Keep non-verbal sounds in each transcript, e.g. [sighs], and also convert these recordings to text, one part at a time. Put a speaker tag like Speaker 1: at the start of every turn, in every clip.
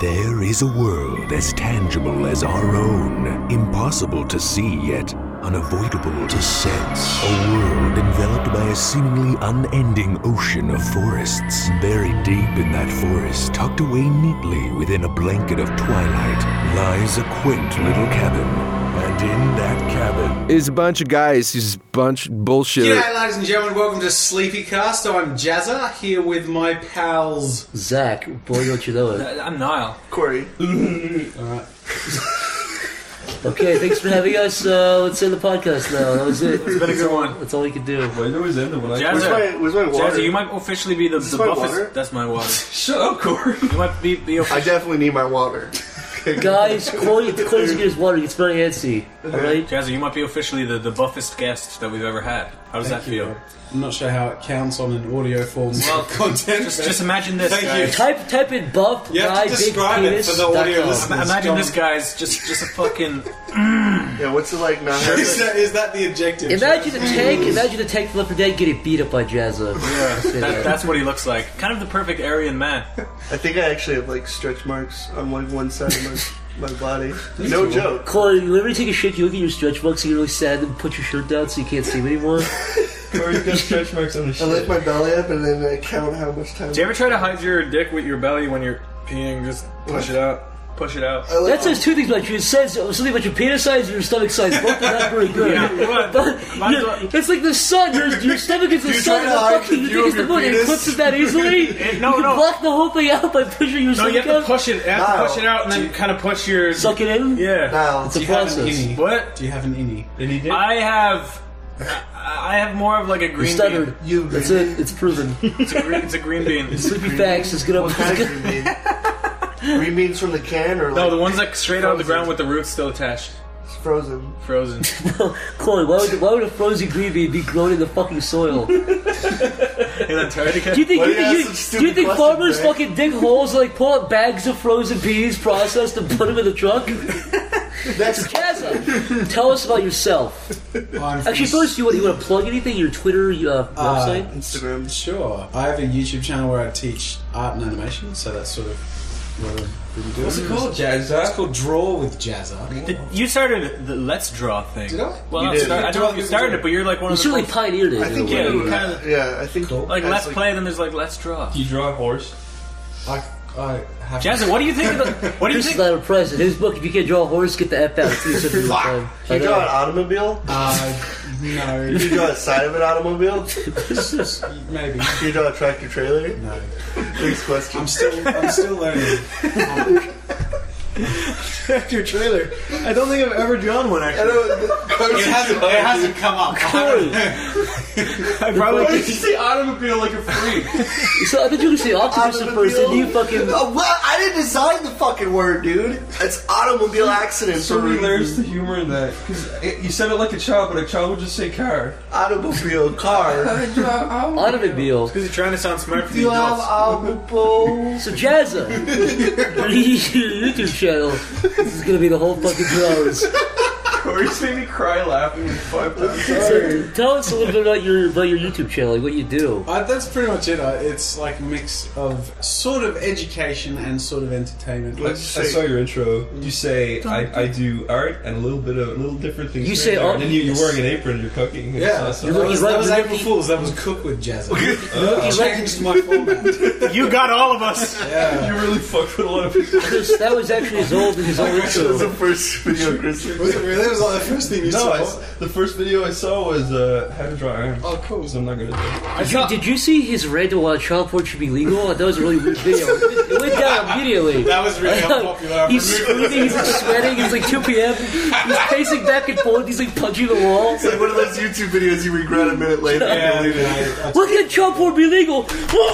Speaker 1: There is a world as tangible as our own, impossible to see yet unavoidable to sense. A world enveloped by a seemingly unending ocean of forests. Buried deep in that forest, tucked away neatly within a blanket of twilight, lies a quaint little cabin. And in that cabin,
Speaker 2: It's a bunch of guys who's bunch bullshit.
Speaker 3: G'day, ladies and gentlemen. Welcome to Sleepy Cast. I'm Jazza here with my pals.
Speaker 4: Zach, Boyo
Speaker 5: [laughs]
Speaker 4: Chiloa.
Speaker 6: I'm Niall.
Speaker 4: Okay, thanks for having us. Uh, let's end the podcast now. That was it.
Speaker 7: It's been a good one.
Speaker 4: That's all we could do.
Speaker 7: There was in the one.
Speaker 6: Jazza.
Speaker 7: Where's my, where's my water?
Speaker 6: Jazzy, you might officially be the, the
Speaker 7: my
Speaker 6: buffest.
Speaker 7: water?
Speaker 6: That's
Speaker 7: [laughs]
Speaker 6: my water.
Speaker 3: Shut up, Corey.
Speaker 6: You might be the
Speaker 7: I
Speaker 6: official.
Speaker 7: definitely need my water.
Speaker 4: Guys, Cody, Cody doesn't get his water. He gets very antsy. All right?
Speaker 6: Jazzy, you might be officially the, the buffest guest that we've ever had. How does that feel?
Speaker 3: I'm not sure how it counts on an audio form.
Speaker 6: Well,
Speaker 3: content.
Speaker 6: Just, just imagine this,
Speaker 3: Thank you.
Speaker 6: guys.
Speaker 4: Type type in buff
Speaker 3: You have to
Speaker 4: guy big
Speaker 3: describe it
Speaker 4: penis
Speaker 3: for the audio
Speaker 4: dot com.
Speaker 3: listener.
Speaker 6: Imagine
Speaker 3: It's
Speaker 6: this,
Speaker 3: gone.
Speaker 6: guys. Just, just a fucking.
Speaker 7: Yeah, what's it like not having
Speaker 3: [laughs] is, that, is that the objective?
Speaker 4: Imagine a tank. Imagine a tank left for dead getting beat up by Jazza. Yeah,
Speaker 6: That, that's what he looks like. Kind of the perfect Aryan
Speaker 7: [laughs]
Speaker 6: man.
Speaker 7: [laughs] I think I actually have like stretch marks on like one side of my, my body. No joke.
Speaker 4: Cody, you literally take a shit. You look at your stretch marks. and You're really sad. Then put your shirt down so you can't see them anymore.
Speaker 8: Corey's got stretch marks on his
Speaker 7: I lift
Speaker 8: shit.
Speaker 7: my belly up and then I count how much time.
Speaker 6: Do you ever try to hide your dick with your belly when you're peeing? Just push it out. Push it out.
Speaker 7: I
Speaker 4: That
Speaker 7: lift,
Speaker 4: says two things about you. It says something about your penis size and your stomach size. Both are not very good.
Speaker 6: Yeah, what?
Speaker 4: But
Speaker 6: Might as
Speaker 4: you-
Speaker 6: well-
Speaker 4: it's like the sun. Your, your stomach is the
Speaker 7: you
Speaker 4: sun,
Speaker 7: try
Speaker 4: and
Speaker 7: to
Speaker 4: the
Speaker 7: hide
Speaker 4: fucking
Speaker 7: the
Speaker 4: the
Speaker 7: view
Speaker 4: dick
Speaker 7: of
Speaker 4: is the
Speaker 7: your
Speaker 4: moon. It
Speaker 7: penis?
Speaker 4: eclipses that easily.
Speaker 6: [laughs] It- no,
Speaker 4: you
Speaker 6: no.
Speaker 4: can block the whole thing out by pushing your
Speaker 6: No, you
Speaker 4: stomach
Speaker 6: have to
Speaker 4: out.
Speaker 6: push it. You have
Speaker 7: Wow.
Speaker 6: to push it out and then kind of push your.
Speaker 4: Suck it in.
Speaker 6: Yeah.
Speaker 7: now.
Speaker 4: It's a
Speaker 3: Do you have an
Speaker 4: process.
Speaker 3: innie?
Speaker 6: What?
Speaker 3: Do you have an innie?
Speaker 8: Did he do?
Speaker 6: I have. I I have more of like a green bean.
Speaker 4: Stuttered.
Speaker 7: You-
Speaker 4: That's it. It's proven.
Speaker 7: [laughs]
Speaker 6: It's a green, it's a green [laughs] bean.
Speaker 4: Sleepy facts is gonna.
Speaker 7: What kind of green bean?
Speaker 6: [laughs]
Speaker 7: green beans from the can or like
Speaker 6: No, the ones that straight out of the
Speaker 7: Frozen.
Speaker 6: ground with the roots still attached,
Speaker 7: frozen?
Speaker 6: frozen.
Speaker 4: Corey, why would why would a frozen green bean be grown in the fucking soil? Do
Speaker 6: In Antarctica.
Speaker 4: you think
Speaker 7: Why
Speaker 4: you,
Speaker 7: do you ask
Speaker 4: think,
Speaker 7: some
Speaker 4: you,
Speaker 7: stupid
Speaker 4: do you think
Speaker 7: questions,
Speaker 4: farmers
Speaker 7: man?
Speaker 4: fucking dig holes and, like pull out bags of frozen peas, process them, put them in the truck?
Speaker 7: [laughs] That's
Speaker 4: Kaza, tell us about yourself.
Speaker 3: I'm from
Speaker 4: Actually, first, you want you want to plug anything? Your Twitter, your uh, website.
Speaker 7: Instagram.
Speaker 3: Sure. I have a YouTube channel where I teach art and animation, so that's sort of what I've been doing. What's it
Speaker 8: called, Jazz?
Speaker 3: It's called Draw with Jazza.
Speaker 6: Did- you started the Let's Draw thing.
Speaker 3: Did I?
Speaker 6: Well,
Speaker 3: You
Speaker 6: not
Speaker 3: did.
Speaker 6: start- I don't know if you started it, but you're like one
Speaker 4: You
Speaker 6: of the
Speaker 4: certainly
Speaker 6: first-
Speaker 4: pioneered it.
Speaker 7: I think
Speaker 4: in a
Speaker 6: Yeah,
Speaker 4: way.
Speaker 7: you.
Speaker 6: you kinda-
Speaker 7: yeah, I think.
Speaker 3: Cool.
Speaker 6: like
Speaker 7: that's,
Speaker 6: Let's Play, then there's like Let's Draw.
Speaker 8: You draw a horse.
Speaker 3: I, I have
Speaker 6: Jazza, what do you think? Of the, what do you
Speaker 4: Chris is
Speaker 6: think?
Speaker 4: not impressed. In his book, if you can't draw a horse, get the F out. It's easier
Speaker 7: [laughs]
Speaker 4: than the time. I
Speaker 7: You
Speaker 4: know.
Speaker 7: draw an automobile?
Speaker 3: [laughs] Uh,
Speaker 6: [laughs]
Speaker 3: no.
Speaker 7: You draw a side of an automobile?
Speaker 3: Maybe.
Speaker 7: You draw a tractor trailer?
Speaker 3: No.
Speaker 7: Next question.
Speaker 3: I'm still, I'm still learning.
Speaker 6: [laughs] Your trailer. I don't think I've ever drawn one. Actually,
Speaker 3: It hasn't, it hasn't come up.
Speaker 8: [laughs]
Speaker 6: I
Speaker 7: [laughs]
Speaker 6: probably.
Speaker 7: you say automobile like a freak?
Speaker 4: So I thought you were say octopus at first, and you fucking.
Speaker 7: Uh, well, I didn't design the fucking word, dude. It's automobile accident.
Speaker 8: Somebody
Speaker 7: for-
Speaker 8: learns the humor in that. Because you said it like a child, but a child would just say car.
Speaker 7: Automobile car.
Speaker 8: I draw
Speaker 4: Automobile.
Speaker 6: Because you're trying to sound smart for
Speaker 7: [laughs]
Speaker 6: the
Speaker 7: You have
Speaker 6: adults.
Speaker 7: automobile.
Speaker 4: So Jazza, your YouTube channel. This is gonna be the whole fucking two hours.
Speaker 8: Corey's made me cry laughing like five times.
Speaker 4: So tell us a little bit about your about your YouTube channel, like what you do.
Speaker 3: Uh, that's pretty much it. Uh, it's like a mix of sort of education and sort of entertainment.
Speaker 8: I
Speaker 3: Like,
Speaker 8: saw your intro. You say I, I do art and a little bit of little different things.
Speaker 4: You
Speaker 8: here
Speaker 4: say
Speaker 8: and there.
Speaker 4: art-
Speaker 8: and then you,
Speaker 4: [laughs]
Speaker 8: you're wearing an apron. and You're cooking. It's
Speaker 3: yeah,
Speaker 8: awesome.
Speaker 3: that was, that was
Speaker 4: You're right,
Speaker 3: April
Speaker 4: Loki.
Speaker 3: Fool's. That was Cook with
Speaker 8: [laughs]
Speaker 3: Jazz.
Speaker 4: Loki,
Speaker 3: changed my format.
Speaker 6: You got all of us.
Speaker 3: Yeah.
Speaker 8: You [laughs] really fucked with a lot of people.
Speaker 4: Loki, that was actually his old his old
Speaker 7: That was
Speaker 4: intro.
Speaker 7: the first video, Chris.
Speaker 3: Was it really? That was like the first thing you
Speaker 8: No,
Speaker 3: saw.
Speaker 8: I s the first video I saw was uh, how to draw iron.
Speaker 3: oh, cool.
Speaker 8: So I'm not gonna do. it.
Speaker 4: Did you, did you see his rant on why child porn should be legal? I thought it was a really weird video. It went down immediately.
Speaker 3: That was really unpopular. I
Speaker 4: He's
Speaker 3: removed it.
Speaker 4: screaming, he's like sweating, it's like 2 p.m. He's pacing back and forth, he's like punching the wall.
Speaker 7: It's like one of those YouTube videos you regret a minute later.
Speaker 3: Yeah,
Speaker 7: You delete it.
Speaker 3: I- I-
Speaker 4: Look at child porn be legal!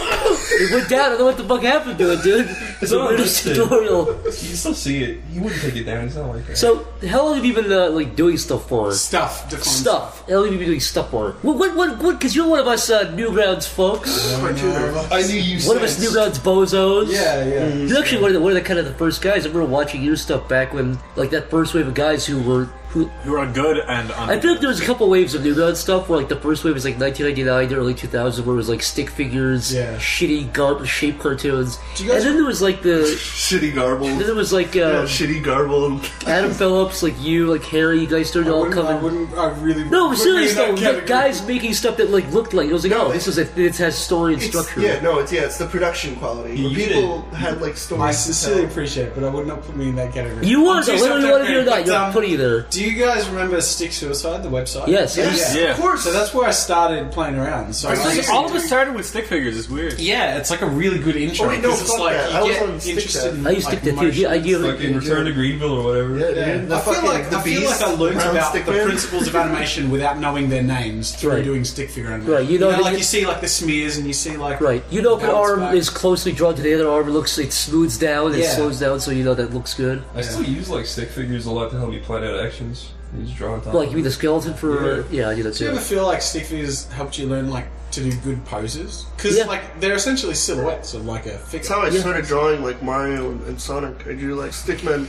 Speaker 4: it went down, I don't know what the fuck happened to it, dude. It's the
Speaker 8: all
Speaker 4: weirdest
Speaker 8: listed.
Speaker 4: tutorial.
Speaker 8: You still see it. You wouldn't take it down. It's not like that.
Speaker 4: So, how long have you been uh, like doing stuff for?
Speaker 3: Stuff. defines-
Speaker 4: Stuff. How long have you been doing stuff for? What, what, what, what, because you're one of us uh, Newgrounds folks.
Speaker 8: I knew you.
Speaker 4: One of us
Speaker 8: sensed.
Speaker 4: Newgrounds bozos.
Speaker 3: Yeah, yeah.
Speaker 8: Mm.
Speaker 4: He's actually one of the one of the kind of the first guys. I remember watching your stuff back when like that first wave of guys who were who
Speaker 6: Who are good and
Speaker 4: I feel like
Speaker 6: un-
Speaker 4: there was a couple waves of New God stuff where like the first wave was like 1999 to early 2000 where it was like stick figures,
Speaker 3: Yeah.
Speaker 4: shitty gaunt shaped cartoons,
Speaker 3: you guys-
Speaker 4: and then there was like the
Speaker 7: Shitty garble.
Speaker 4: then there was like uh,
Speaker 7: Shitty garble.
Speaker 4: Adam Phillips, like you, like Harry, you guys started
Speaker 3: I
Speaker 4: all
Speaker 3: wouldn't, I
Speaker 4: coming.
Speaker 3: wouldn't. I really.
Speaker 4: No, I'm
Speaker 3: put
Speaker 4: serious
Speaker 3: me in that
Speaker 4: though. Like,
Speaker 3: category.
Speaker 4: guys making stuff that like looked like it was like,
Speaker 7: No.
Speaker 4: oh, this is a it has story and
Speaker 7: It's-
Speaker 4: structure.
Speaker 7: Yeah, no, it's yeah, it's the production quality.
Speaker 8: You
Speaker 7: Where people had like stories.
Speaker 3: I
Speaker 7: to
Speaker 3: sincerely
Speaker 7: tell.
Speaker 3: appreciate it, but I would not put me in that category.
Speaker 4: You want
Speaker 6: I'm
Speaker 4: it,
Speaker 6: just
Speaker 4: whether
Speaker 6: up
Speaker 4: you
Speaker 6: there
Speaker 4: want to do it or not,
Speaker 6: being
Speaker 4: you're
Speaker 3: dumb.
Speaker 4: putting it there.
Speaker 3: Do you guys remember Stick Suicide, the website?
Speaker 4: Yes.
Speaker 7: Yes,
Speaker 6: Yeah.
Speaker 7: of course.
Speaker 3: So that's where I started playing around. So I
Speaker 6: It's like
Speaker 3: was-
Speaker 6: all of us started with stick figures. It's weird.
Speaker 3: Yeah, it's like a really good intro.
Speaker 7: Oh, wait, no,
Speaker 3: 'cause it's
Speaker 7: fuck
Speaker 3: like
Speaker 7: that.
Speaker 3: you
Speaker 7: I was
Speaker 3: get
Speaker 7: on Stick
Speaker 3: interested
Speaker 7: Dad.
Speaker 3: in,
Speaker 4: I used to
Speaker 3: like,
Speaker 4: stick that too. Yeah, I
Speaker 3: motion.
Speaker 4: do have
Speaker 8: Fucking Return to Greenville or whatever.
Speaker 7: Yeah, dude. The
Speaker 3: I feel
Speaker 7: fucking-
Speaker 3: like
Speaker 7: the
Speaker 3: I feel like
Speaker 7: beast,
Speaker 3: I learned
Speaker 7: Brown
Speaker 3: about the
Speaker 7: Stick Man.
Speaker 3: principles of animation without knowing their names through
Speaker 4: Right.
Speaker 3: doing stick figure animation.
Speaker 4: Right, you know,
Speaker 3: like
Speaker 4: you-
Speaker 3: you see like the smears and you see like
Speaker 4: Right. You know if an
Speaker 3: bounce
Speaker 4: arm
Speaker 3: back.
Speaker 4: is closely drawn to the other arm, it looks it smooths down, it
Speaker 3: Yeah.
Speaker 4: slows down so you know that looks good.
Speaker 8: I still use like stick figures a lot to help me plan out actions. You just draw on top.
Speaker 4: Like you mean the skeleton for
Speaker 8: Yeah.
Speaker 4: yeah, I do that
Speaker 3: Do you
Speaker 4: too.
Speaker 3: ever feel like stick figures helped you learn like to do good poses? Because
Speaker 4: Yeah.
Speaker 3: like they're essentially silhouettes of like a figure.
Speaker 7: That's how I started drawing like Mario and, and Sonic. I drew like Stickman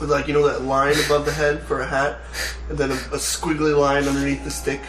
Speaker 7: with like you know that line above the head for a hat, and then a, a squiggly line underneath the stick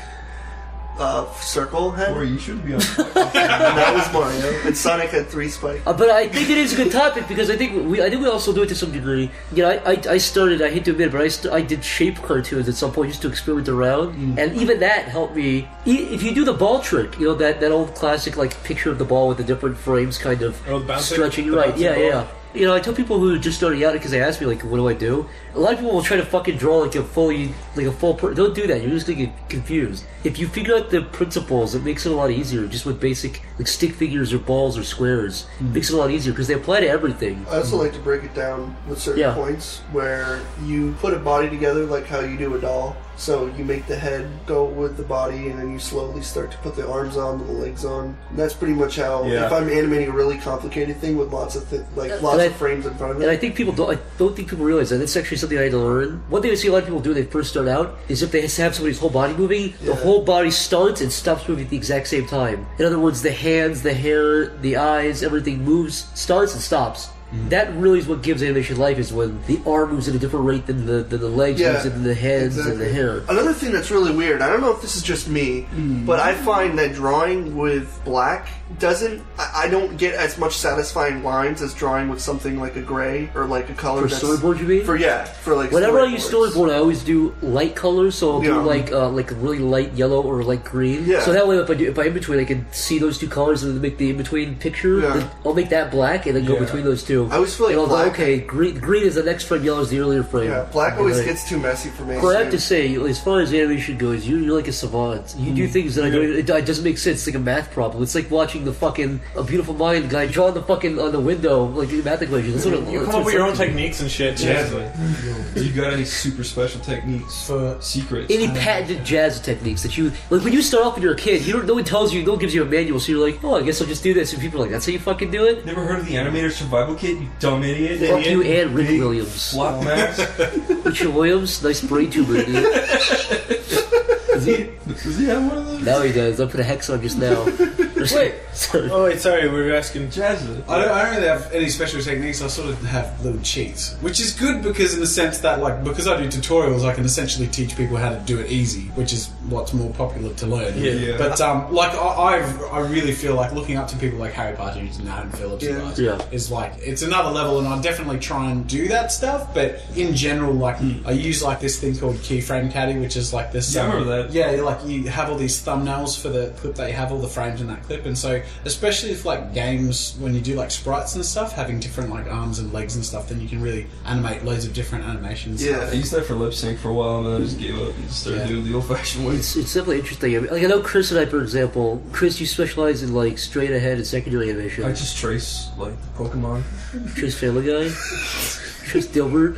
Speaker 7: uh, circle head.
Speaker 8: Or you should be [laughs] on.
Speaker 7: And
Speaker 4: [laughs]
Speaker 7: that was Mario. And Sonic had three spikes.
Speaker 4: Uh, but I think it is a good topic because I think we I think we also do it to some degree. You know, I, I, I started I hate to admit, it, but I, st- I did shape cartoons at some point just to experiment around,
Speaker 6: Mm.
Speaker 4: and even that helped me. E- If you do the ball trick, you know that, that old classic like picture of the ball with the different frames, kind of
Speaker 6: Oh, the bouncing-
Speaker 4: stretching.
Speaker 6: the
Speaker 4: Right?
Speaker 6: bouncing
Speaker 4: Yeah,
Speaker 6: ball.
Speaker 4: yeah. You know, I tell people who are just starting out because they ask me like, "What do I do?" A lot of people will try to fucking draw like a fully like a full. Per- Don't do that. You're just gonna get confused. If you figure out the principles, it makes it a lot easier. Just with basic like stick figures or balls or squares, makes it a lot easier because they apply to everything.
Speaker 7: I also like to break it down with certain
Speaker 4: Yeah.
Speaker 7: points where you put a body together like how you do a doll. So you make the head go with the body, and then you slowly start to put the arms on, the legs on. And that's pretty much how.
Speaker 8: Yeah.
Speaker 7: If I'm animating a really complicated thing with lots of th- like lots
Speaker 4: and I-
Speaker 7: of frames in front of
Speaker 4: And I
Speaker 7: it,
Speaker 4: think people don't. I don't think people realize that it's actually something I had to learn. One thing I see a lot of people do when they first start out is if they have somebody's whole body moving, the whole body starts and stops moving at the exact same time. In other words, the hands, the hair, the eyes, everything moves, starts and stops.
Speaker 7: Mm-hmm.
Speaker 4: That really is what gives animation life is when the arm moves at a different rate than the than the legs
Speaker 7: Yeah,
Speaker 4: moves and the hands and the
Speaker 7: exactly.
Speaker 4: hair.
Speaker 7: Another thing that's really weird, I don't know if this is just me,
Speaker 4: Hmm.
Speaker 7: but I find that drawing with black doesn't, I, I don't get as much satisfying lines as drawing with something like a gray or like a color
Speaker 4: For
Speaker 7: that's.
Speaker 4: storyboard, you mean?
Speaker 7: For, yeah, for like.
Speaker 4: Whenever I use
Speaker 7: storyboards.
Speaker 4: storyboard, I always do light colors, so I'll do
Speaker 7: Yeah.
Speaker 4: like uh, like really light yellow or light green.
Speaker 7: Yeah.
Speaker 4: So that way, if I do, if I in between, I can see those two colors and then make the in between picture.
Speaker 7: Yeah.
Speaker 4: Then I'll make that black and then go
Speaker 8: Yeah.
Speaker 4: between those two.
Speaker 7: I always feel like
Speaker 4: And I'll go,
Speaker 7: black-
Speaker 4: okay, green green is the next frame, yellow is the earlier frame.
Speaker 7: Yeah, black always
Speaker 4: Right.
Speaker 7: gets too messy for me.
Speaker 4: But I
Speaker 7: so-
Speaker 4: have to say, as far as animation goes, you, you're like a savant. You
Speaker 7: Hmm.
Speaker 4: do things that I don't. It, it doesn't make sense. It's like a math problem. It's like watching the fucking a beautiful mind guy draw the fucking on the window like the math equation. That's what it,
Speaker 6: You
Speaker 4: that's
Speaker 6: come
Speaker 4: what
Speaker 6: up with your own
Speaker 4: it's like to me.
Speaker 6: techniques and shit. too.
Speaker 8: Yeah. Do you got any super special techniques?
Speaker 3: For-
Speaker 8: secrets.
Speaker 4: any patented jazz techniques that you like when you start off when you're a kid you don't, no one tells you no one gives you a manual so you're like oh i guess i'll just do this and people are like that's how you fucking do it
Speaker 8: Never heard of the animator survival kit? You dumb idiot.
Speaker 4: fuck you and rick
Speaker 8: Big
Speaker 4: williams
Speaker 8: Flop [laughs] Max.
Speaker 4: richard williams nice brain tumor dude Is he-
Speaker 8: Does he have one of those?
Speaker 4: now he does i put a hex on just now
Speaker 6: Wait.
Speaker 4: Sorry.
Speaker 6: Oh wait, sorry. We were asking.
Speaker 8: Jazz.
Speaker 3: I don't, I don't really have any special techniques. I sort of have little cheats, which is good because, in the sense that, like, because I do tutorials, I can essentially teach people how to do it easy, which is what's more popular to learn.
Speaker 6: Yeah.
Speaker 8: Yeah.
Speaker 3: But um, like, I, I've, I really feel like looking up to people like Harry Partridge and Adam Phillips and
Speaker 7: Yeah.
Speaker 3: guys
Speaker 4: Yeah.
Speaker 3: is like it's another level, and I definitely try and do that stuff. But in general, like, I use like this thing called keyframe caddy, which is like this.
Speaker 8: Yeah, I
Speaker 3: um,
Speaker 8: remember that.
Speaker 3: yeah, like you have all these thumbnails for the clip that you have all the frames in that clip, and so especially if like games when you do like sprites and stuff, having different like arms and legs and stuff, then you can really animate loads of different animations.
Speaker 8: I
Speaker 7: Yeah.
Speaker 8: used that for lip sync for a while, and then I just gave up and just started
Speaker 3: Yeah.
Speaker 8: doing the old-fashioned way.
Speaker 4: it's, it's definitely interesting I mean, like i know chris and i for example chris you specialize in like straight ahead and secondary animation
Speaker 8: I just trace like the Pokemon.
Speaker 4: Chris Family Guy, Chris Dilbert.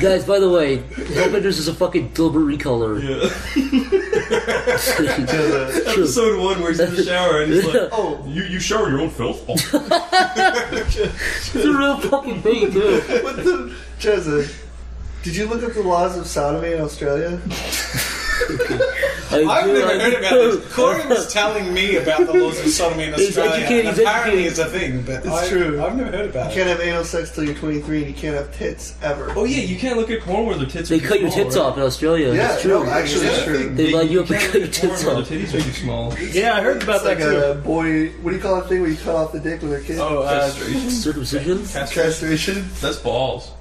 Speaker 4: Guys, by the way, Hellbenders is a fucking Dilbert [laughs] recolor.
Speaker 7: the-
Speaker 4: True. [laughs]
Speaker 8: [laughs] Episode one, where he's in the shower and he's like,
Speaker 7: Oh.
Speaker 8: [laughs]
Speaker 7: [laughs]
Speaker 8: you you shower your own filth." Oh.
Speaker 4: It's a real fucking thing, dude.
Speaker 7: What the? Jazza, did you look up the laws of sodomy in Australia?
Speaker 3: [laughs] I've never heard about
Speaker 4: [laughs]
Speaker 3: this. Corey was telling me about the laws of sodomy in
Speaker 4: It's
Speaker 3: Australia.
Speaker 4: educated,
Speaker 3: and
Speaker 4: it's
Speaker 3: apparently,
Speaker 4: educated.
Speaker 3: it's a thing, but I,
Speaker 7: true.
Speaker 3: I've never heard
Speaker 4: Uh,
Speaker 3: about
Speaker 7: You
Speaker 3: it.
Speaker 7: can't have anal sex till you're 23, and you can't have tits ever.
Speaker 8: Oh yeah, you can't look at porn where their tits.
Speaker 4: They
Speaker 8: are too
Speaker 4: cut your
Speaker 8: small,
Speaker 4: tits
Speaker 8: right?
Speaker 4: off in Australia.
Speaker 7: yeah,
Speaker 4: it's true.
Speaker 7: no, actually,
Speaker 3: Yeah.
Speaker 7: it's true.
Speaker 4: they line you up and
Speaker 8: can't
Speaker 4: cut your
Speaker 8: look at porn
Speaker 4: tits
Speaker 8: where
Speaker 4: off.
Speaker 8: their titties are too small.
Speaker 6: Yeah, I heard about
Speaker 7: It's
Speaker 6: that
Speaker 7: like
Speaker 6: too.
Speaker 7: a boy. What do you call that thing where you cut off the dick when they're kids?
Speaker 6: Oh, uh,
Speaker 8: Castration.
Speaker 4: Circumcision?
Speaker 8: Castration.
Speaker 7: Castration?
Speaker 8: That's balls.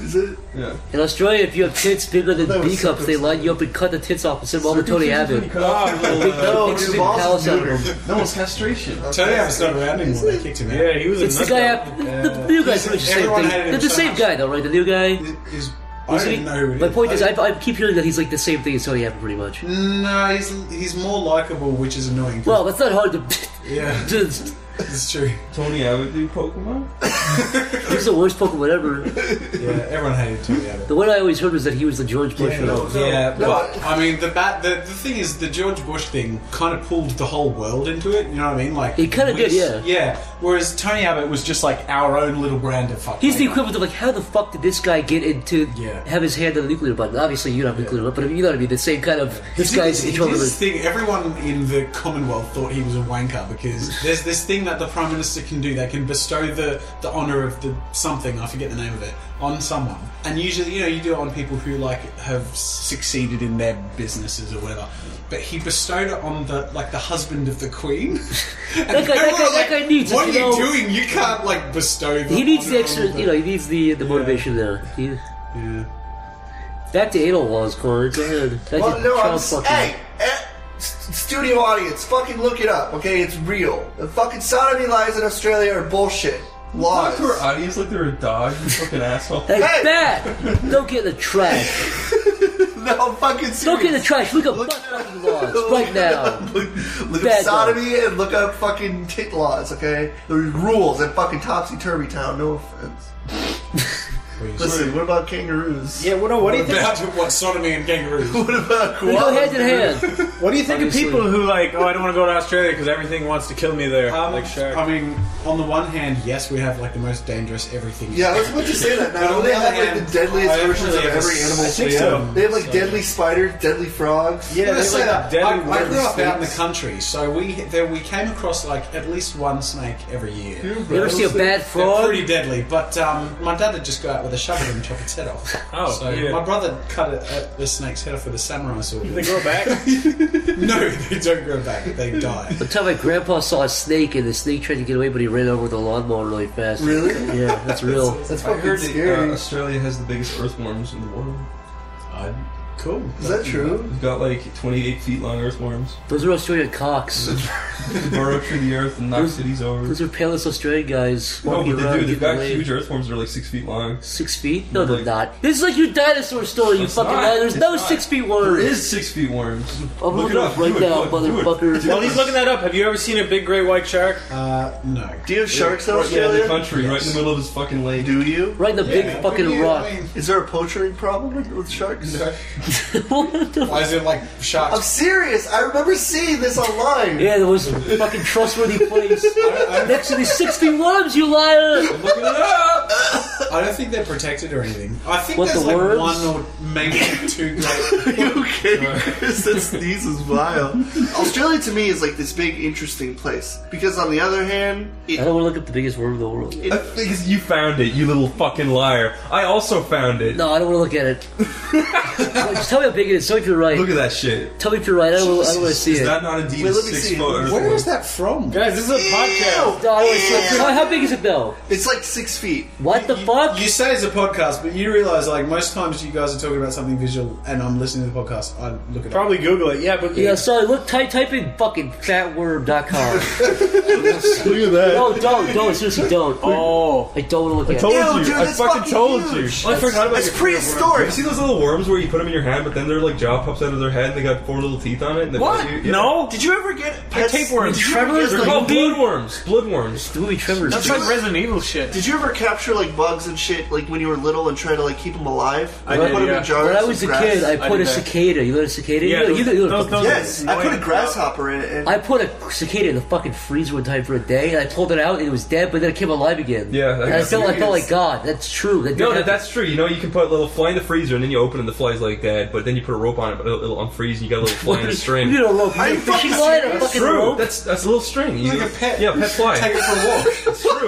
Speaker 7: Is it?
Speaker 8: Yeah.
Speaker 4: In Australia, if you have tits bigger than
Speaker 7: That was
Speaker 4: B cups, they
Speaker 7: circumcision.
Speaker 4: line you up and cut the tits off and send them all to Tony Abbott.
Speaker 8: [laughs]
Speaker 7: No,
Speaker 4: Big
Speaker 7: dude,
Speaker 4: big
Speaker 7: balls
Speaker 4: palace
Speaker 7: is
Speaker 4: out of
Speaker 7: neuter.
Speaker 4: him.
Speaker 8: No, it's castration.
Speaker 3: Tony Abbott's not around anymore. They kicked him out.
Speaker 6: yeah, he was.
Speaker 4: It's the
Speaker 6: a nut
Speaker 4: guy.
Speaker 6: job.
Speaker 4: After, the, the new guy's pretty much the same
Speaker 3: Everyone
Speaker 4: thing.
Speaker 3: hated him
Speaker 4: They're the
Speaker 3: so
Speaker 4: same
Speaker 3: much.
Speaker 4: guy, though, right? The new guy.
Speaker 3: He's, I
Speaker 4: Isn't
Speaker 3: don't
Speaker 4: he-
Speaker 3: know who it is.
Speaker 4: My point is,
Speaker 3: I- Hmm.
Speaker 4: I, I keep hearing that he's like the same thing as Tony Abbott, pretty much.
Speaker 3: Uh, No, he's, he's more likable, which is annoying.
Speaker 4: Well, that's not hard to. [laughs]
Speaker 3: yeah,
Speaker 4: Dude,
Speaker 3: [laughs] it's true.
Speaker 8: Tony Abbott do Pokemon.
Speaker 4: He's the worst Pokemon ever.
Speaker 3: Yeah, everyone hated Tony Abbott.
Speaker 4: The one I always heard was that he was the George Bush.
Speaker 3: Yeah,
Speaker 4: of-
Speaker 3: no,
Speaker 6: Yeah,
Speaker 3: But I mean, the bat. The, the thing is, the George Bush thing kind of pulled the whole world into it. You know what I mean? Like
Speaker 4: It kinda
Speaker 3: we-
Speaker 4: did, yeah.
Speaker 3: Yeah. Whereas Tony Abbott was just like our own little brand of fuck.
Speaker 4: He's the equivalent of like, how the fuck did this guy get into
Speaker 3: Yeah.
Speaker 4: have his hand on the nuclear button? Obviously, you don't have a nuclear button, but you know what I mean. The same kind of this guy's
Speaker 3: he
Speaker 4: in
Speaker 3: did
Speaker 4: control of
Speaker 3: this
Speaker 4: it.
Speaker 3: thing. Everyone in the Commonwealth thought he was a wanker because there's this thing that the Prime Minister can do. They can bestow the the honour of the something I forget the name of it on someone, and usually you know you do it on people who like have succeeded in their businesses or whatever. But he bestowed it on the like the husband of the
Speaker 4: [laughs]
Speaker 3: Queen. And
Speaker 4: That guy- that
Speaker 3: everyone was
Speaker 4: guy- that guy needs it,
Speaker 3: What
Speaker 4: you
Speaker 3: are you
Speaker 4: know?"
Speaker 3: doing? You can't like bestow. The
Speaker 4: He needs the
Speaker 3: honour
Speaker 4: extra,
Speaker 3: on the-
Speaker 4: you know, he needs the the motivation there. He,
Speaker 3: Yeah.
Speaker 4: back to anal laws, Corey. Go ahead. Back
Speaker 7: Well,
Speaker 4: to
Speaker 7: no, I'm
Speaker 4: child
Speaker 7: s-
Speaker 4: fucking.
Speaker 7: hey, eh, s- studio audience, fucking look it up, okay? It's real. The fucking sodomy lies in Australia are bullshit.
Speaker 8: Talk
Speaker 7: Laws.
Speaker 8: to her audience like they're a dog. You fucking asshole.
Speaker 4: Hey,
Speaker 7: Hey!
Speaker 4: Bat! Don't get in the
Speaker 3: [laughs]
Speaker 4: trash.
Speaker 7: [laughs] No, I'm fucking serious.
Speaker 4: Don't get in the trash. Look up
Speaker 7: Look-
Speaker 4: butt fucking laws right now.
Speaker 7: [laughs] look look
Speaker 4: Bad
Speaker 7: up sodomy and look up fucking tit laws, okay? There's rules in fucking Topsy Turvy Town, no offense. Listen, what about kangaroos?
Speaker 5: Yeah, well, no, what do you think?
Speaker 3: [laughs] About what sodomy and kangaroos.
Speaker 7: [laughs] What about koalas?
Speaker 4: They go hand in hand.
Speaker 5: What do you think
Speaker 4: Obviously.
Speaker 5: of people who like? Oh, I don't want to go to Australia because everything wants to kill me there.
Speaker 3: Um,
Speaker 5: like Shaq.
Speaker 3: I mean, on the one hand, yes, we have like the most dangerous everything.
Speaker 7: Yeah, I was about to say that.
Speaker 3: But
Speaker 7: Now
Speaker 3: on
Speaker 7: they
Speaker 3: the
Speaker 7: have
Speaker 3: other
Speaker 7: like
Speaker 3: hand,
Speaker 7: the deadliest
Speaker 3: I
Speaker 7: versions of
Speaker 3: actually have
Speaker 7: every
Speaker 3: a-
Speaker 7: animal.
Speaker 3: I think
Speaker 7: so.
Speaker 3: so.
Speaker 7: They have like deadly spiders, deadly frogs.
Speaker 5: yeah,
Speaker 3: I was gonna say
Speaker 5: they're like
Speaker 3: that.
Speaker 5: deadly
Speaker 3: I, I
Speaker 5: worms.
Speaker 3: grew up out in the country, so we there, we came across like at least one snake every year.
Speaker 4: You ever see a bad
Speaker 3: They're
Speaker 4: frog?
Speaker 3: pretty deadly, but um, my dad would just go out with a shovel and chop its head off.
Speaker 5: Oh,
Speaker 3: so
Speaker 5: yeah.
Speaker 3: my brother cut it, uh, the snake's head off with a samurai sword.
Speaker 5: [laughs] They grow back.
Speaker 3: no, they don't grow back; they die.
Speaker 4: The time my grandpa saw a snake and the snake tried to get away, but he ran over the lawnmower really fast.
Speaker 7: Really?
Speaker 4: Yeah, that's real.
Speaker 7: That's
Speaker 8: I
Speaker 7: fucking
Speaker 8: heard that,
Speaker 7: scary.
Speaker 8: uh, Australia has the biggest earthworms in the world.
Speaker 3: Uh, cool.
Speaker 7: Is that true?
Speaker 8: We've got like 28 feet long earthworms. [laughs]
Speaker 4: Those are Australian cocks.
Speaker 8: They burrow through the earth and knock cities over.
Speaker 4: Those are palest Australian guys
Speaker 8: No,
Speaker 4: walking
Speaker 8: but they
Speaker 4: around
Speaker 8: do.
Speaker 4: getting
Speaker 8: They've got
Speaker 4: away.
Speaker 8: huge earthworms that are like six feet long.
Speaker 4: Six feet? No, they're
Speaker 8: Like-
Speaker 4: not. This is like your dinosaur story, you
Speaker 8: It's
Speaker 4: fucking
Speaker 8: not.
Speaker 4: liar. There's
Speaker 8: It's
Speaker 4: no
Speaker 8: not.
Speaker 4: six feet worm.
Speaker 8: There is six feet worms.
Speaker 4: I'm
Speaker 8: Look
Speaker 4: looking
Speaker 8: it up.
Speaker 4: up right
Speaker 8: Do it,
Speaker 4: now,
Speaker 8: do it, do it.
Speaker 4: motherfucker.
Speaker 8: Do
Speaker 5: While
Speaker 8: it.
Speaker 5: he's looking that up, have you ever seen a big great white shark?
Speaker 3: Uh, no.
Speaker 7: Do you have sharks in
Speaker 8: Right in the
Speaker 7: Australia?
Speaker 8: country, right in the middle of this fucking lake.
Speaker 7: Do you?
Speaker 4: Right in the big fucking
Speaker 3: Yeah,
Speaker 4: rock.
Speaker 3: I
Speaker 7: [laughs]
Speaker 3: mean,
Speaker 7: Is there a poaching problem with, with sharks?
Speaker 4: What the-
Speaker 3: why is it like sharks?
Speaker 7: I'm serious. I remember seeing this online.
Speaker 4: yeah, there was a fucking trustworthy place. Next to these six feet worms, you liar!
Speaker 3: Look it up. I don't think they're protected or anything. I think
Speaker 4: What,
Speaker 3: there's
Speaker 4: the
Speaker 3: like
Speaker 4: worms?
Speaker 3: one or maybe [laughs] two great.
Speaker 7: [laughs] Are you okay, [laughs] Chris? That sneeze is vile. Australia to me is like this big, interesting place because on the other hand,
Speaker 4: I
Speaker 7: it,
Speaker 4: don't want to look up the biggest worm in the world.
Speaker 8: I think you found it, you little fucking liar. I also found it.
Speaker 4: No, I don't want to look at it. Just tell me how big it is. Tell me if you're right.
Speaker 8: Look at that shit.
Speaker 4: Tell me if you're right. I don't, wanna- I don't want to see
Speaker 8: Is
Speaker 4: it.
Speaker 8: that not indeed
Speaker 7: Wait,
Speaker 8: a
Speaker 7: let me
Speaker 8: six
Speaker 7: see.
Speaker 8: foot earthworm?
Speaker 3: Where is that from?
Speaker 5: Guys, this is a podcast.
Speaker 4: No, I don't want to see it. How, how big is it though?
Speaker 7: it's like six feet.
Speaker 4: What the fuck?
Speaker 3: You say it's a podcast, but you realise like most times you guys are talking about something visual, and I'm listening to the podcast. I look at
Speaker 5: Probably Google it. Yeah, but
Speaker 4: yeah, sorry. Look, type type in fucking fatworm.com.
Speaker 8: Look at that.
Speaker 4: no, don't, don't. Seriously, don't.
Speaker 5: Oh,
Speaker 4: I don't want to look at
Speaker 8: told
Speaker 4: it.
Speaker 7: Ew,
Speaker 8: you.
Speaker 7: dude,
Speaker 8: I
Speaker 7: that's
Speaker 8: fucking
Speaker 7: fucking
Speaker 8: told
Speaker 7: huge.
Speaker 8: you. I forgot about
Speaker 7: It's
Speaker 8: your-
Speaker 7: prehistoric.
Speaker 8: You see those little worms where you put them in your hand, but then their like jaw pops out of their head and they got four little teeth on it? And they
Speaker 5: what?
Speaker 8: bite you? Yeah.
Speaker 5: No,
Speaker 7: Did you ever get pet
Speaker 5: tapeworm.
Speaker 7: Did you ever,
Speaker 4: Trevor's
Speaker 7: get,
Speaker 8: They're
Speaker 7: like,
Speaker 8: called bloodworms. Bloodworms.
Speaker 4: The movie Trevor's.
Speaker 5: that's like Resident Evil shit.
Speaker 7: did you ever capture like bugs and and shit like when you were little and trying to like keep them alive?
Speaker 5: I
Speaker 7: Like,
Speaker 5: did,
Speaker 7: put 'em
Speaker 5: yeah.
Speaker 7: in jars.
Speaker 4: When I was a
Speaker 7: of grass?
Speaker 4: kid, I put a
Speaker 5: did that.
Speaker 4: cicada. You know what a cicada?
Speaker 5: Yeah,
Speaker 4: you know,
Speaker 5: those-
Speaker 4: you know, you know what a
Speaker 5: those-
Speaker 4: fucking
Speaker 5: those-
Speaker 4: cicada-
Speaker 7: yes, I put a
Speaker 5: Annoying.
Speaker 7: grasshopper in it. And
Speaker 4: I put a cicada in the fucking freezer one time for a day, and I pulled it out, and it was dead, but then it came alive again.
Speaker 6: Yeah, that
Speaker 4: and I
Speaker 6: got
Speaker 4: felt, I felt
Speaker 6: serious.
Speaker 4: like God. That's true. That did
Speaker 6: No, that,
Speaker 4: happen.
Speaker 6: that's true. You know, you can put a little fly in the freezer, and then you open it, and the fly's like that. But then you put a rope on it, but it'll, it'll unfreeze, and you got a little fly in a string.
Speaker 4: [laughs] You did a rope. You
Speaker 7: Are
Speaker 4: did
Speaker 7: you
Speaker 4: a fishing
Speaker 7: fucking
Speaker 4: line, a
Speaker 7: serious?
Speaker 4: fucking
Speaker 6: true.
Speaker 4: rope.
Speaker 6: That's that's a little string. You,
Speaker 3: like a pet.
Speaker 6: Yeah, pet fly.
Speaker 3: Take it for a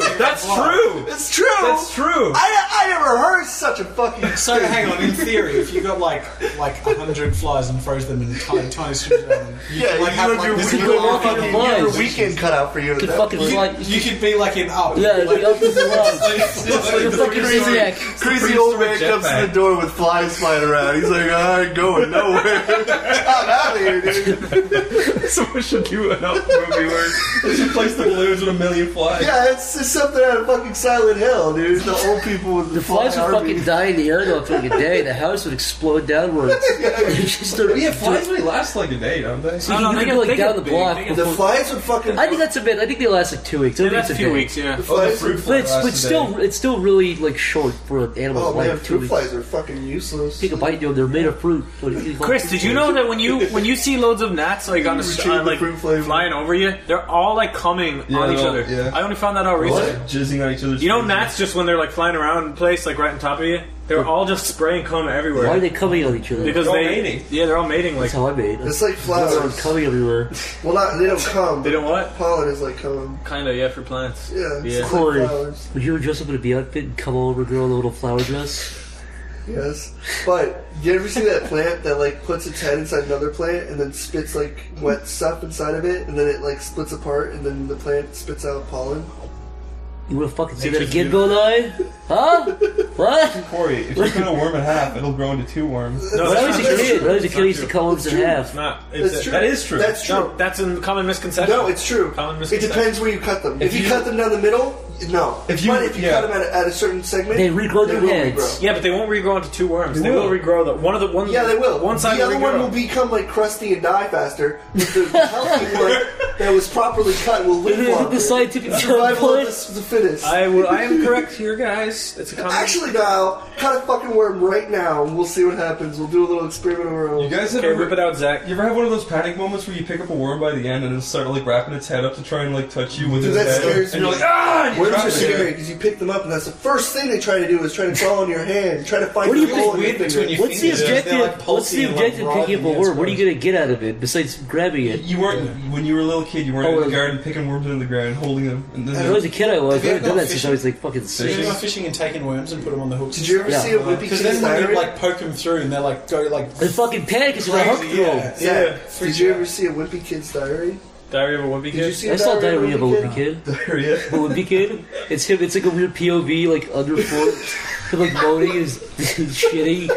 Speaker 3: walk.
Speaker 6: That's true. That's true.
Speaker 7: it's true.
Speaker 6: That's true.
Speaker 7: I, I never heard such a fucking.
Speaker 3: [laughs] So hang on. In theory, if you got like like hundred flies and froze them in tiny tiny strips, um, you
Speaker 7: [laughs] Yeah,
Speaker 3: could, like
Speaker 7: you
Speaker 3: have
Speaker 7: had
Speaker 3: like
Speaker 7: your,
Speaker 3: this
Speaker 7: you
Speaker 4: could
Speaker 3: little
Speaker 4: go off on
Speaker 3: fucking-
Speaker 4: the
Speaker 7: had your
Speaker 4: lines.
Speaker 7: weekend cut out for you.
Speaker 4: Could
Speaker 7: That-
Speaker 4: fucking
Speaker 3: you,
Speaker 4: fly.
Speaker 3: could- you could be like an up.
Speaker 4: Yeah, like [laughs] up in the lines.
Speaker 6: [laughs]
Speaker 3: the
Speaker 4: You're fucking maniac.
Speaker 7: [laughs] Crazy old man
Speaker 6: Prehistoric
Speaker 7: comes to
Speaker 6: jetpack.
Speaker 7: the door with flies flying around. He's like, I
Speaker 4: [laughs]
Speaker 7: ain't going nowhere. I'm out of here, dude.
Speaker 6: [laughs] Someone should do an up movie where they should place the balloons with a million flies.
Speaker 7: Yeah, it's, it's something out of fucking Silent Hill, dude. The old people with the,
Speaker 4: The flies
Speaker 7: fly
Speaker 4: would
Speaker 7: army.
Speaker 4: fucking die in the air though after like a day. The house would explode downwards. [laughs] You just start-
Speaker 6: [laughs] Yeah, flies only last like a day, don't they?
Speaker 4: [laughs] You
Speaker 5: No,
Speaker 4: could
Speaker 5: no, they
Speaker 4: go
Speaker 5: get-
Speaker 4: like
Speaker 5: they
Speaker 4: down
Speaker 5: get
Speaker 4: the
Speaker 5: big.
Speaker 4: block.
Speaker 5: They get-
Speaker 7: The
Speaker 4: before-
Speaker 7: flies would fucking.
Speaker 4: I think that's a bit. I think they last like two weeks. I don't think
Speaker 5: That's
Speaker 4: it's
Speaker 5: a few
Speaker 4: day.
Speaker 5: weeks, yeah.
Speaker 7: flies
Speaker 6: Oh, the
Speaker 7: would-
Speaker 6: fruit fly
Speaker 4: But it's,
Speaker 6: lasts
Speaker 4: but
Speaker 6: a
Speaker 4: it's still
Speaker 6: day.
Speaker 4: it's still really like short for an animal's
Speaker 7: Oh
Speaker 4: life.
Speaker 7: man,
Speaker 4: two
Speaker 7: fruit
Speaker 4: weeks.
Speaker 7: flies are fucking useless.
Speaker 4: Take a bite, dude. They're made of fruit. What do you call
Speaker 5: Chris,
Speaker 4: it?
Speaker 5: did you know that when you when you see loads of gnats like on a, s-
Speaker 7: Retrieve
Speaker 5: uh,
Speaker 7: the
Speaker 5: like
Speaker 7: fruit flavor.
Speaker 5: flying over you, they're all like coming
Speaker 6: Yeah,
Speaker 5: on each
Speaker 6: they're all-
Speaker 5: other.
Speaker 6: yeah.
Speaker 5: I only found that out
Speaker 6: What?
Speaker 5: recently.
Speaker 6: Jizzing on each other's.
Speaker 5: You know,
Speaker 6: faces.
Speaker 5: gnats just when they're like flying around the place, like right on top of you, they're all just spraying cum everywhere.
Speaker 4: Why are they coming on each other?
Speaker 5: Because
Speaker 6: They're all
Speaker 5: they
Speaker 6: mating.
Speaker 5: yeah, they're all mating. Like
Speaker 4: that's how I made.
Speaker 7: It's like
Speaker 4: They're
Speaker 7: flowers.
Speaker 4: coming everywhere.
Speaker 7: Well, not they don't come.
Speaker 5: they don't what?
Speaker 7: Pollen is like coming.
Speaker 5: Kind of yeah, for plants.
Speaker 7: Yeah.
Speaker 5: Yeah.
Speaker 7: It's
Speaker 4: Corey,
Speaker 7: like flowers.
Speaker 4: would you dress up in a bee outfit and come over, girl, in a little flower dress?
Speaker 7: Yes. But you ever see that plant that like puts its head inside another plant and then spits like wet stuff inside of it and then it like splits apart and then the plant spits out pollen?
Speaker 4: You want to fucking see that again, Bill Nye? Huh? What?
Speaker 6: Corey, if you cut a worm in half, it'll grow into two worms.
Speaker 5: No,
Speaker 4: When I was a
Speaker 5: not true.
Speaker 4: kid, when I was a kid, I used to cut ones in half.
Speaker 5: It's not.
Speaker 7: That's
Speaker 5: It's
Speaker 7: true.
Speaker 6: that is true.
Speaker 7: That's true.
Speaker 5: no, that's a common misconception.
Speaker 7: No, it's true.
Speaker 5: Common
Speaker 7: It
Speaker 5: misconception.
Speaker 7: depends where you cut them. If,
Speaker 6: If
Speaker 7: you,
Speaker 6: you-
Speaker 7: cut them down the middle, no.
Speaker 6: If you-
Speaker 7: but if you
Speaker 6: yeah.
Speaker 7: cut them at a, at a certain segment,
Speaker 4: They regrow
Speaker 7: they
Speaker 4: their
Speaker 7: will
Speaker 4: heads.
Speaker 7: regrow.
Speaker 5: Yeah, but they won't regrow into two worms.
Speaker 6: They
Speaker 5: They, will.
Speaker 6: will.
Speaker 5: regrow the one of the one.
Speaker 7: Yeah, they will.
Speaker 5: One side
Speaker 7: the other
Speaker 5: will
Speaker 7: one
Speaker 5: regrow.
Speaker 7: will become like crusty and die faster. But the
Speaker 4: [laughs]
Speaker 7: healthy one that was properly cut will live
Speaker 4: Isn't [laughs]
Speaker 7: longer.
Speaker 4: the scientific term
Speaker 7: Survival
Speaker 4: for
Speaker 7: of
Speaker 4: it?
Speaker 7: the, the fittest.
Speaker 5: I will. I am correct here, guys. It's a common.
Speaker 7: Actually, now cut a fucking worm right now, and we'll see what happens. We'll do a little experiment of our own.
Speaker 6: You guys
Speaker 5: okay,
Speaker 6: ever
Speaker 5: rip it out, Zach.
Speaker 6: You ever have one of those panic moments where you pick up a worm by the end and it'll start like wrapping its head up to try and like touch you with
Speaker 7: Dude,
Speaker 6: its
Speaker 7: that
Speaker 6: head,
Speaker 7: scares
Speaker 6: and
Speaker 7: me.
Speaker 6: you're like ah! and you
Speaker 7: Worms
Speaker 6: drop
Speaker 7: are
Speaker 6: it.
Speaker 7: scary because you pick them up, and that's the first thing they try to do is try to crawl on your hand, try to find
Speaker 4: What do
Speaker 7: the
Speaker 4: you
Speaker 7: hole
Speaker 4: think-
Speaker 7: in your
Speaker 9: between
Speaker 7: finger.
Speaker 9: your
Speaker 4: What's the
Speaker 9: fingers, they're
Speaker 4: objective?
Speaker 9: like
Speaker 4: What's the
Speaker 9: pulsing and, like,
Speaker 4: objective of picking up a
Speaker 9: rotting against
Speaker 4: worm? What are you gonna get out of it besides grabbing it?
Speaker 6: You weren't when you were a little kid. You weren't
Speaker 4: Oh,
Speaker 6: in
Speaker 4: well.
Speaker 6: the garden picking worms out of the ground, holding them. And then
Speaker 4: When I was a kid, I was.
Speaker 3: Have you
Speaker 4: I've
Speaker 3: ever
Speaker 4: done
Speaker 3: gone
Speaker 4: that since
Speaker 3: fishing?
Speaker 4: I was like
Speaker 3: Have
Speaker 4: fucking
Speaker 3: you
Speaker 4: six.
Speaker 3: gone fishing and taken worms and put them on the hooks?
Speaker 7: Did you ever
Speaker 4: Yeah.
Speaker 7: see a Wimpy
Speaker 3: Because
Speaker 7: Kid's
Speaker 3: then when you
Speaker 7: diary?
Speaker 3: like poke them through and they like go like
Speaker 4: The fucking panic is my hook
Speaker 3: crazy.
Speaker 4: throw.
Speaker 3: Yeah,
Speaker 7: yeah.
Speaker 3: yeah.
Speaker 7: Did you ever see a Wimpy Kid's diary?
Speaker 5: Diary of a Wimpy
Speaker 7: Did you
Speaker 5: Kid.
Speaker 7: see? a
Speaker 4: I saw
Speaker 7: diary
Speaker 4: diarrhea
Speaker 7: of
Speaker 4: of a
Speaker 3: [laughs]
Speaker 4: wimpy kid.
Speaker 6: diarrhea.
Speaker 4: The wimpy kid. It's him. It's like a weird POV,
Speaker 3: [laughs]
Speaker 4: like underfoot, like moaning is [laughs] shitting.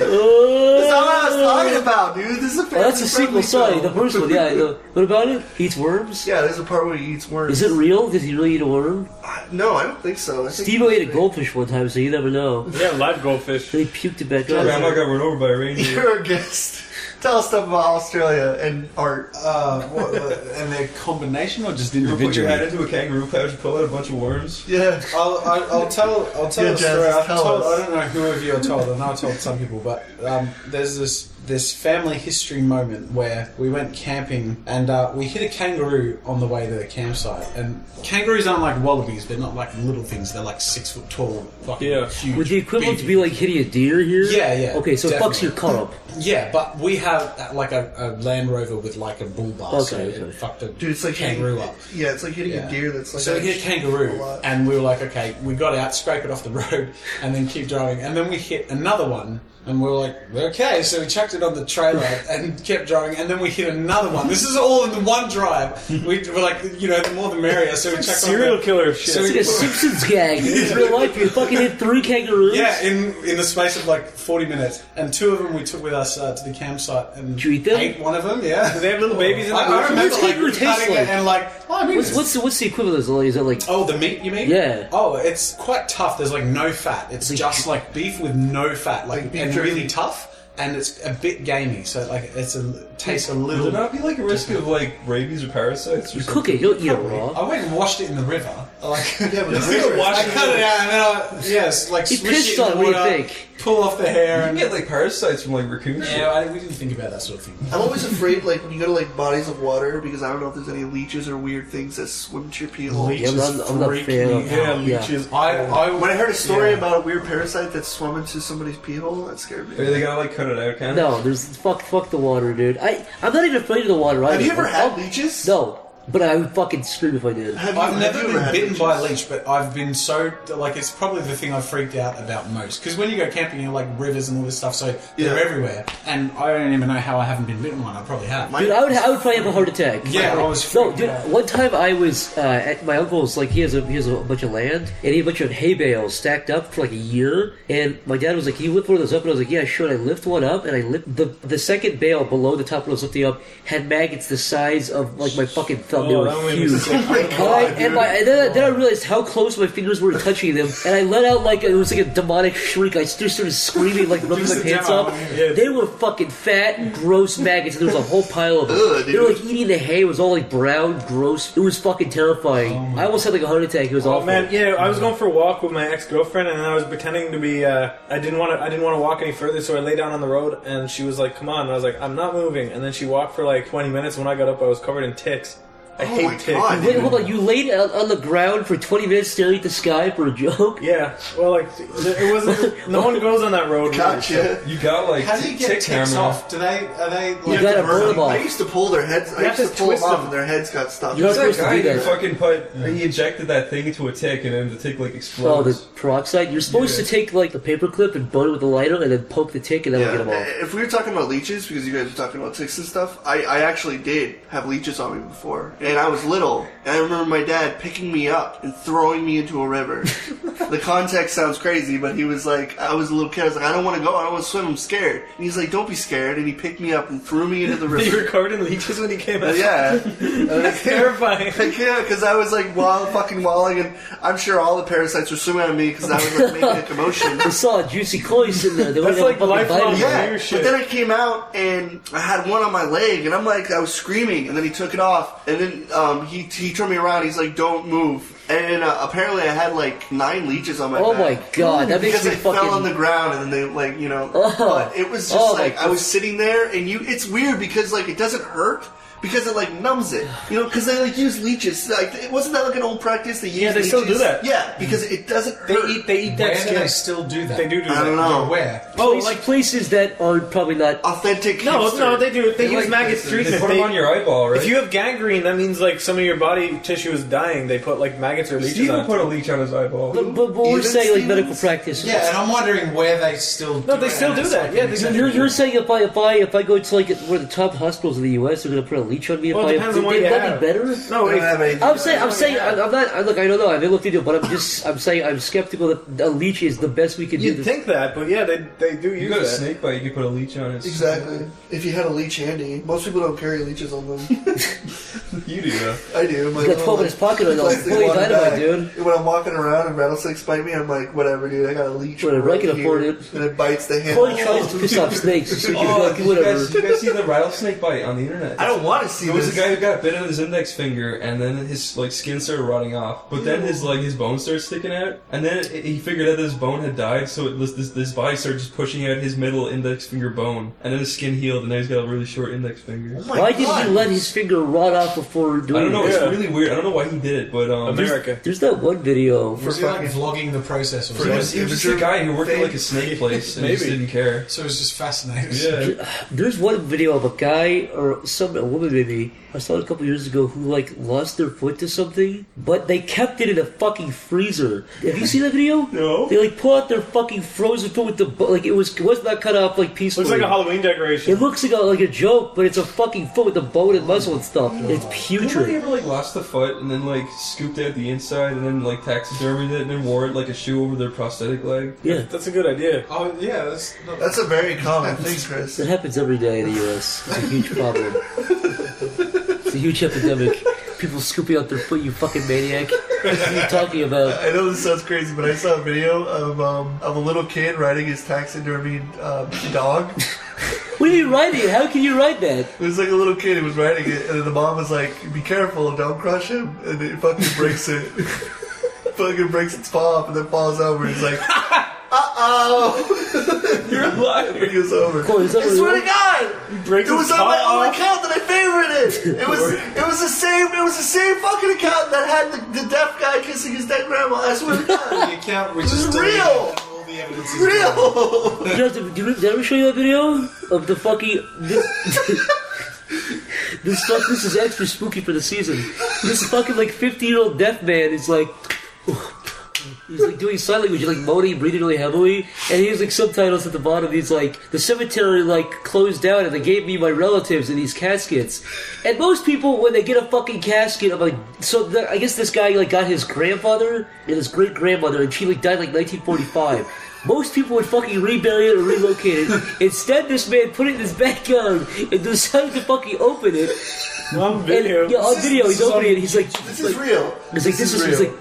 Speaker 3: Uh,
Speaker 7: That's not what I was
Speaker 4: Oh,
Speaker 7: talking about, dude. This is a
Speaker 4: Oh, that's a sequel.
Speaker 7: family-friendly
Speaker 4: Sorry,
Speaker 7: film.
Speaker 4: the first one. Yeah. The, what about it? He eats worms.
Speaker 7: [laughs] Yeah, there's a part where he eats worms.
Speaker 4: Is it real? Did he really eat a worm?
Speaker 7: No, I don't think so. I think
Speaker 4: Steve ate a goldfish one time, so you
Speaker 3: [laughs]
Speaker 4: never know.
Speaker 5: Yeah, live goldfish.
Speaker 4: Then he puked it back
Speaker 6: Grandma
Speaker 4: up.
Speaker 6: got run over by a
Speaker 7: [laughs]
Speaker 6: reindeer.
Speaker 7: [laughs] You're a guest. Tell us stuff about Australia and art.
Speaker 3: Uh, what, uh, and their combination or just
Speaker 6: You put
Speaker 3: individually?
Speaker 6: your head into a kangaroo pouch, pull out a bunch of worms.
Speaker 7: Yeah.
Speaker 3: I'll, I'll, I'll tell I'll tell
Speaker 7: Yeah,
Speaker 3: a
Speaker 7: Jazz,
Speaker 3: story. I've
Speaker 7: tell
Speaker 3: told,
Speaker 7: us.
Speaker 3: I don't know who of you I told. I know I told some people, but um, there's this this family history moment where we went camping and uh, we hit a kangaroo on the way to the campsite. And kangaroos aren't like wallabies; they're not like little things. They're like six foot tall, fucking
Speaker 5: Yeah.
Speaker 3: huge.
Speaker 4: Would the equivalent
Speaker 3: beefy
Speaker 4: to be like hitting a deer here?
Speaker 3: Yeah, yeah,
Speaker 4: Okay, so it fucks
Speaker 3: definitely.
Speaker 4: your cut
Speaker 3: [laughs]
Speaker 4: up.
Speaker 3: Yeah, but we have uh, like a, a Land Rover with like a bull bar, so
Speaker 4: Okay, okay.
Speaker 3: it fucked a
Speaker 7: Dude, it's like
Speaker 3: kangaroo up.
Speaker 7: Yeah, it's like hitting
Speaker 3: Yeah.
Speaker 7: a deer that's like.
Speaker 3: so we
Speaker 7: that
Speaker 3: hit a kangaroo, [laughs]
Speaker 7: lot.
Speaker 3: and we were like, okay, we got out, scrape it off the [laughs] road, and then keep driving. And then we hit another one, and we were like, okay. So we chucked it on the
Speaker 7: [laughs]
Speaker 3: trailer and kept driving, and then we hit another one. This is all in the one
Speaker 7: [laughs]
Speaker 3: drive. We were like, you know, the more the merrier. So we chucked
Speaker 5: Serial
Speaker 3: on the,
Speaker 5: killer shit.
Speaker 3: So
Speaker 4: It's like a Simpsons gag. In real life, you fucking hit three
Speaker 3: [laughs]
Speaker 4: kangaroos.
Speaker 3: Yeah, in in the space of like forty minutes, and two of them we took with us uh, to the campsite and
Speaker 4: Did you eat them?
Speaker 3: ate one of them. Yeah,
Speaker 5: they have little babies in
Speaker 3: I,
Speaker 5: the
Speaker 3: I remember
Speaker 4: What's
Speaker 3: like
Speaker 4: kangaroo
Speaker 3: cutting
Speaker 4: taste like?
Speaker 3: it and like, oh, I mean,
Speaker 4: What's
Speaker 3: it's-
Speaker 4: what's the, what's the equivalent? Is it like- Is it like
Speaker 3: oh, the meat you mean?
Speaker 4: Yeah.
Speaker 3: Oh, it's quite tough. There's like no fat. It's just like beef with no fat, like,
Speaker 7: Like beef
Speaker 3: and
Speaker 7: jerky.
Speaker 3: really tough, and it's a bit gamey. So like, it's a tastes a
Speaker 6: Would
Speaker 3: little.
Speaker 6: there not be like a risk of like rabies or parasites or something?
Speaker 4: cook it? You'll eat it
Speaker 3: I
Speaker 4: raw.
Speaker 3: went and washed it in the river. Oh, [laughs] I
Speaker 7: [laughs]
Speaker 3: could have a
Speaker 6: think of
Speaker 3: I
Speaker 6: washing
Speaker 3: cut
Speaker 6: the-
Speaker 3: it out, and then I, yes, like
Speaker 4: He
Speaker 3: swish it
Speaker 4: pissed
Speaker 3: in
Speaker 4: on it,
Speaker 3: the
Speaker 4: what do you
Speaker 3: water,
Speaker 4: think?
Speaker 3: Pull off the hair.
Speaker 6: You
Speaker 3: And,
Speaker 6: get like parasites from like raccoon shit.
Speaker 3: yeah, I, we didn't think about that sort of thing.
Speaker 7: I'm always afraid, like, when you go to, like, bodies of water, because I don't know if there's any leeches or weird things that swim to your pee hole.
Speaker 4: Yeah, I'm not, I'm not a fan of
Speaker 6: Yeah,
Speaker 4: yeah.
Speaker 6: leeches.
Speaker 3: I, I,
Speaker 7: When I heard a story
Speaker 3: Yeah.
Speaker 7: about a weird parasite that swum into somebody's pee hole, that scared me.
Speaker 6: Maybe they gotta like cut it out, kind of.
Speaker 4: No, there's fuck, fuck the water, dude. I, I'm not even afraid of the water.
Speaker 7: Have
Speaker 4: either.
Speaker 7: you ever
Speaker 4: I'm-
Speaker 7: had leeches?
Speaker 4: No, but I would fucking scream if I did.
Speaker 7: Have you,
Speaker 3: I've
Speaker 7: have
Speaker 3: never
Speaker 7: you ever
Speaker 3: been
Speaker 7: had
Speaker 3: bitten
Speaker 7: leeches?
Speaker 3: by a leech, but I've been so like it's probably the thing I've freaked out about most. Because when you go camping, you're like rivers and all this stuff, so they're
Speaker 7: Yeah.
Speaker 3: everywhere. And I don't even know how I haven't been bitten by one. I probably have.
Speaker 7: My-
Speaker 4: Dude, I would, I would probably have a heart attack.
Speaker 3: Yeah,
Speaker 4: Like,
Speaker 3: I was
Speaker 4: no,
Speaker 3: freaking
Speaker 4: dude.
Speaker 3: out.
Speaker 4: One time I was uh, at my uncle's. Like he has a he has a bunch of land and he had a bunch of hay bales stacked up for like a year. And my dad was like, "Can you lift one of those up?" And I was like, "Yeah, sure." And I lift one up, and I lift the the second bale below the top one I was lifting up had maggots the size of like my fucking thumb. they
Speaker 6: Oh,
Speaker 4: were
Speaker 6: that made me
Speaker 4: huge.
Speaker 6: sick.
Speaker 4: [laughs] I, and, my, and then, I- then I realized how close my fingers were to touching them, and I let out like it was like a demonic shriek. I just started screaming, like rubbing
Speaker 3: us
Speaker 4: my
Speaker 3: a
Speaker 4: pants
Speaker 3: demo.
Speaker 4: up.
Speaker 3: Yeah.
Speaker 4: They were fucking fat, gross maggots. and There was a whole pile of them.
Speaker 7: Ugh,
Speaker 4: they were like eating the hay. It was all like brown, gross. It was fucking terrifying. I almost had like a heart attack. It was
Speaker 5: Oh
Speaker 4: awful.
Speaker 5: man, yeah, I was going for a walk with my ex girlfriend, and I was pretending to be. Uh, I didn't want to. I didn't want to walk any further, so I lay down on the road, and she was like, "Come on," and I was like, "I'm not moving." And then she walked for like 20 minutes. When I got up, I was covered in ticks. I
Speaker 7: Oh
Speaker 5: hate
Speaker 7: my
Speaker 5: ticks.
Speaker 7: God.
Speaker 4: Wait, hold on. You laid out on the ground for 20 minutes staring at the sky for a joke?
Speaker 5: Yeah, well, like th- it wasn't. no one goes on that road.
Speaker 7: Gotcha.
Speaker 6: You got like
Speaker 3: How do you get
Speaker 6: tick
Speaker 3: ticks
Speaker 6: hammer.
Speaker 3: off? Do they are they like
Speaker 4: You gotta
Speaker 7: Burn
Speaker 4: pull
Speaker 7: them.
Speaker 4: them off.
Speaker 7: I used to pull their heads. I
Speaker 5: You
Speaker 7: used
Speaker 5: have
Speaker 7: to
Speaker 5: to
Speaker 7: pull them
Speaker 5: twist
Speaker 7: off,
Speaker 5: them.
Speaker 7: and their heads got stuck.
Speaker 4: You have to-
Speaker 6: That
Speaker 4: supposed
Speaker 6: guy
Speaker 4: do
Speaker 6: who
Speaker 4: that.
Speaker 6: fucking put he injected that thing into a tick and then the tick like
Speaker 4: Oh,
Speaker 6: explodes.
Speaker 4: the peroxide. You're supposed
Speaker 6: Yeah.
Speaker 4: to take like the paperclip and burn it with a lighter, and then poke the tick, and that
Speaker 7: Yeah.
Speaker 4: would get them off.
Speaker 7: If we were talking about leeches, because you guys were talking about ticks and stuff, I, I actually did have leeches on me before, and I was little. And I remember my dad picking me up and throwing me into a river. the context sounds crazy, but he was like, I was a little kid. I was like, I don't want to go. I don't want to swim. I'm scared. And he's like, Don't be scared. And he picked me up and threw me into
Speaker 5: [laughs]
Speaker 7: the
Speaker 5: You were
Speaker 7: river. Uh,
Speaker 5: covered in leeches when you came out. [laughs]
Speaker 7: yeah. That's
Speaker 5: terrifying.
Speaker 7: Like, yeah, because I was like wild fucking walling, and I'm sure all the parasites were swimming on me because I was like making a commotion.
Speaker 4: I saw a juicy koi sitting there. They were
Speaker 5: That's
Speaker 4: gonna
Speaker 5: like
Speaker 4: fucking bite
Speaker 5: lifelong
Speaker 4: me.
Speaker 7: Yeah,
Speaker 5: Weird
Speaker 7: but
Speaker 5: shit.
Speaker 7: then I came out and I had one on my leg, and I'm like, I was screaming, and then he took it off, and then um, he he turned me around. He's like, "Don't move," and uh, apparently I had like nine leeches on my.
Speaker 4: Oh
Speaker 7: back.
Speaker 4: my god, that makes
Speaker 7: Because
Speaker 4: me
Speaker 7: I
Speaker 4: fucking.
Speaker 7: fell on the ground and then they like you know,
Speaker 4: Oh.
Speaker 7: but it was just
Speaker 4: Oh my
Speaker 7: like I was sitting there and you. It's weird because like it doesn't hurt because it like numbs it, you know. Because they like use leeches. Like it wasn't that like an old practice? They use
Speaker 5: they still
Speaker 7: leeches?
Speaker 5: do that.
Speaker 7: Yeah, because it doesn't.
Speaker 5: They
Speaker 7: hurt.
Speaker 5: eat. They eat
Speaker 3: where
Speaker 5: that
Speaker 3: do they
Speaker 5: skin.
Speaker 3: still do that?
Speaker 5: They do do
Speaker 7: I don't
Speaker 5: that.
Speaker 3: um,
Speaker 7: know.
Speaker 3: Where?
Speaker 5: Oh,
Speaker 4: Places-
Speaker 5: like
Speaker 4: places that are probably not
Speaker 7: Authentic.
Speaker 5: no,
Speaker 7: hipster.
Speaker 5: no, they do. They,
Speaker 6: They,
Speaker 5: use
Speaker 6: like,
Speaker 5: maggots
Speaker 6: they-
Speaker 5: treatment.
Speaker 6: They put them on your eyeball, right?
Speaker 5: If you have gangrene, that means like some of your body tissue is dying. They put like maggots or leeches
Speaker 6: Steven
Speaker 5: on.
Speaker 6: put
Speaker 5: it.
Speaker 6: a leech on his eyeball.
Speaker 4: But, but, but we're
Speaker 7: Even
Speaker 4: saying like medical
Speaker 7: Stevens?
Speaker 4: practice.
Speaker 3: Yeah, and I'm wondering where they still.
Speaker 5: No, they
Speaker 3: it,
Speaker 5: still
Speaker 3: and
Speaker 5: do
Speaker 3: it's
Speaker 5: that.
Speaker 3: like
Speaker 5: Yeah,
Speaker 3: an
Speaker 5: they-
Speaker 3: exception.
Speaker 4: You're, you're saying if I if I if I go to like one of the top hospitals in the U.S., they're gonna put a leech on me. If
Speaker 5: Well, it
Speaker 4: I
Speaker 5: depends on what
Speaker 4: would
Speaker 5: you
Speaker 4: that
Speaker 5: have.
Speaker 4: be better?
Speaker 5: No,
Speaker 7: I don't have
Speaker 5: if,
Speaker 7: anything.
Speaker 4: I'm saying I'm
Speaker 5: Yeah.
Speaker 4: saying I'm, I'm not. I, look, I don't know. I haven't looked into it, but I'm just I'm saying I'm skeptical that a leech is the best we can do.
Speaker 5: you'd
Speaker 4: This.
Speaker 5: think that, but yeah, they they do
Speaker 6: you
Speaker 5: use
Speaker 6: got a
Speaker 5: that.
Speaker 6: snake bite, you could put a leech on it.
Speaker 7: Exactly. If you had a leech handy, most people don't carry leeches on
Speaker 4: [laughs]
Speaker 7: them.
Speaker 6: [laughs] You do though.
Speaker 7: I do. My
Speaker 4: He's got
Speaker 7: little,
Speaker 4: 12 in his pocket right now,
Speaker 7: plastic
Speaker 4: fully
Speaker 7: water
Speaker 4: dynamite,
Speaker 7: bag.
Speaker 4: dude.
Speaker 7: When I'm walking around and rattlesnakes bite me, I'm like, whatever, dude. I got a leech.
Speaker 4: Whatever, I
Speaker 7: right
Speaker 4: can
Speaker 7: here.
Speaker 4: afford it.
Speaker 7: And it bites the hand.
Speaker 5: Oh,
Speaker 4: Chloe tries to piss off snakes. So you can
Speaker 6: Oh,
Speaker 4: like,
Speaker 6: did you,
Speaker 4: whatever.
Speaker 6: guys, you guys see the rattlesnake bite on the internet?
Speaker 7: I don't want to see
Speaker 6: There was
Speaker 7: this.
Speaker 6: a guy who got bit on his index finger, and then his like skin started rotting off. But then his like his bone started sticking out, and then it, he figured out that his bone had died. So it was this this body started just pushing out his middle index finger bone, and then his skin healed, and now he's got a really short index finger.
Speaker 7: Oh my
Speaker 4: Why
Speaker 7: God.
Speaker 4: didn't he let his finger rot off before
Speaker 6: I
Speaker 4: doing
Speaker 6: don't know.
Speaker 4: it?
Speaker 6: It's
Speaker 5: Yeah.
Speaker 6: really weird. I don't know why he did it, but um,
Speaker 5: America.
Speaker 4: There's that one video.
Speaker 3: Was he like vlogging the process or
Speaker 6: It
Speaker 3: something?
Speaker 6: was, it was just a guy who worked at like a snake place and just
Speaker 5: Maybe.
Speaker 6: didn't care.
Speaker 3: So it was just fascinating. [laughs]
Speaker 6: Yeah.
Speaker 4: There's one video of a guy or some a woman maybe I saw it a couple years ago who like lost their foot to something, but they kept it in a fucking freezer. Have you seen that video?
Speaker 6: No.
Speaker 4: They like pull out their fucking frozen foot with the bu- like it was it was not cut off like piecemeal.
Speaker 5: Looks like a Halloween
Speaker 4: it
Speaker 5: decoration.
Speaker 4: looks like a, like a joke, but it's a fucking foot with a bone and muscle and stuff. It's
Speaker 6: Nobody
Speaker 4: putrid.
Speaker 6: ever like lost the foot and then like scooped out the inside and then like taxidermied it and then wore it like a shoe over their prosthetic leg.
Speaker 4: Yeah,
Speaker 5: That's a good
Speaker 6: [laughs]
Speaker 5: idea.
Speaker 3: Oh yeah, that's not
Speaker 7: That's a very common thing, Chris.
Speaker 4: that happens every day in the U.S. It's a huge problem. it's a huge epidemic. People scooping out their foot. You fucking maniac. What are you talking about?
Speaker 7: I know this sounds crazy, but I saw a video of um, of a little kid riding his taxidermy um, dog.
Speaker 4: What are you writing? How can you write that?
Speaker 7: It was like a little kid who
Speaker 3: [laughs]
Speaker 7: was riding it, and then the mom was like, "Be careful, don't crush him," and it fucking breaks it. fucking breaks its paw up and then falls over. He's like, uh
Speaker 3: [laughs]
Speaker 7: oh. [laughs] You're alive. He goes over.
Speaker 4: Corey, is that
Speaker 7: I swear
Speaker 4: real?
Speaker 7: to God,
Speaker 5: breaks
Speaker 7: it was
Speaker 5: his
Speaker 7: on
Speaker 5: paw
Speaker 7: my own
Speaker 5: off.
Speaker 7: account that I favorited.
Speaker 3: [laughs]
Speaker 7: It was it was the same it was the same fucking account that had the, the deaf guy kissing his dead grandma. I swear
Speaker 3: [laughs]
Speaker 7: to God,
Speaker 3: The account which
Speaker 7: This
Speaker 3: is
Speaker 7: is
Speaker 3: still
Speaker 7: real.
Speaker 3: All the evidence is
Speaker 7: real.
Speaker 4: You guys, did, we, did I ever show you that video of the fucking this? [laughs] this stuff. This is extra spooky for the season. This fucking like fifty-year-old deaf man is like. He's like doing sign language, like moaning, breathing really heavily, and he has like subtitles at the bottom. He's like, "The cemetery like closed down, and they gave me my relatives in these caskets." And most people, when they get a fucking casket of like, so the, I guess this guy like got his grandfather and his great grandmother, and she like died like 1945. Most people would fucking rebury it or relocate
Speaker 7: [laughs]
Speaker 4: it. Instead, this man put it in his backyard and decided to fucking open it.
Speaker 5: On
Speaker 4: And,
Speaker 5: video.
Speaker 4: yeah, on video, he's opening it. He's like,
Speaker 7: This
Speaker 4: like-
Speaker 7: is real.
Speaker 4: He's like, this, is, he's like,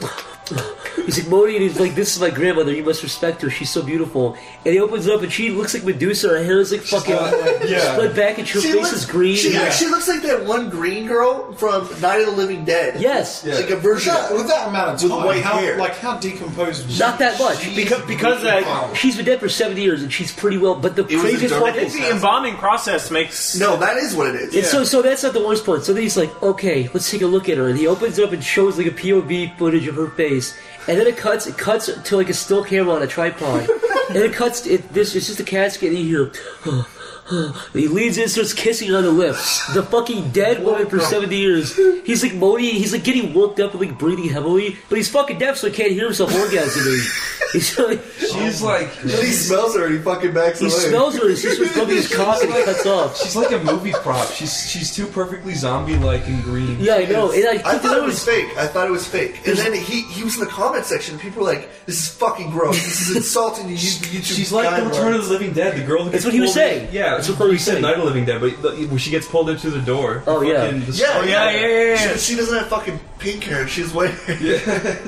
Speaker 4: [laughs] he's like, Modi, and he's like, this is my grandmother. You must respect her. She's so beautiful. And he opens it up, and she looks like Medusa. Her hair is like fucking split back, and her face
Speaker 7: looks,
Speaker 4: is green.
Speaker 7: She actually looks like that one green girl from Night of the Living Dead.
Speaker 4: yes,
Speaker 7: Like a version.
Speaker 3: That, with that amount of
Speaker 7: With
Speaker 3: time,
Speaker 7: white
Speaker 3: how,
Speaker 7: hair.
Speaker 3: like how decomposed? was
Speaker 4: not
Speaker 3: she?
Speaker 4: that much.
Speaker 5: Because, because uh,
Speaker 4: She's been dead for seventy years, and she's pretty well. But the
Speaker 7: was a
Speaker 4: craziest
Speaker 7: dark
Speaker 4: part
Speaker 7: hole.
Speaker 4: is,
Speaker 5: [laughs] the embalming process makes
Speaker 7: No, that is what it is.
Speaker 4: And so, so that's not the worst part. So then he's like, okay, let's take a look at her. And he opens it up and shows like a POV footage of her face. And then it cuts, it cuts to like a still camera on a
Speaker 7: [laughs]
Speaker 4: tripod. and it cuts, it, this, it's just a casket and you hear, [sighs] and he leans in and starts kissing on the lips. The fucking dead woman for 70 years. He's like moaning, he's like getting worked up and like breathing heavily, but he's fucking deaf so he can't hear himself
Speaker 7: [laughs]
Speaker 4: orgasming. He's like,
Speaker 6: She's like
Speaker 7: But [laughs] he smells her and he fucking backs
Speaker 4: he
Speaker 7: away.
Speaker 4: smells her and he starts rubbing his cock and it cuts off.
Speaker 6: she's like a movie prop. She's she's too perfectly zombie like and green.
Speaker 4: Yeah, I know. And I,
Speaker 7: I
Speaker 4: that
Speaker 7: thought it was fake. I thought it was fake. And then he he was in the comment section. People were like, "This is fucking gross. This is insulting to you- YouTube."
Speaker 6: She's like the Return
Speaker 7: guidelines."
Speaker 6: of the Living Dead, the girl who
Speaker 4: That's
Speaker 6: gets
Speaker 4: what he was
Speaker 6: pulled
Speaker 4: saying.
Speaker 6: In, yeah,
Speaker 4: That's what Chloe
Speaker 6: he
Speaker 4: was saying.
Speaker 6: said Night of the Living Dead, but the, when she gets pulled into the door.
Speaker 4: Oh, yeah.
Speaker 6: fucking the
Speaker 7: Yeah,
Speaker 6: story-
Speaker 7: yeah,
Speaker 5: yeah, yeah, yeah.
Speaker 7: She, she doesn't have fucking pink hair. She's white hair.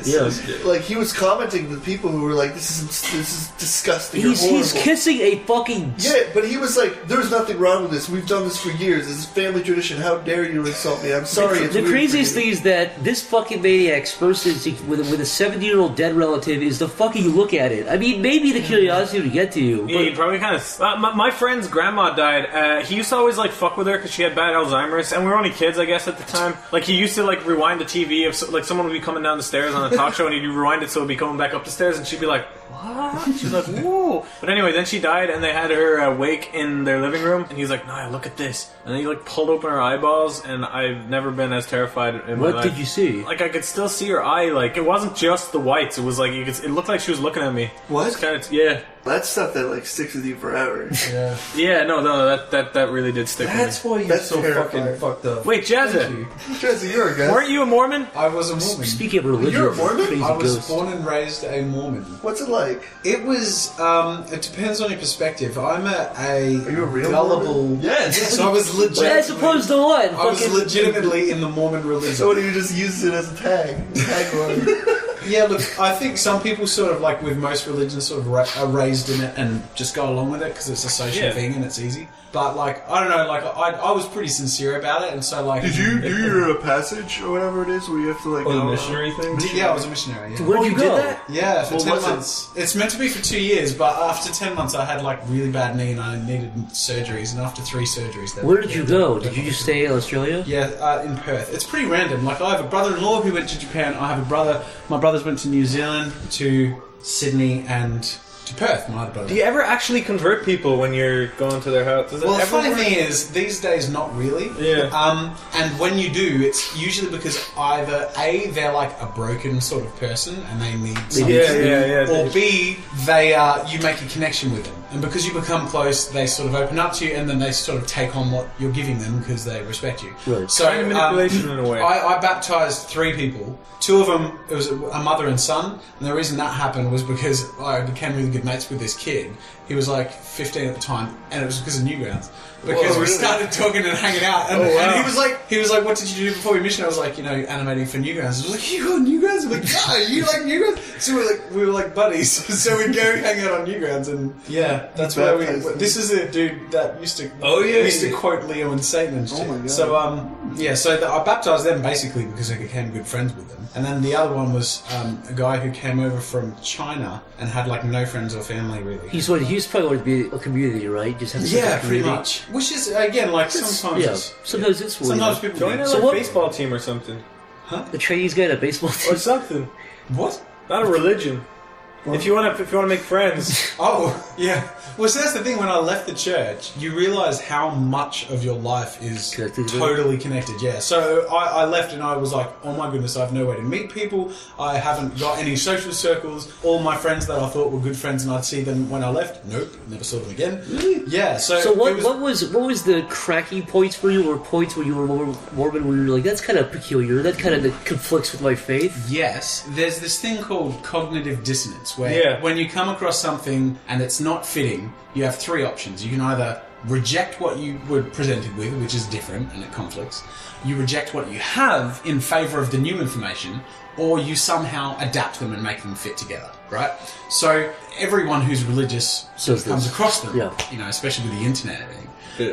Speaker 4: Yeah.
Speaker 7: Like he was commenting with people who were like, "This is this is disgusting." You're
Speaker 4: He's, he's
Speaker 7: horrible."
Speaker 4: kissing a fucking.
Speaker 7: Yeah, but he was like, "There's nothing wrong with this. We've done this for years. This is family tradition. How dare you insult me? I'm sorry."
Speaker 4: The,
Speaker 7: it's
Speaker 4: the
Speaker 7: weird for
Speaker 4: craziest
Speaker 7: you."
Speaker 4: thing is that this fucking maniac's first instinct with, with a 70 year old dead relative is to fucking look at it. I mean, maybe the curiosity would get to you.
Speaker 5: Yeah, you
Speaker 4: But
Speaker 5: probably kind of. Uh, my, my friend's grandma died. Uh, he used to always like fuck with her because she had bad Alzheimer's, and we were only kids, I guess, at the time. Like he used to like rewind the TV if so, like someone would be coming down the stairs on a talk show, and he'd rewind it so it'd be coming back up the stairs, and she'd be like, "What?" She's like, "Whoa!" But anyway, then she died, and they had her uh, wake in their living room, and he's like, "Nah, look at this," and he like pulled open her eyeballs, and I've never been as terrified in my life.
Speaker 4: what did you see?
Speaker 5: Like I could still see her eye. Like it wasn't just the whites. It was like you could, it looked like she was looking at me.
Speaker 7: What?
Speaker 5: It's kind of yeah.
Speaker 7: That's stuff that like sticks with you [laughs] forever.
Speaker 5: Yeah, no, no, that that, that really did stick
Speaker 6: That's
Speaker 5: with
Speaker 6: why you're
Speaker 7: That's
Speaker 6: so
Speaker 7: terrifying.
Speaker 6: fucking fucked up.
Speaker 5: me. Wait, Jazza,
Speaker 7: Jesse, you're a guy.
Speaker 5: weren't you a Mormon?
Speaker 3: I was a Mormon.
Speaker 4: Speaking of religion,
Speaker 7: You're a Mormon?
Speaker 4: crazy
Speaker 3: I was
Speaker 4: ghosts.
Speaker 3: born and raised a Mormon.
Speaker 7: What's it like?
Speaker 3: It was. Um, it depends on your perspective. I'm a, a,
Speaker 7: Are you a real
Speaker 3: gullible.
Speaker 7: Mormon?
Speaker 3: Yes. I was legit.
Speaker 4: As opposed to what?
Speaker 3: I was
Speaker 4: Fucking-
Speaker 3: legitimately in the Mormon religion.
Speaker 7: So what do you just use it as a tag? Tag one.
Speaker 3: Yeah, look, I think some people sort of like with most religions sort of ra- are raised in it and just go along with it because it's a social
Speaker 5: Yeah.
Speaker 3: thing and it's easy. But like, I don't know, like I, I was pretty sincere about it, and so like,
Speaker 7: [laughs] Did you do your uh, passage or whatever it is where you have to like?
Speaker 6: Oh, the
Speaker 7: go-
Speaker 6: missionary thing.
Speaker 3: Yeah, I was a missionary. Yeah.
Speaker 4: Where'd
Speaker 7: Oh,
Speaker 4: you,
Speaker 7: you
Speaker 4: go?
Speaker 7: did that?
Speaker 3: Yeah, for
Speaker 7: Well,
Speaker 3: ten
Speaker 7: what's it-
Speaker 3: months. It's meant to be for two years, but after ten months, I had like really bad knee and I needed surgeries. And after three surgeries, that
Speaker 4: Where did you go? Did you just stay in Australia?
Speaker 3: Yeah, uh, in Perth. It's pretty random. Like, I have a brother-in-law who went to Japan. I have a brother. My brothers went to New Zealand, to Sydney, and to Perth. My other brother.
Speaker 5: Do you ever actually convert people when you're going to their house? Does it
Speaker 3: Well, the
Speaker 5: ever
Speaker 3: funny
Speaker 5: work?
Speaker 3: thing is, these days, not really.
Speaker 5: Yeah.
Speaker 3: Um, and when you do, it's usually because either A, they're like a broken sort of person and they need something.
Speaker 5: Yeah, yeah, yeah.
Speaker 3: Or
Speaker 5: dude.
Speaker 3: B, they uh, you make a connection with them, and because you become close, they sort of open up to you, and then they sort of take on what you're giving them because they respect you.
Speaker 4: Right.
Speaker 3: So um,
Speaker 5: Kind of manipulation in a way.
Speaker 3: I, I baptized three people. Two of them, it was a a mother and son, and the reason that happened was because I became really good mates with this kid. He was like 15 at the time, and it was because of Newgrounds. Because we
Speaker 7: really?
Speaker 3: started talking and hanging out, and,
Speaker 5: wow.
Speaker 3: and he was like, he was like, "What did you do before we mission?" I was like, "You know, animating for Newgrounds." I was like, "You on Newgrounds?" I'm like, [laughs] "Yeah, you like Newgrounds." So we were like, we were like buddies. So we would go hang out on Newgrounds, and yeah, Yeah, that's where we.
Speaker 7: Baptized.
Speaker 3: This is the dude that used to.
Speaker 6: Oh, yeah.
Speaker 3: used to quote Leo and Satan and shit.
Speaker 7: my God.
Speaker 3: So um, yeah. So the, I baptized them basically because I became good friends with them. And then the other one was um, a guy who came over from China and had like no friends or family really.
Speaker 4: He's what he's probably wanted to be a community, right? Just have to
Speaker 3: yeah,
Speaker 4: a
Speaker 3: pretty
Speaker 4: community.
Speaker 3: much. Which is again like sometimes.
Speaker 4: Yeah,
Speaker 3: it's-
Speaker 4: sometimes it's weird.
Speaker 3: Sometimes people
Speaker 5: Join a
Speaker 3: do.
Speaker 4: So
Speaker 5: like,
Speaker 4: what-
Speaker 5: baseball team or something,
Speaker 4: the Chinese guy at a baseball [laughs]
Speaker 5: or
Speaker 4: team.
Speaker 5: something.
Speaker 3: What?
Speaker 5: Not a religion. If you want to, if you want to make
Speaker 4: [laughs]
Speaker 5: friends,
Speaker 3: Oh, [laughs] yeah. Well, so that's the thing. When I left the church, you realize how much of your life is
Speaker 4: Connected to it.
Speaker 3: totally connected. Yeah. So I, I left and I was like, oh my goodness, I have nowhere to meet people. I haven't got any social circles. All my friends that I thought were good friends and I'd see them when I left, nope, never saw them again. Yeah. So,
Speaker 4: So
Speaker 3: it
Speaker 4: what,
Speaker 3: was-
Speaker 4: what was what was the cracking points for you, or points where you were more Mormon, where you were like, that's kind of peculiar, that kind of conflicts with my faith?
Speaker 3: Yes, there's this thing called cognitive dissonance where
Speaker 5: Yeah.
Speaker 3: when you come across something and it's not fitting, you have three options. You can either reject what you were presented with, which is different and it conflicts, you reject what you have in favor of the new information, or you somehow adapt them and make them fit together, right? So everyone who's religious sort
Speaker 4: Does
Speaker 3: of comes
Speaker 4: this.
Speaker 3: across them,
Speaker 4: Yeah.
Speaker 3: you know, especially with the internet and everything.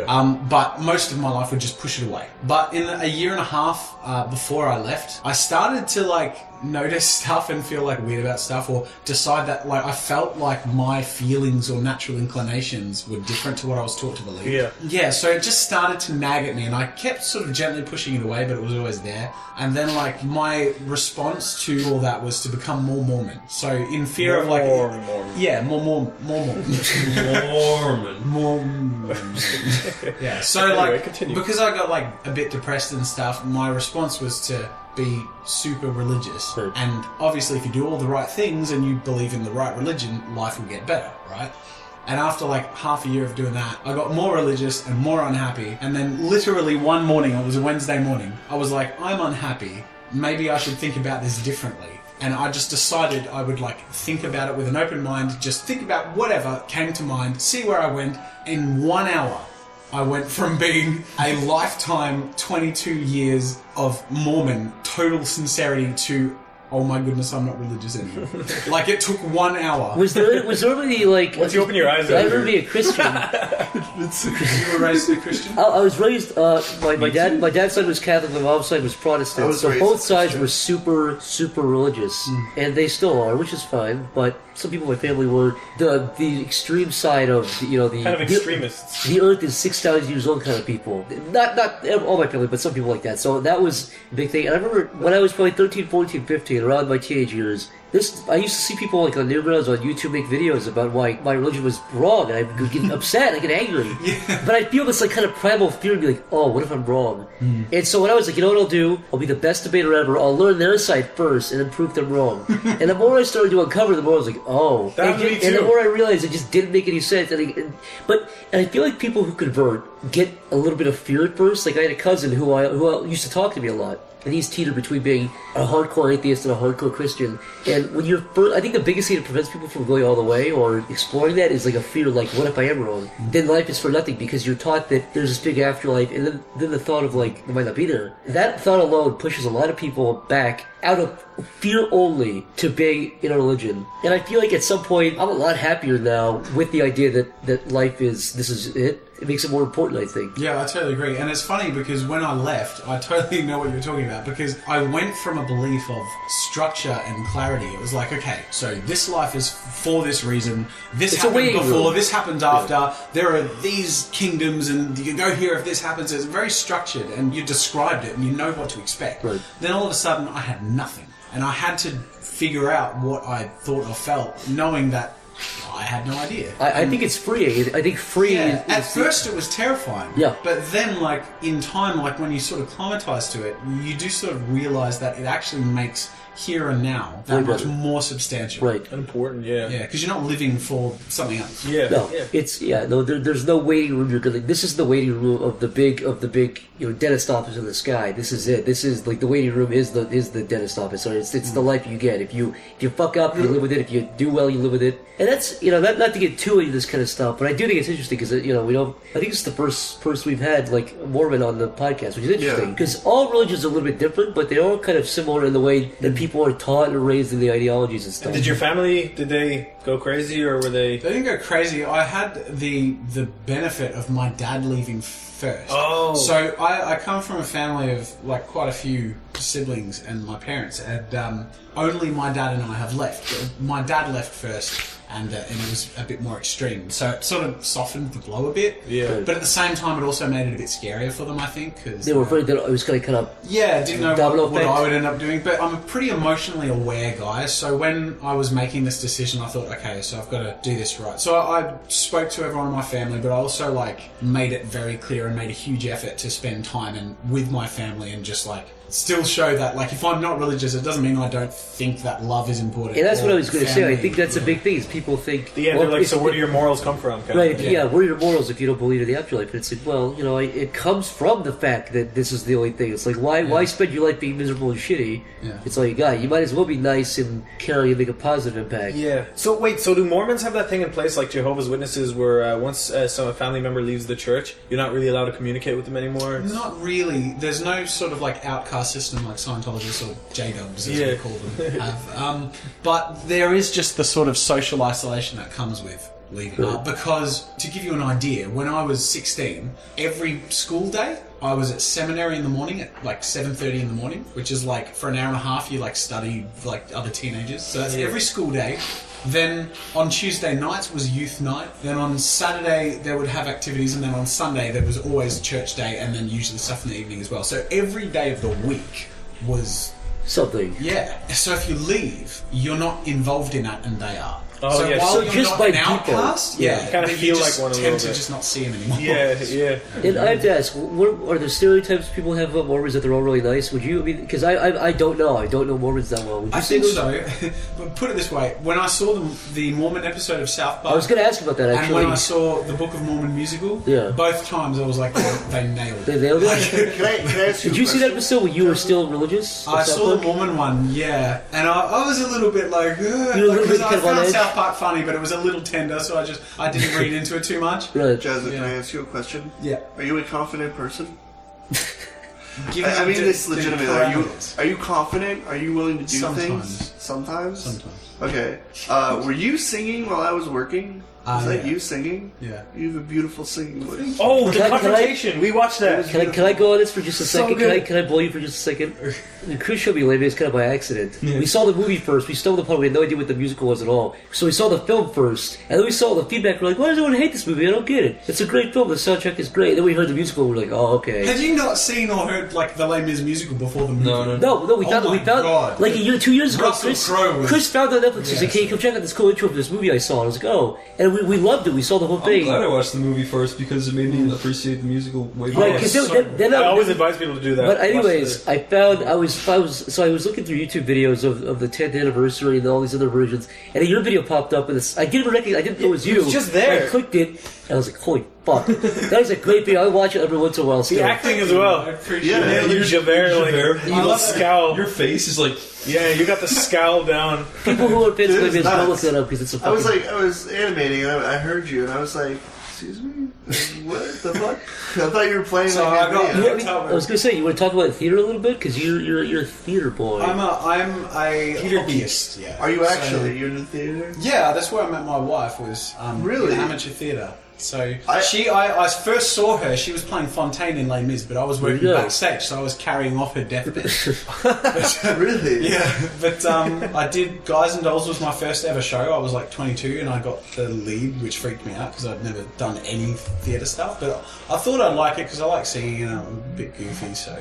Speaker 3: Um, but most of my life would just push it away. But in a year and a half uh, before I left, I started to like notice stuff and feel like weird about stuff, or decide that like I felt like my feelings or natural inclinations were different to what I was taught to believe.
Speaker 5: Yeah.
Speaker 3: Yeah, so it just started to nag at me, and I kept sort of gently pushing it away, but it was always there. And then, like, my response to all that was to become more Mormon. So, in fear of like,
Speaker 5: More Mormon.
Speaker 3: yeah, more more more Mormon,
Speaker 6: Mormon.
Speaker 3: more Mormon. yeah. So
Speaker 5: Anyway,
Speaker 3: like,
Speaker 5: continue.
Speaker 3: because I got like a bit depressed and stuff, my response was to be super religious.
Speaker 5: Right.
Speaker 3: And obviously, if you do all the right things and you believe in the right religion, life will get better, right? And after like half a year of doing that, I got more religious and more unhappy. And then literally one morning, it was a Wednesday morning, I was like, I'm unhappy. Maybe I should think about this differently. And I just decided I would like think about it with an open mind, just think about whatever came to mind, see where I went. In one hour, I went from being a lifetime 22 years of Mormon total sincerity to, oh my goodness, I'm not religious anymore. like it took one hour.
Speaker 4: Was there was there really like?
Speaker 5: Once you open your eyes,
Speaker 4: I
Speaker 5: up,
Speaker 4: remember being a
Speaker 5: [laughs]
Speaker 4: Christian.
Speaker 3: you were raised a Christian?
Speaker 4: I, I was raised. Uh, my, my dad, my dad's side was Catholic, my mom's side was Protestant.
Speaker 7: I was
Speaker 4: so
Speaker 7: raised
Speaker 4: both sides
Speaker 7: Christian. Hmm.
Speaker 4: were super, super religious, and they still are, which is fine. But some people in my family were the the extreme side of you know the
Speaker 5: kind of
Speaker 4: the-
Speaker 5: extremists.
Speaker 4: The Earth is six thousand years old, kind of people. Not not all my family, but some people like that. So that was a big thing. And I remember when I was probably 13, 14, 15, around my teenage years. This I used to see people like on Newgrounds on YouTube make videos about why my religion was wrong, and I would get upset, I get angry. But I feel this like kind of primal fear, be like, oh, what if I'm wrong? And so when I was like, you know what I'll do? I'll be the best debater ever. I'll learn their side first, and then prove them wrong. and the more I started to uncover, the more I was like, oh,
Speaker 5: That
Speaker 4: and,
Speaker 5: was
Speaker 4: ju-
Speaker 5: me
Speaker 4: and the
Speaker 5: too.
Speaker 4: more I realized it just didn't make any sense. And, I, and- but and I feel like people who convert get a little bit of fear at first. Like I had a cousin who I who I, used to talk to me a lot, and he's teetered between being a hardcore atheist and a hardcore Christian. And when you're first, I think the biggest thing that prevents people from going all the way or exploring that is like a fear, like what if I am wrong? Then life is for nothing because you're taught that there's this big afterlife, and then then the thought of like it might not be there. That thought alone pushes a lot of people back out of fear only to being in a religion. And I feel like at some point I'm a lot happier now with the idea that, that life is this is it. It makes it more important, I think.
Speaker 3: Yeah, I totally agree. And it's funny because when I left, I totally [laughs] know what you're talking about because I went from a belief of structure and clarity. It was like, okay, so this life is for this reason. This
Speaker 4: It's a
Speaker 3: happened
Speaker 4: waiting
Speaker 3: before.
Speaker 4: room.
Speaker 3: This happened after. There are these kingdoms, and you go here if this happens. It's very structured, and you described it, and you know what to expect.
Speaker 4: Right.
Speaker 3: Then all of a sudden, I had nothing, and I had to figure out what I thought or felt, knowing that I had no idea.
Speaker 4: I, I think it's freeing. I think freeing
Speaker 3: Yeah, at
Speaker 4: is,
Speaker 3: first it was terrifying.
Speaker 4: Yeah.
Speaker 3: But then, like, in time, like, when you sort of climatize to it, you do sort of realize that it actually makes here and now that
Speaker 4: Way
Speaker 3: much
Speaker 4: better.
Speaker 3: more substantial.
Speaker 4: right.
Speaker 5: Important, yeah.
Speaker 3: Yeah, because you're not living for something else.
Speaker 5: Yeah.
Speaker 4: No,
Speaker 5: yeah.
Speaker 4: it's yeah. No, there, there's no waiting room. You're gonna. This is the waiting room of the big of the big you know dentist office in the sky. This is it. This is like the waiting room is the is the dentist office. So it's it's the
Speaker 5: Mm.
Speaker 4: life you get. If you if you fuck up, you live with it. If you do well, you live with it. And that's you know not, not to get too into this kind of stuff, but I do think it's interesting because you know we don't. I think it's the first person we've had like Mormon on the podcast, which is interesting because all religions are a little bit different, but they are kind of similar in the way that people people are taught and raised in the ideologies and stuff.
Speaker 5: Mm. Did your family? Did they go crazy, or were they?
Speaker 3: They didn't go crazy. I had the the benefit of my dad leaving first.
Speaker 5: Oh.
Speaker 3: So I, I come from a family of like quite a few siblings and my parents, and um, only my dad and I have left. But My dad left first, and uh, and it was a bit more extreme. So it sort of softened the blow a bit.
Speaker 5: Yeah.
Speaker 3: But at the same time, it also made it a bit scarier for them. I think because
Speaker 4: They were afraid that it was going to kind of.
Speaker 3: yeah, I didn't know
Speaker 4: Double
Speaker 3: what, what
Speaker 4: effect.
Speaker 3: I would end up doing, but I'm a pretty emotionally aware guy. So when I was making this decision, I thought, okay, so I've got to do this right. So I, I spoke to everyone in my family, but I also like made it very clear and made a huge effort to spend time and with my family and just like still show that like if I'm not religious, it doesn't mean I don't think that love is important.
Speaker 4: And that's what
Speaker 3: or
Speaker 4: I was going to say. I
Speaker 3: family.
Speaker 4: think that's a big thing. Is people think.
Speaker 5: Yeah,
Speaker 4: well,
Speaker 5: they're like,
Speaker 4: if-
Speaker 5: so where do your morals come from? Kind
Speaker 4: Right,
Speaker 5: Of.
Speaker 4: yeah. what are your morals if you don't believe in the afterlife? And it's like, well, you know, I- it comes from the fact that this is the only thing. It's like, why, why spend your life being miserable and shitty?
Speaker 3: Yeah.
Speaker 4: It's like, God, you might as well be nice and carry and make a positive impact.
Speaker 5: Yeah. So wait, so do Mormons have that thing in place like Jehovah's Witnesses, where uh, once uh, some a family member leaves the church, you're not really allowed to communicate with them anymore?
Speaker 3: Not really. There's no sort of like outcast system like Scientologists or J Dubs as
Speaker 5: Yeah.
Speaker 3: we call them have. Um, but there is just the sort of social isolation that comes with leaving. Uh, because to give you an idea, when I was 16, every school day I was at seminary in the morning at like 7:30 in the morning, which is like for an hour and a half you like study like other teenagers. So that's every school day. Then on Tuesday nights was youth night. Then on Saturday they would have activities, and then on Sunday there was always church day, and then usually stuff in the evening as well. So every day of the week was
Speaker 4: Something.
Speaker 3: yeah. So if you leave, you're not involved in that, and they are.
Speaker 5: Oh,
Speaker 3: so
Speaker 5: yeah.
Speaker 3: while
Speaker 5: So
Speaker 3: you're
Speaker 4: just
Speaker 3: not
Speaker 4: by
Speaker 3: an
Speaker 4: default,
Speaker 3: outcast,
Speaker 4: yeah.
Speaker 3: yeah,
Speaker 4: You
Speaker 5: kinda
Speaker 3: then
Speaker 5: feel
Speaker 3: you just
Speaker 5: like one a little
Speaker 3: tend to
Speaker 5: bit.
Speaker 3: just not see him anymore.
Speaker 5: Yeah, yeah.
Speaker 4: And I have to ask, what are the stereotypes people have about Mormons that they're all really nice? Would you? I mean, because I, I I don't know. I don't know Mormons that well. Would
Speaker 3: [laughs] I
Speaker 4: you say
Speaker 3: think
Speaker 4: those-
Speaker 3: so. but put it this way: when I saw the, the Mormon episode of South Park,
Speaker 4: I was going to ask about that
Speaker 3: and when
Speaker 4: actually.
Speaker 3: I saw the Book of Mormon musical,
Speaker 4: Yeah.
Speaker 3: both times I was like, they, they nailed it. [laughs]
Speaker 4: They nailed it?
Speaker 7: Can I, can I ask you
Speaker 4: Did
Speaker 7: a
Speaker 4: you see that
Speaker 7: question?
Speaker 4: episode when you were still religious?
Speaker 3: I
Speaker 4: Of South
Speaker 3: saw
Speaker 4: Park?
Speaker 3: the Mormon one, yeah, and I, I was a little bit like, because
Speaker 4: You were a little bit
Speaker 3: I
Speaker 4: kind of on
Speaker 3: found
Speaker 4: edge?
Speaker 3: South Park funny, but it was a little tender, so I just I didn't read into it too much.
Speaker 4: Right.
Speaker 7: Jasmine, can I
Speaker 3: Yeah.
Speaker 7: ask you a question?
Speaker 3: Yeah,
Speaker 7: Are you a confident person?
Speaker 3: Give
Speaker 7: [laughs] I, I mean
Speaker 3: the-
Speaker 7: this
Speaker 3: the
Speaker 7: legitimately. Are you
Speaker 3: parameters.
Speaker 7: are you confident? Are you willing to do
Speaker 3: Sometimes.
Speaker 7: things? Sometimes.
Speaker 3: Sometimes.
Speaker 7: Okay. Uh, were you singing while I was working?
Speaker 3: Ah,
Speaker 7: Was that
Speaker 3: yeah.
Speaker 7: you singing?
Speaker 3: Yeah.
Speaker 7: You have a beautiful singing voice.
Speaker 4: Can I-
Speaker 5: Oh, the
Speaker 4: can I-
Speaker 5: confrontation. We watched that.
Speaker 4: Can I, can I go on this for just a
Speaker 7: So
Speaker 4: second? can I
Speaker 7: good.
Speaker 4: can I blow you for just a second? The Chris showed me Lady It's kind of by accident. We saw the movie first. We stumbled upon. it. We had no idea what the musical was at all. So we saw the film first, and then we saw the feedback. We're like, "Why does everyone hate this movie? I don't get it. It's a great film. The soundtrack is great." Then we heard the musical. and We're like, "Oh, okay."
Speaker 3: Had you not seen or heard like the Les Mis musical before the movie?
Speaker 6: No, no,
Speaker 4: No, no, we
Speaker 3: Oh
Speaker 4: found
Speaker 3: my
Speaker 4: we found
Speaker 3: God.
Speaker 4: like a year, two years ago.
Speaker 3: Russell
Speaker 4: Chris,
Speaker 3: Crowe was-
Speaker 4: Chris found it on Netflix. He's like,
Speaker 3: Yes.
Speaker 4: "Hey, come check out this cool intro for this movie I saw." And I was like, "Oh," and we, we loved it. We saw the whole
Speaker 6: I'm
Speaker 4: thing.
Speaker 6: glad I watched the movie first because it made me appreciate the musical way more.
Speaker 4: Right, 'cause
Speaker 5: Oh,
Speaker 4: then- then- then
Speaker 5: I
Speaker 4: I-
Speaker 5: always advise people to do that.
Speaker 4: But
Speaker 5: Watch
Speaker 4: anyways,
Speaker 5: the-
Speaker 4: I found I was I was so I was looking through YouTube videos of, of the 10th anniversary and all these other versions, and your video popped up, and it's, I didn't recognize I didn't know it was you.
Speaker 5: was just there.
Speaker 4: I clicked it, and I was like, "Holy fuck, that is a great video." I watch it every once in a while. Still,
Speaker 5: the acting as
Speaker 3: I
Speaker 5: well.
Speaker 3: appreciate
Speaker 7: Yeah.
Speaker 3: it.
Speaker 5: Yeah, you Javert, like,
Speaker 6: Javert.
Speaker 5: evil scowl.
Speaker 6: Your face is like
Speaker 5: Yeah, you got the scowl down.
Speaker 4: people who are fans of
Speaker 7: Dude,
Speaker 4: movies don't look
Speaker 7: that's-
Speaker 4: that up because it's a
Speaker 7: I
Speaker 4: fucking.
Speaker 7: was like, I was animating, and I, I heard you, and I was like, "Excuse me, what the fuck?" I thought you were playing
Speaker 3: So
Speaker 7: like
Speaker 3: I got-
Speaker 4: You
Speaker 7: a video.
Speaker 4: know what I, mean? I was gonna say you want to talk about theater a little bit because you you're you're a theater boy.
Speaker 3: I'm a I'm a hobbyist. Yeah.
Speaker 7: Are you
Speaker 3: So-
Speaker 7: actually? You're in the theater.
Speaker 3: yeah, that's where I met my wife. Was um,
Speaker 7: Really?
Speaker 3: in amateur theatre. So
Speaker 7: I-
Speaker 3: she, I, I first saw her. She was playing Fontaine in Les Mis, but I was working
Speaker 4: Yeah.
Speaker 3: backstage, so I was carrying off her
Speaker 4: [laughs]
Speaker 3: deathbed.
Speaker 7: Really?
Speaker 3: Yeah, but um, I did Guys and Dolls was my first ever show. I was like 22 and I got the lead, which freaked me out because I'd never done any theatre stuff. But I thought I'd like it because I like singing and I'm a bit goofy. So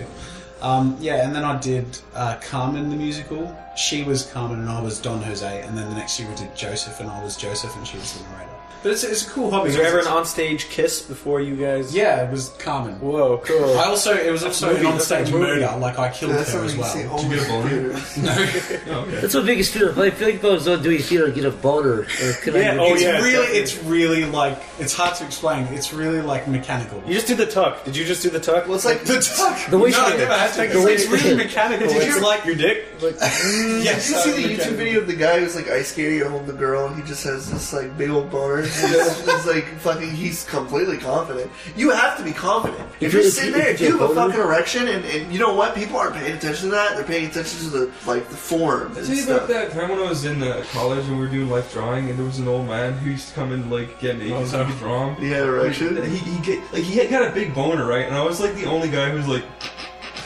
Speaker 3: um, yeah, and then I did uh, Carmen the musical. She was Carmen and I was Don Jose, and then the next year we did Joseph and I was Joseph and she was the narrator. But it's, it's a cool hobby.
Speaker 5: Was there ever an
Speaker 3: It's-
Speaker 5: onstage kiss before you guys?
Speaker 3: yeah, it was Carmen.
Speaker 5: Whoa, cool.
Speaker 3: I also it was also an
Speaker 5: movie, that's
Speaker 3: on-stage
Speaker 5: a movie.
Speaker 3: murder. Like I killed
Speaker 7: That's
Speaker 3: her as
Speaker 7: something you
Speaker 3: well.
Speaker 7: see only
Speaker 6: you
Speaker 7: in
Speaker 6: get a boner?
Speaker 7: theaters.
Speaker 4: That's my biggest fear. If I feel like if I was not doing theater, I'd get a boner. Or could I
Speaker 5: Yeah,
Speaker 4: even-
Speaker 5: oh,
Speaker 3: it's
Speaker 5: yeah.
Speaker 3: really,
Speaker 5: definitely.
Speaker 3: it's really like it's hard to explain. It's really like mechanical.
Speaker 5: You just did the tuck. Did you just do the tuck?
Speaker 3: [laughs]
Speaker 7: Well, it's like
Speaker 3: the tuck.
Speaker 4: The way
Speaker 3: no,
Speaker 4: she
Speaker 3: I
Speaker 4: did it.
Speaker 3: never had to.
Speaker 4: The way
Speaker 3: It's
Speaker 4: she
Speaker 3: really
Speaker 4: did it.
Speaker 3: mechanical.
Speaker 5: Did
Speaker 3: It's
Speaker 5: you
Speaker 3: like
Speaker 5: your dick? Like,
Speaker 7: Did you
Speaker 3: Yes,
Speaker 7: see
Speaker 3: I
Speaker 7: the
Speaker 3: looked at
Speaker 7: YouTube
Speaker 3: it.
Speaker 7: video of the guy who's like ice skating and holding the girl, and he just has this like big old boner? He's, he's like fucking. He's completely confident. You have to be confident. If,
Speaker 4: If
Speaker 7: you're
Speaker 4: you-
Speaker 7: sitting
Speaker 4: if you-
Speaker 7: there,
Speaker 4: if
Speaker 7: if you
Speaker 4: you're
Speaker 7: have a
Speaker 4: boner-
Speaker 7: fucking erection, and, and you know what, people aren't paying attention to that. They're paying attention to the like the form and
Speaker 6: Tell you about
Speaker 7: stuff.
Speaker 6: that time when I was in uh, college and we were doing life drawing, and there was an old man who used to come and like get
Speaker 4: Oh,
Speaker 6: me because he could draw. him.
Speaker 7: He had an
Speaker 6: And
Speaker 4: [laughs]
Speaker 7: erection.
Speaker 6: He, he get, like he had got a big boner, right? And I was like the only guy who was like,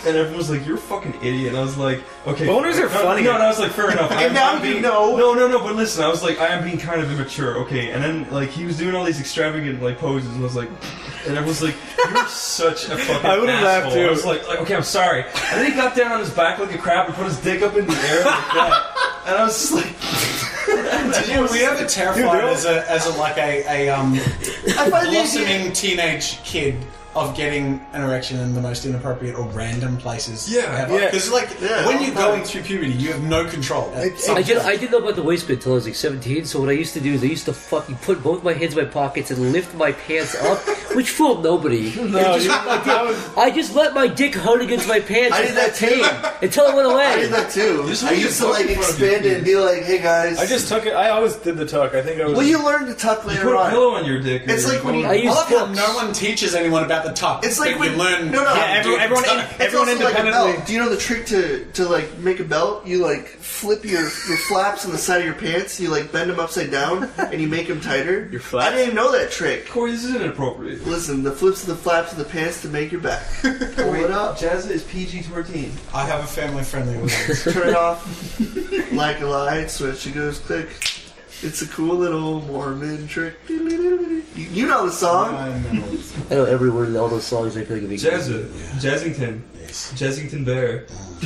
Speaker 6: and everyone was like, "You're a fucking idiot." And I was like, "Okay."
Speaker 5: Boners are
Speaker 6: no,
Speaker 5: funny.
Speaker 6: No, and I was like, "Fair enough." I'm-
Speaker 7: now
Speaker 6: I'm
Speaker 7: you
Speaker 6: being-
Speaker 7: know.
Speaker 6: No, no, no. But listen, I was like, I am being kind of immature, okay? And then like he was doing all these extravagant like poses, and I was like, and everyone was like, "You're such a fucking."
Speaker 5: I would've laughed,
Speaker 6: asshole." I
Speaker 5: too.
Speaker 6: was like, like, okay, I'm sorry. And then he got down on his back like a crab and put his dick up in the air like that. And I was just like,
Speaker 3: Yeah, we have a terrified as a as a like a, a um
Speaker 7: I find the idea,
Speaker 3: blossoming teenage kid of getting an erection in the most inappropriate or random places.
Speaker 6: Yeah,
Speaker 3: ever.
Speaker 5: yeah.
Speaker 3: 'Cause, like
Speaker 7: Yeah.
Speaker 3: when you're going through puberty, you have no control. at some
Speaker 4: I did.
Speaker 3: point.
Speaker 4: I didn't know about the waistband until I was like 17. So what I used to do is I used to fucking put both my hands in my pockets and lift my pants
Speaker 7: [laughs]
Speaker 4: up, which fooled nobody.
Speaker 5: No, you, I was,
Speaker 4: [laughs] I just let my dick hurt against my pants.
Speaker 7: I did that too.
Speaker 4: until it went
Speaker 7: [laughs] I did
Speaker 4: away.
Speaker 7: that too.
Speaker 6: Just
Speaker 7: I
Speaker 6: leave
Speaker 7: used
Speaker 6: the
Speaker 7: to
Speaker 6: fuck
Speaker 7: like
Speaker 6: in front of
Speaker 7: expand
Speaker 6: you,
Speaker 7: it and be like, "Hey guys."
Speaker 5: I just took it. I always did the tuck. I think I was.
Speaker 7: Well, you learn to tuck
Speaker 6: you
Speaker 7: later
Speaker 6: put a
Speaker 7: on.
Speaker 6: pillow on your dick. or
Speaker 7: It's
Speaker 6: your
Speaker 7: like when
Speaker 6: boner.
Speaker 7: you-
Speaker 4: I used
Speaker 3: I love how
Speaker 4: books.
Speaker 3: no one teaches anyone about the tuck.
Speaker 7: It's like
Speaker 3: but
Speaker 7: when
Speaker 3: you learn.
Speaker 7: No, no.
Speaker 5: yeah, every,
Speaker 3: Dude,
Speaker 5: everyone,
Speaker 3: it's
Speaker 5: in,
Speaker 3: not-
Speaker 7: It's
Speaker 5: everyone
Speaker 7: also like a
Speaker 5: independently.
Speaker 7: belt. Do you know the trick to to like make a belt? You like flip your your flaps on the side of your pants. You like bend them upside down and you make them tighter. Your
Speaker 5: flaps?
Speaker 7: I didn't know that trick.
Speaker 6: Corey, this is inappropriate.
Speaker 7: Listen, the flips of the flaps of the pants to make your [laughs] back. Pull it up.
Speaker 6: Jazz is PG thirteen.
Speaker 3: I have a family friendly one.
Speaker 7: Turn it off. like a light switch. It goes click. It's a cool little Mormon trick. You you know the song.
Speaker 4: I know every word in all those songs. I feel like
Speaker 6: Jazz,
Speaker 4: it'd
Speaker 6: Jazzington, Jazzington Bear.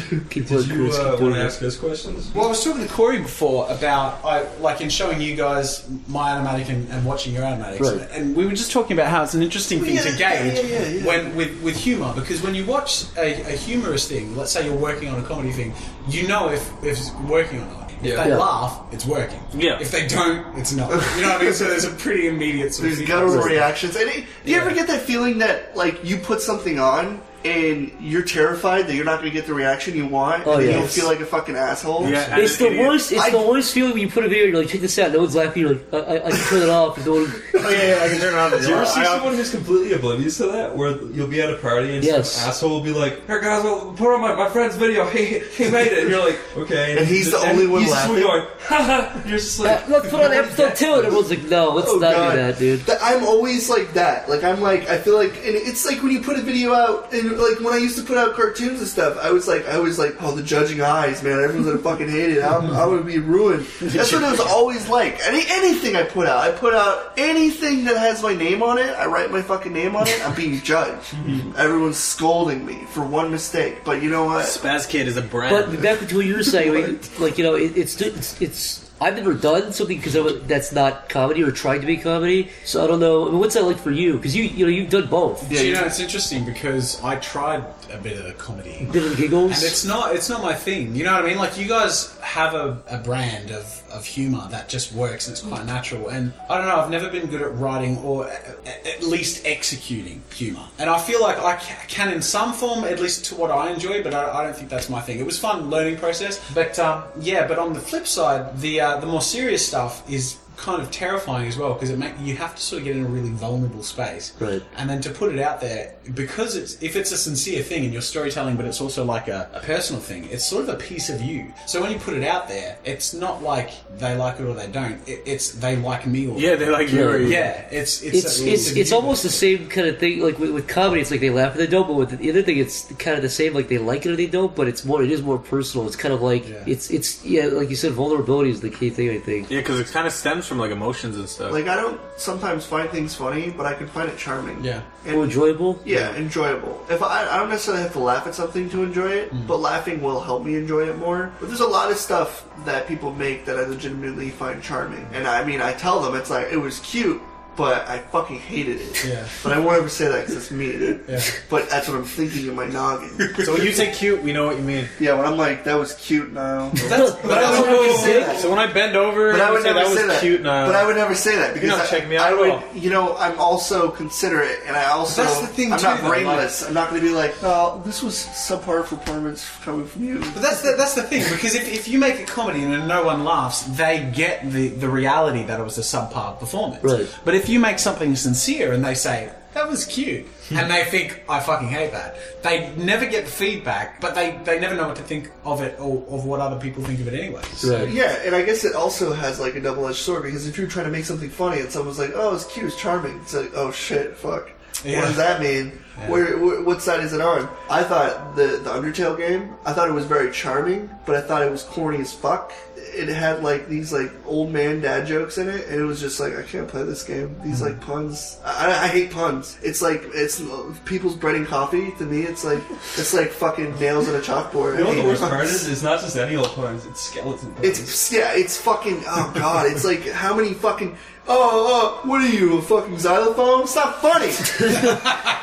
Speaker 4: be keep
Speaker 6: Did
Speaker 4: doing
Speaker 6: you
Speaker 4: this,
Speaker 6: uh,
Speaker 4: keep doing
Speaker 6: want to
Speaker 4: this.
Speaker 6: ask us questions?
Speaker 3: Well, I was talking to Corey before about I, like in showing you guys my animatic and, and watching your animatics,
Speaker 4: Right.
Speaker 3: and we were just talking about how it's an interesting thing
Speaker 7: Yeah,
Speaker 3: to gauge
Speaker 7: yeah, yeah, yeah, yeah.
Speaker 3: when with with humor because when you watch a, a humorous thing, let's say you're working on a comedy thing, you know if if it's working or not. If
Speaker 6: Yeah.
Speaker 3: they
Speaker 4: Yeah.
Speaker 3: laugh, it's working.
Speaker 5: Yeah.
Speaker 3: If they don't, it's not. You know what I mean? So there's a pretty immediate. Sort of
Speaker 7: There's guttural
Speaker 3: feedback.
Speaker 7: reactions. And it, do you ever get that feeling that like you put something on and you're terrified that you're not going to get the reaction you want,
Speaker 4: Oh,
Speaker 7: and
Speaker 4: yeah.
Speaker 7: you'll feel like a fucking asshole?
Speaker 5: Yeah, and
Speaker 4: It's
Speaker 5: an
Speaker 4: the
Speaker 5: idiot.
Speaker 4: worst. It's
Speaker 7: I-
Speaker 4: the worst feeling when you put a video. and You're like, check this out. No one's laughing. You're like, I, I, I can turn it off. and No
Speaker 7: [laughs]
Speaker 4: one...
Speaker 5: Oh, yeah, yeah, I can turn it on.
Speaker 6: Do you ever see
Speaker 5: I-
Speaker 6: someone who's completely oblivious to that? Where you'll be at a party and
Speaker 4: Yes.
Speaker 6: some asshole will be like, "Hey guys, I'll put on my, my friend's video. Hey, hey, he made it." And you're like, "Okay."
Speaker 7: And he's the only one
Speaker 6: he's just
Speaker 7: laughing.
Speaker 6: Going, ha, ha. [laughs] You're just
Speaker 4: Uh,
Speaker 6: like,
Speaker 4: let's put on episode two, and everyone's like, no, let's
Speaker 7: Oh,
Speaker 4: not
Speaker 7: God.
Speaker 4: do that, dude.
Speaker 7: That- I'm always like that. Like I'm like I feel like and it's like when you put a video out and like when I used to put out cartoons and stuff, I was like I was like oh the judging eyes, man. Everyone's gonna fucking hate it. I'm I'm gonna be ruined. That's what it was always like. Any anything I put out, I put out anything that has my name on it. I write my fucking name on it. I'm
Speaker 4: [laughs]
Speaker 7: being judged. Everyone's scolding me for one mistake. But you know what?
Speaker 5: Spaz Kid is a brand.
Speaker 4: But back to what you were saying, like, like you know, it, it's it's it's. I've never done something because that's not comedy or trying to be comedy, so I don't know. I mean, what's that like for you? Because you you know you've done both.
Speaker 3: Do you know, it's interesting because I tried a bit of comedy.
Speaker 4: Bit of giggles.
Speaker 3: And it's not it's not my thing. You know what I mean? Like you guys have a, a brand of, of humor that just works and it's quite natural. And I don't know, I've never been good at writing or at, at least executing humor. And I feel like I ca- can in some form, at least to what I enjoy, but I, I don't think that's my thing. It was fun learning process, but um, yeah. But on the flip side, the uh, the more serious stuff is kind of terrifying as well because it make you have to sort of get in a really vulnerable space
Speaker 4: Right.
Speaker 3: and then to put it out there because it's if it's a sincere thing and you're storytelling but it's also like a, a personal thing it's sort of a piece of you so when you put it out there it's not like they like it or they don't it, it's they like me or
Speaker 5: yeah, they like Yuri.
Speaker 3: yeah it's it's
Speaker 4: it's
Speaker 3: a
Speaker 4: it's,
Speaker 3: piece of
Speaker 4: it's
Speaker 3: you.
Speaker 4: almost the same kind of thing. Like with, with comedy, it's like they laugh at they don't. But with the other thing, it's kind of the same. Like they like it or they don't. But it's more. It is more personal. It's kind of like
Speaker 3: Yeah.
Speaker 4: it's it's yeah. Like you said, vulnerability is the key thing. I think.
Speaker 5: Yeah, because it kind of stems from like emotions and stuff.
Speaker 7: Like I don't sometimes find things funny, but I can find it charming.
Speaker 3: Yeah.
Speaker 7: And-
Speaker 4: More enjoyable.
Speaker 7: Yeah, enjoyable. If I, I don't necessarily have to laugh at something to enjoy it,
Speaker 3: Mm-hmm.
Speaker 7: but laughing will help me enjoy it more. But there's a lot of stuff that people make that I legitimately find charming, and I mean, I tell them it's like it was cute, but I fucking hated it.
Speaker 3: Yeah.
Speaker 7: But I won't ever say that because it's mean.
Speaker 3: Yeah.
Speaker 7: But that's what I'm thinking in my noggin.
Speaker 5: So when you say cute, we know what you mean.
Speaker 7: Yeah, when I'm like, that was
Speaker 3: [laughs]
Speaker 7: cute now.
Speaker 3: That's, but I
Speaker 7: I
Speaker 3: don't
Speaker 7: would
Speaker 3: know.
Speaker 7: never say that.
Speaker 5: So when I bend over,
Speaker 7: But I would
Speaker 5: say
Speaker 7: never
Speaker 5: that was
Speaker 7: say that.
Speaker 5: cute. Now,
Speaker 7: But I would never say that because
Speaker 5: not
Speaker 7: I,
Speaker 5: checking me out
Speaker 7: I
Speaker 5: at
Speaker 7: would,
Speaker 5: all.
Speaker 7: you know, I'm also considerate, and I also
Speaker 3: That's the thing,
Speaker 7: I'm
Speaker 3: too,
Speaker 7: not
Speaker 3: though,
Speaker 7: brainless. I'm not going to be like, oh, this was subpar performance coming from you.
Speaker 3: But that's the, that's the thing because if, if you make a comedy and then no one laughs, they get the, the reality that it was a subpar performance.
Speaker 4: Right.
Speaker 3: But if you make something sincere and they say that was cute, and they think I fucking hate that, they never get the feedback, but they, they never know what to think of it or of what other people think of it anyways.
Speaker 4: Right.
Speaker 7: Yeah, and I guess it also has like a double edged sword because if you're trying to make something funny and someone's like, "Oh, it's cute, it's charming," it's like, "Oh shit, fuck."
Speaker 3: Yeah.
Speaker 7: What does that mean? Where, where, what side is it on? I thought the the Undertale game. I thought it was very charming, but I thought it was corny as fuck. It had like these like old man dad jokes in it, and it was just like I can't play this game. These like
Speaker 6: Hmm.
Speaker 7: puns. I, I- I hate puns. It's like it's people's bread and coffee. To me, it's like it's like fucking nails on a chalkboard.
Speaker 6: You
Speaker 7: I
Speaker 6: know what the
Speaker 7: hate
Speaker 6: worst
Speaker 7: puns.
Speaker 6: part is? It's not just any old puns, it's skeleton puns.
Speaker 7: It's yeah, it's fucking oh god, it's like how many fucking oh, oh what are you a fucking xylophone? It's
Speaker 4: [laughs]
Speaker 7: not funny. [laughs]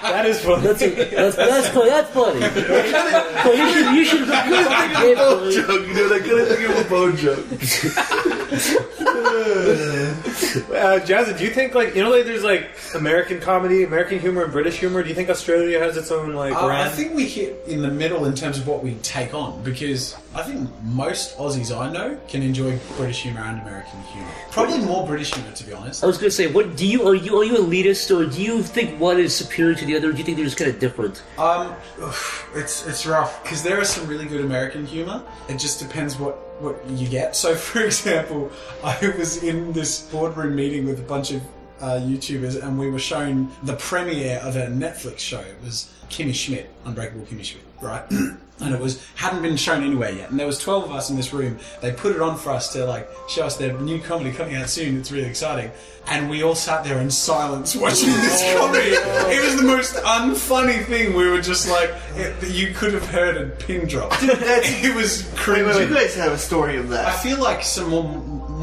Speaker 5: that is funny.
Speaker 4: That's, a, that's, that's, funny.
Speaker 3: [laughs]
Speaker 4: That's funny.
Speaker 7: I couldn't
Speaker 4: But you should, you should, you should
Speaker 7: bone joke, dude. I couldn't think of a bone
Speaker 4: [laughs]
Speaker 7: joke.
Speaker 5: Uh, Jazza, do you think like you know like there's like American comedy, American humor, and British humor? Do you think Australia has its own like
Speaker 3: Uh, I
Speaker 5: brand?
Speaker 3: think we hit in the middle in terms of what we take on because I think most Aussies I know can enjoy British humour and American humour. Probably more British humour, to be honest.
Speaker 4: I was gonna say, what do you are you are you elitist or do you think one is superior to the other? Or do you think they're just kind of different?
Speaker 3: Um, oof, it's it's rough because there is some really good American humor. It just depends what what you get. So, [laughs] for example, I was in this boardroom meeting with a bunch of uh, YouTubers, and we were shown the premiere of a Netflix show. It was Kimmy Schmidt, Unbreakable Kimmy Schmidt, right? [clears throat] and it was hadn't been shown anywhere yet. And there was twelve of us in this room. They put it on for us to like show us their new comedy coming out soon. It's really exciting. And we all sat there in silence [laughs] watching this
Speaker 7: Oh.
Speaker 3: comedy. It was the most unfunny thing. We were just like, it, you could have heard a pin drop.
Speaker 7: [laughs] that's-
Speaker 3: it was
Speaker 7: Wait,
Speaker 3: cringy.
Speaker 7: wait, wait, you guys have a story of
Speaker 3: I
Speaker 7: that.
Speaker 3: feel like some more,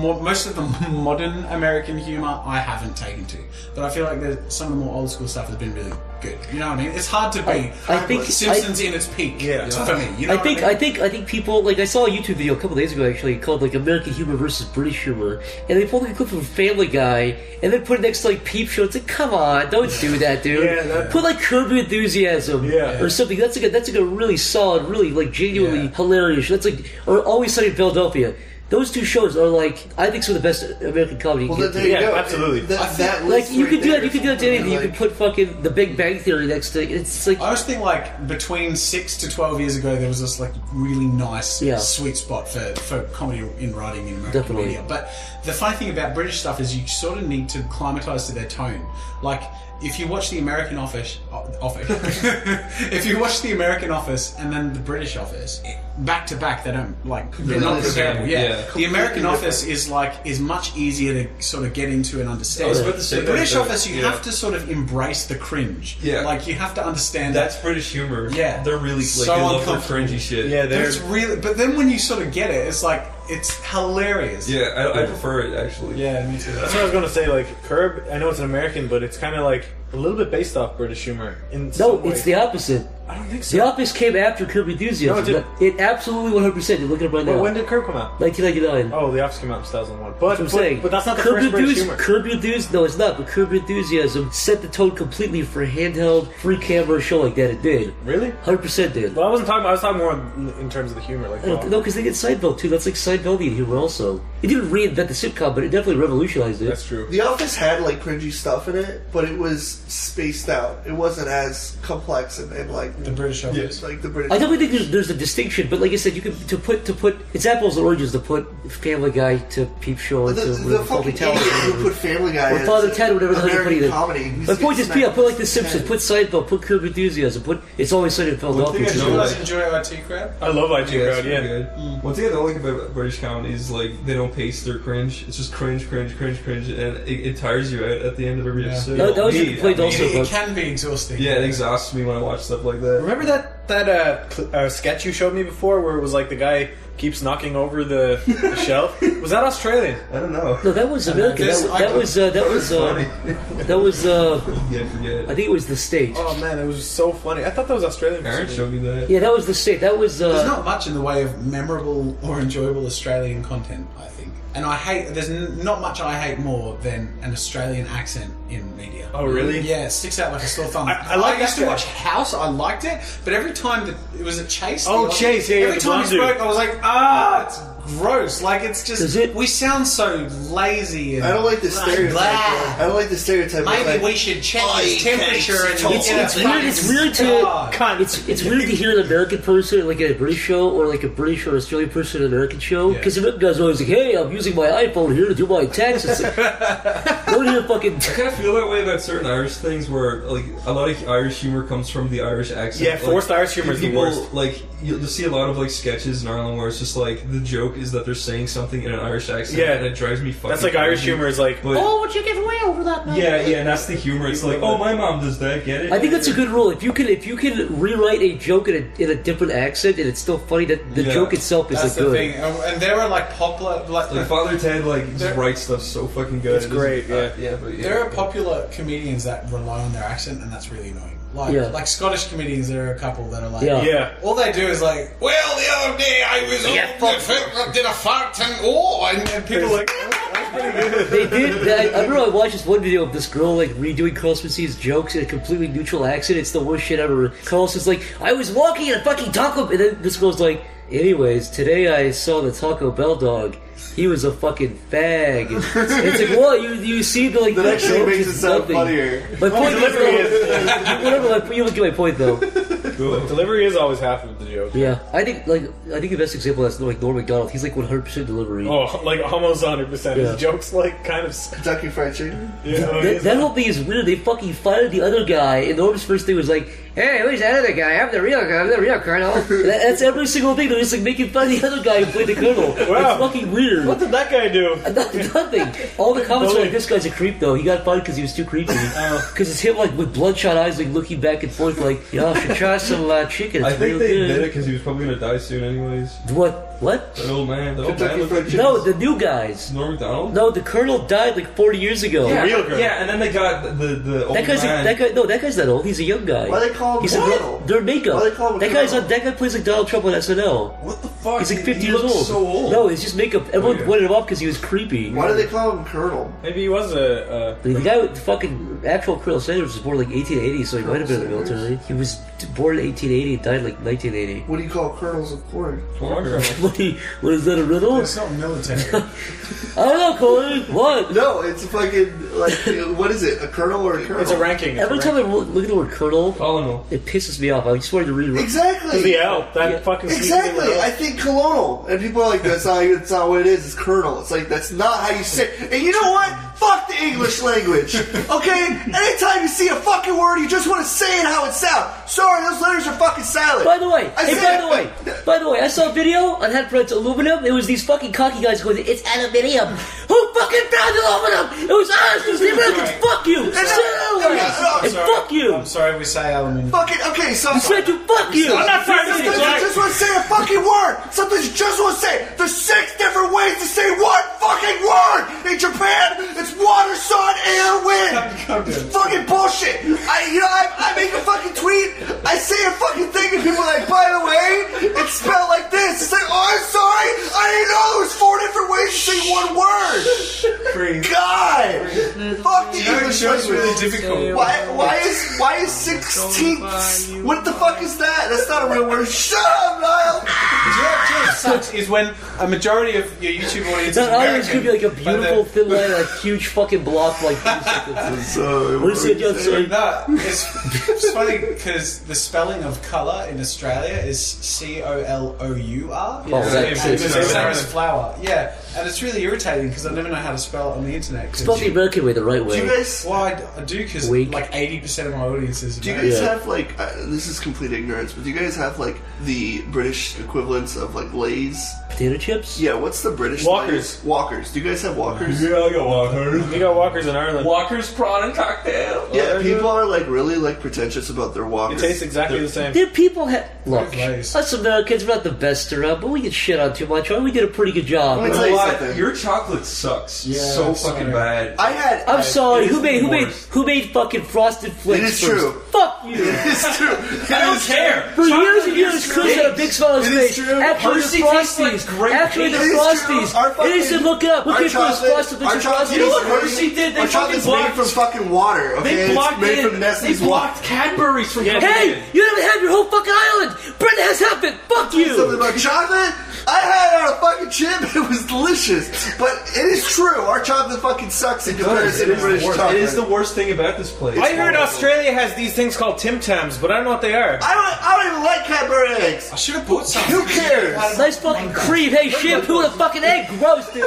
Speaker 3: more, most of the modern American humor I haven't taken to, but I feel like there's some of the more old school stuff has been really good. You know what I mean? It's hard to be
Speaker 4: I think-
Speaker 3: Simpsons in its peak
Speaker 5: Yeah.
Speaker 3: for me. You know
Speaker 4: I
Speaker 3: what
Speaker 4: think
Speaker 3: I mean?
Speaker 4: I think I think people like I saw a YouTube video a couple days ago actually called like American humor versus British humor, and they pulled like, a clip from Family Guy and then put it next to like Peep Show. It's like, come on, don't do that, dude.
Speaker 5: [laughs] Yeah, that-
Speaker 4: put like Curb Your Enthusiasm
Speaker 5: Yeah.
Speaker 4: or something. That's like a, that's like a really solid, really like genuinely hilarious. That's like or Always Sunny in Philadelphia. Those two shows are like I think some of the best American comedy. you
Speaker 7: Well,
Speaker 4: can
Speaker 7: that,
Speaker 4: do.
Speaker 7: there you
Speaker 5: Yeah,
Speaker 7: go.
Speaker 5: absolutely.
Speaker 7: That, that
Speaker 4: Like
Speaker 7: list
Speaker 4: you
Speaker 7: right
Speaker 4: could do
Speaker 7: there
Speaker 4: that, you
Speaker 7: is
Speaker 4: could do that to
Speaker 7: something
Speaker 4: anything. You
Speaker 7: like-
Speaker 4: could put fucking The Big Bang Theory next to it. It's like
Speaker 3: I always think like between six to twelve years ago, there was this like really nice
Speaker 4: Yeah.
Speaker 3: sweet spot for, for comedy in writing in American
Speaker 4: Definitely.
Speaker 3: media. But the funny thing about British stuff is you sort of need to climatise to their tone. Like if you watch the American Office, o- Office, [laughs] if you watch the American Office and then the British Office back to back, they don't like they're not
Speaker 7: the same,
Speaker 3: comparable. Yeah,
Speaker 6: yeah.
Speaker 3: the American
Speaker 7: Completely
Speaker 3: Office is like is much easier to sort of get into and understand.
Speaker 6: about to say
Speaker 3: the
Speaker 6: that,
Speaker 3: British
Speaker 6: that-
Speaker 3: Office, you
Speaker 6: yeah.
Speaker 3: have to sort of embrace the cringe.
Speaker 6: Yeah.
Speaker 3: like you have to understand that
Speaker 6: That's British humor.
Speaker 3: Yeah.
Speaker 6: They're really like
Speaker 3: So
Speaker 6: they love their
Speaker 3: uncomfortable.
Speaker 6: cringy shit.
Speaker 5: yeah,
Speaker 3: But
Speaker 5: there's
Speaker 3: it's really, but then when you sort of get it, it's like it's hilarious.
Speaker 6: Yeah, I, I prefer it actually.
Speaker 3: yeah, me too.
Speaker 5: That's what I was gonna say. Like Curb, I know it's an American, but it's kind of like a little bit based off British humor. In
Speaker 4: no,
Speaker 5: some way.
Speaker 4: it's the opposite.
Speaker 5: I don't think so.
Speaker 4: The Office came after Curb
Speaker 5: No,
Speaker 4: Enthusiasm.
Speaker 5: it didn't.
Speaker 4: but it absolutely 100. percent You look at it right
Speaker 5: But
Speaker 4: now.
Speaker 5: when did Curb come out?
Speaker 4: 1999.
Speaker 5: Oh, the Office came out in 2001. But
Speaker 4: That's what I'm
Speaker 5: but,
Speaker 4: saying.
Speaker 5: but that's not the
Speaker 4: Curb
Speaker 5: first British
Speaker 4: Enthusi-
Speaker 5: humor.
Speaker 4: Curb Enthusiasm. No, it's not. But Curb Enthusiasm set the tone completely for handheld, free camera show like that. It did.
Speaker 5: Really?
Speaker 4: 100 percent did.
Speaker 5: Well, I wasn't talking. I was talking more in, in terms of the humor. Like,
Speaker 4: I
Speaker 5: uh,
Speaker 4: don't- Uh, No, because they get Seinfeld too. That's like Seinfeldian humor. Also, it didn't reinvent the sitcom, but it definitely revolutionized it.
Speaker 5: that's true.
Speaker 7: The Office had like cringy stuff in it, but it was spaced out. It wasn't as complex and, and like
Speaker 3: The British Office.
Speaker 7: like the British.
Speaker 4: I definitely think there's, there's a distinction, but like I said, you could to put to put it's apples and oranges to put Family Guy to Peep Show
Speaker 7: the,
Speaker 4: to
Speaker 7: the
Speaker 4: Father
Speaker 7: fucking
Speaker 4: Ted.
Speaker 7: idiot who put Family Guy
Speaker 4: Or
Speaker 7: as
Speaker 4: Father Ted, whatever the hell you put
Speaker 7: American
Speaker 4: it in.
Speaker 7: comedy.
Speaker 4: My point is, yeah, put like The Simpsons, put Seinfeld, put Curb Enthusiasm, put It's Always Sunny in Philadelphia.
Speaker 3: You
Speaker 4: which
Speaker 3: guys
Speaker 4: is
Speaker 6: No.
Speaker 4: really-
Speaker 3: guys enjoy IT crowd?
Speaker 5: I love IT Crowd.
Speaker 6: it's
Speaker 5: Yeah.
Speaker 6: pretty good.
Speaker 4: Mm.
Speaker 6: One thing I don't like about British comedy is like they don't pace their cringe. It's just cringe, cringe, cringe, cringe, and it, it tires you out at the end of every episode.
Speaker 4: That- that was your
Speaker 6: Me,
Speaker 4: complaint
Speaker 6: I mean,
Speaker 4: also.
Speaker 3: It, it
Speaker 4: but-
Speaker 3: can be exhausting.
Speaker 6: Yeah, it exhausts me when I watch stuff like that.
Speaker 10: that.
Speaker 5: Remember that that uh, cl- uh, sketch you showed me before, where it was like the guy keeps knocking over the,
Speaker 4: [laughs]
Speaker 5: the shelf? Was that Australian?
Speaker 8: I don't know.
Speaker 6: [laughs]
Speaker 4: No, that was American. That,
Speaker 3: This-
Speaker 4: wa- that was uh, that was uh, that was uh,
Speaker 8: Yeah, I forget.
Speaker 4: I think it was the state.
Speaker 5: Oh man, it was so funny. I thought that was Australian. for some
Speaker 8: Aaron
Speaker 5: reason.
Speaker 8: showed me that.
Speaker 4: Yeah, that was the state. That was
Speaker 3: There's
Speaker 4: uh,
Speaker 3: not much in the way of memorable or enjoyable Australian content, I think. And I hate, there's n- not much I hate more than an Australian accent in media.
Speaker 5: Oh, really?
Speaker 3: Yeah, it sticks out like a sore thumb.
Speaker 5: I- I like
Speaker 3: used
Speaker 5: that
Speaker 3: to
Speaker 5: guy.
Speaker 3: watch House, I liked it, but every time that it was a Chase. the
Speaker 5: Oh,
Speaker 3: other-
Speaker 5: Chase, yeah, yeah,
Speaker 3: Every
Speaker 5: the
Speaker 3: time he
Speaker 5: blonde dude.
Speaker 3: spoke, I was like, ah, it's gross. Like, it's just,
Speaker 4: Does it-
Speaker 3: we sound so lazy and.
Speaker 7: I don't like the stereotype.
Speaker 3: blah.
Speaker 7: I don't like the stereotype. of, like,
Speaker 3: Maybe we should check
Speaker 7: Oh,
Speaker 3: his
Speaker 7: you
Speaker 3: temperature
Speaker 7: can't
Speaker 3: and
Speaker 7: talk
Speaker 3: get
Speaker 4: it's
Speaker 3: a
Speaker 4: weird. It's
Speaker 3: fucking
Speaker 4: weird
Speaker 3: star.
Speaker 4: to it's it's weird to hear an American person like at a British show or like a British or Australian person in an American show because the American guys are always like, "Hey, I'm using my iPhone here to do my taxes." Don't hear fucking.
Speaker 6: I kind of feel that way about certain Irish things, where like a lot of Irish humor comes from the Irish accent.
Speaker 5: Yeah, forced
Speaker 6: like,
Speaker 5: Irish humor is the
Speaker 6: people,
Speaker 5: worst.
Speaker 6: Like you'll just see a lot of like sketches in Ireland where it's just like the joke is that they're saying something in an Irish accent.
Speaker 5: Yeah.
Speaker 6: and it drives me fucking.
Speaker 5: That's like Irish
Speaker 6: crazy.
Speaker 5: humor is like.
Speaker 6: But
Speaker 4: Oh, what you give away over that night?
Speaker 6: yeah, yeah, and that's the humor. It's like, oh, my mom does that. Get it?
Speaker 4: I think that's a good rule. If you can, if you can rewrite a joke in a, in a different accent and it's still funny, that the
Speaker 6: Yeah.
Speaker 4: joke itself
Speaker 3: That's
Speaker 4: is
Speaker 3: the
Speaker 4: good.
Speaker 3: thing. And and there are like popular, like,
Speaker 6: Like Father Ted, like just writes stuff so fucking good.
Speaker 5: It's great,
Speaker 6: Doesn't- Uh, yeah, but yeah.
Speaker 3: There are popular comedians that rely on their accent, and that's really annoying. Like,
Speaker 4: Yeah.
Speaker 3: like Scottish comedians, there are a couple that are like,
Speaker 4: Yeah.
Speaker 5: Yeah.
Speaker 3: all they do is like, well, the other day I was [laughs] on the foot, did a fart and oh, and, and people are like,
Speaker 4: They did. That, I remember I watched this one video of this girl like redoing Carl Spence's jokes in a completely neutral accent. It's the worst shit ever. Carl Spence's like, I was walking in a fucking Taco, and then this girl's like, anyways, today I saw the Taco Bell dog. He was a fucking fag. And it's like, well, you you see the like
Speaker 7: That
Speaker 4: the
Speaker 7: actually
Speaker 4: joke
Speaker 7: makes
Speaker 4: is
Speaker 7: it sound
Speaker 4: nothing.
Speaker 7: funnier. Oh,
Speaker 4: My point is, though, whatever. My, you don't get my point though.
Speaker 5: Delivery is always half of the joke.
Speaker 4: Yeah, I think like I think the best example is like Norm Macdonald. He's like 100 percent delivery.
Speaker 5: Oh, like almost 100%.
Speaker 4: Yeah.
Speaker 5: His joke's like kind of. s-
Speaker 7: Kentucky Fried Chicken.
Speaker 5: Yeah, oh,
Speaker 4: That,
Speaker 5: he's-
Speaker 4: that whole thing is weird. They fucking fired the other guy, and Norm's first thing was like, "Hey, who's that other guy? I'm the real guy. I'm the real colonel." And that- that's every single thing. They're just like making fun of the other guy who played the colonel.
Speaker 5: Wow.
Speaker 4: It's fucking weird.
Speaker 5: What did that
Speaker 4: [laughs]
Speaker 5: guy do?
Speaker 4: Nothing. All the comments were
Speaker 5: Bully.
Speaker 4: like, "This guy's a creep, though. He got fired because he was too creepy." Because it's him like with bloodshot eyes, like looking back and forth, like, "Y'all should try some uh, chicken. It's
Speaker 6: I think
Speaker 4: real
Speaker 6: they did it
Speaker 4: good."
Speaker 6: because he was probably gonna die soon, anyways.
Speaker 4: What? What?
Speaker 6: That old man, the old man
Speaker 7: Kentucky
Speaker 6: looked
Speaker 7: Fried
Speaker 6: like
Speaker 7: Chicken.
Speaker 4: No, the new guys.
Speaker 6: Norm Macdonald.
Speaker 4: No, the colonel died like 40 years ago.
Speaker 6: yeah,
Speaker 5: real girl.
Speaker 6: Yeah, and then they got the the, the old
Speaker 4: That guy's
Speaker 6: man.
Speaker 4: a, that guy. No, that guy's not old. He's a young guy.
Speaker 7: Why they call him
Speaker 4: He's a
Speaker 7: Colonel?
Speaker 4: they're makeup.
Speaker 7: Why they call him
Speaker 4: that guy's
Speaker 7: Colonel?
Speaker 4: on, that guy plays like Donald Trump on SNL.
Speaker 6: what the fuck?
Speaker 4: He's like
Speaker 6: He-
Speaker 4: 50
Speaker 6: he
Speaker 4: years
Speaker 6: looks
Speaker 4: old.
Speaker 6: So old.
Speaker 4: No, it's just makeup. Everyone
Speaker 6: yeah.
Speaker 4: wanted him off because he was creepy.
Speaker 7: Why do they call him Colonel?
Speaker 5: Maybe he was a. a
Speaker 4: The the guy with the fucking actual Colonel Sanders was born like 1880, so he might have been in the military. He was t- born in 1880 and died like 1980.
Speaker 7: What do you call colonels of corn?
Speaker 4: [laughs] What, do you- what is that a riddle? I
Speaker 3: it's not
Speaker 4: [laughs]
Speaker 3: military.
Speaker 4: don't know, Colin. What?
Speaker 7: No, it's fucking like [laughs] what is it? A colonel or a colonel?
Speaker 5: it's a ranking. It's a
Speaker 4: Every
Speaker 5: ranking.
Speaker 4: time I look, look at the word Colonel,
Speaker 5: Oh.
Speaker 6: Colonel.
Speaker 4: it pisses me off. I just wanted to read.
Speaker 7: Exactly.
Speaker 5: The L. That
Speaker 4: Yeah.
Speaker 5: fucking. sneaky
Speaker 7: Exactly.
Speaker 5: little-
Speaker 7: I think colonel, and people are like, "That's not. That's not what it is. It's colonel. It's like that's not how you say." And you know what? Fuck the English language. Okay. Anytime you see a fucking word, you just want to say it how it sounds. Sorry, those letters are fucking silent.
Speaker 4: By the way,
Speaker 7: I
Speaker 4: hey,
Speaker 7: said-
Speaker 4: by the way, by the way, I saw a video on how to pronounce aluminum. It was these fucking cocky guys going, "It's aluminium." Who fucking found aluminum? It was us. It was the Americans. Fuck you. Say it
Speaker 7: uh, I'm
Speaker 4: that
Speaker 7: sorry.
Speaker 4: way. And fuck you.
Speaker 3: I'm sorry we say aluminium.
Speaker 7: Fucking okay. So
Speaker 4: I said you. Fuck you.
Speaker 7: I'm
Speaker 5: not trying to
Speaker 7: Sometimes
Speaker 5: be
Speaker 7: you
Speaker 5: black.
Speaker 7: just want to say a fucking word. Sometimes you just want to say. it. There's six different ways to say one fucking word. In Japan, it's water, sun, air, wind. It's fucking bullshit. I, you know, I, I make a fucking tweet. I say a fucking thing, and people are like, by the way, it's spelled like this. It's like, oh, I'm sorry. I didn't know there was four different ways to say one word.
Speaker 5: [laughs]
Speaker 7: God, fuck the English
Speaker 3: It's
Speaker 7: language.
Speaker 3: really difficult.
Speaker 7: Why, why is why is sixteenth? What the fuck is that? That's not a real word. Shut up, Niall.
Speaker 3: Do you know what really sucks is when a majority of your YouTube audience is
Speaker 4: That audience
Speaker 3: American,
Speaker 4: could be like a
Speaker 3: but [laughs]
Speaker 4: beautiful
Speaker 3: they're-
Speaker 4: thin line, like huge fucking block,
Speaker 7: [laughs]
Speaker 4: like. What is it you say?
Speaker 3: No, it's, it's funny because the spelling of colour [laughs] in Australia is C O L O U R.
Speaker 4: Oh,
Speaker 3: And
Speaker 4: that's it.
Speaker 3: it's the same as flower. Yeah, and it's really irritating because I never know how to spell it on the internet. 'cause
Speaker 4: Spell the
Speaker 3: you-
Speaker 4: American way the right
Speaker 7: Do you
Speaker 4: way.
Speaker 7: guys?
Speaker 3: Well, I, I do because
Speaker 4: Weak.
Speaker 3: like eighty percent of my audience is.
Speaker 7: Do you
Speaker 3: American.
Speaker 7: guys have like? Uh, this is complete ignorance, but do you guys have like the British equivalents of like Lay's?
Speaker 4: potato chips?
Speaker 7: Yeah, what's the British
Speaker 5: Walkers.
Speaker 7: place? Walkers. Do you guys have walkers?
Speaker 6: Yeah, I got Walkers.
Speaker 5: We got walkers in Ireland.
Speaker 6: Walkers prawn and cocktail.
Speaker 7: Yeah, people are like really like pretentious about their
Speaker 5: It
Speaker 7: walkers.
Speaker 5: tastes exactly the same.
Speaker 4: Did people have look?
Speaker 3: Nice.
Speaker 4: Us Americans, we're not the best around, but we get shit on too much. Or we did a pretty good job.
Speaker 7: Let me
Speaker 6: You
Speaker 7: tell
Speaker 6: know
Speaker 7: you
Speaker 6: what?
Speaker 7: something.
Speaker 6: Your chocolate sucks
Speaker 3: Yeah,
Speaker 6: so
Speaker 3: I'm
Speaker 6: fucking
Speaker 3: sorry.
Speaker 6: bad.
Speaker 7: I had.
Speaker 4: I'm
Speaker 7: I-
Speaker 4: [laughs] sorry.
Speaker 6: it is
Speaker 4: Who made
Speaker 6: the
Speaker 4: who made
Speaker 6: worst.
Speaker 4: who made fucking frosted flakes?
Speaker 7: is
Speaker 4: first?
Speaker 7: true.
Speaker 4: Fuck
Speaker 7: [laughs]
Speaker 4: you.
Speaker 7: It's true.
Speaker 6: I don't care.
Speaker 4: For
Speaker 6: Chocolate
Speaker 4: years and years,
Speaker 6: is
Speaker 4: Chris had a big smile on his
Speaker 7: It is
Speaker 4: face.
Speaker 7: true.
Speaker 4: Actually, the
Speaker 6: Hershey tastes like
Speaker 4: Frosties.
Speaker 6: grape
Speaker 4: Actually, the
Speaker 7: It is true. Our
Speaker 4: Frosties. It is to
Speaker 7: fucking-
Speaker 4: look up. Look
Speaker 7: Our
Speaker 4: at Chris
Speaker 7: chocolate,
Speaker 4: Frosted.
Speaker 7: our
Speaker 4: Look
Speaker 7: chocolate,
Speaker 6: You know
Speaker 7: is
Speaker 6: what
Speaker 7: made-
Speaker 6: Hershey did? They
Speaker 7: our chocolate's
Speaker 6: fucking
Speaker 7: made from
Speaker 6: blocked-
Speaker 7: fucking water. Okay,
Speaker 6: They
Speaker 7: it's
Speaker 6: blocked
Speaker 7: made
Speaker 6: in.
Speaker 7: from Nestle's
Speaker 6: they
Speaker 7: water.
Speaker 6: blocked Cadbury's from yeah,
Speaker 4: Hey, you haven't had your whole fucking island. Brenda has half it. Fuck
Speaker 7: Something
Speaker 4: you.
Speaker 7: about chocolate? I had it on a fucking chip. [laughs] It was delicious. But it is true. Our chocolate fucking sucks in comparison
Speaker 6: It
Speaker 7: to
Speaker 6: is,
Speaker 7: British
Speaker 6: the worst.
Speaker 7: chocolate.
Speaker 6: it is the worst thing about this place.
Speaker 5: I heard Australia has these things called Tim Tams, but I don't know what they are.
Speaker 7: I don't. I don't even like Cadbury eggs.
Speaker 3: I should have bought some.
Speaker 7: Who cares?
Speaker 4: Nice fucking cream. Hey, shampoo with a fucking egg. Gross,
Speaker 3: [laughs]
Speaker 4: dude.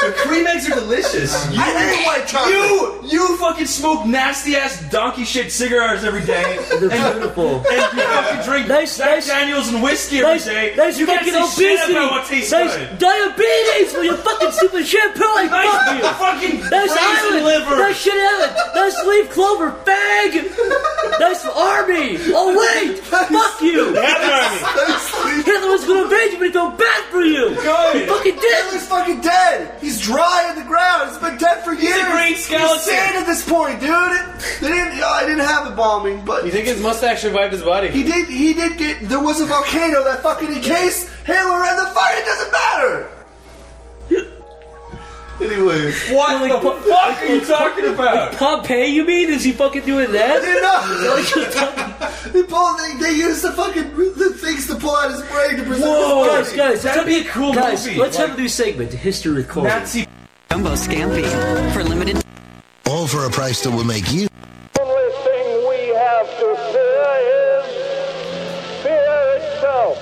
Speaker 6: The cream eggs are
Speaker 7: [laughs]
Speaker 6: delicious. You,
Speaker 7: I hate white chocolate.
Speaker 6: you, you fucking smoke nasty ass donkey shit cigarettes every day,
Speaker 7: [laughs]
Speaker 6: and,
Speaker 4: They're beautiful.
Speaker 6: and you fucking drink
Speaker 4: Nice,
Speaker 6: Jack
Speaker 4: nice-
Speaker 6: Daniels and whiskey every
Speaker 4: Nice,
Speaker 6: day.
Speaker 4: nice
Speaker 6: you
Speaker 4: fucking
Speaker 6: can't say shit
Speaker 4: obesity.
Speaker 6: about what tastes
Speaker 4: Nice
Speaker 6: good.
Speaker 4: diabetes with your fucking stupid shampoo. Like, fuck you.
Speaker 6: Nice fucking
Speaker 4: Nice
Speaker 6: raisin
Speaker 4: island.
Speaker 6: liver.
Speaker 4: Nice shit island. Nice leaf clover. Fag. Nice army. Oh wait. Fuck you.
Speaker 6: [laughs]
Speaker 4: Hitler was gonna invade you, but he felt bad for you. He fucking did.
Speaker 7: Hitler's fucking dead. He's dry on the ground. He's been dead for years. He's
Speaker 6: great skeleton.
Speaker 7: sand at this point, dude. They didn't. oh, I didn't have a bombing, but
Speaker 5: You think his mustache survived his body?
Speaker 7: he did. He did get. There was a volcano that fucking encased Hitler and the fire. It doesn't matter. [laughs] Anyways,
Speaker 6: What the
Speaker 7: [laughs]
Speaker 6: fuck are you talking about?
Speaker 4: Pompeii, you mean? Is he fucking doing that?
Speaker 7: [laughs] they pulled. They, they used the fucking the things to pull out his brain to present.
Speaker 6: Whoa.
Speaker 7: his
Speaker 4: Guys,
Speaker 7: body.
Speaker 4: guys,
Speaker 6: That'd be a cool
Speaker 4: guys,
Speaker 6: movie,
Speaker 4: Let's
Speaker 6: like-
Speaker 4: have a new segment, History with Corey.
Speaker 6: Nazi
Speaker 10: Jumbo Scampi for limited
Speaker 11: All for a price that will make you
Speaker 12: only thing we have to fear is fear itself.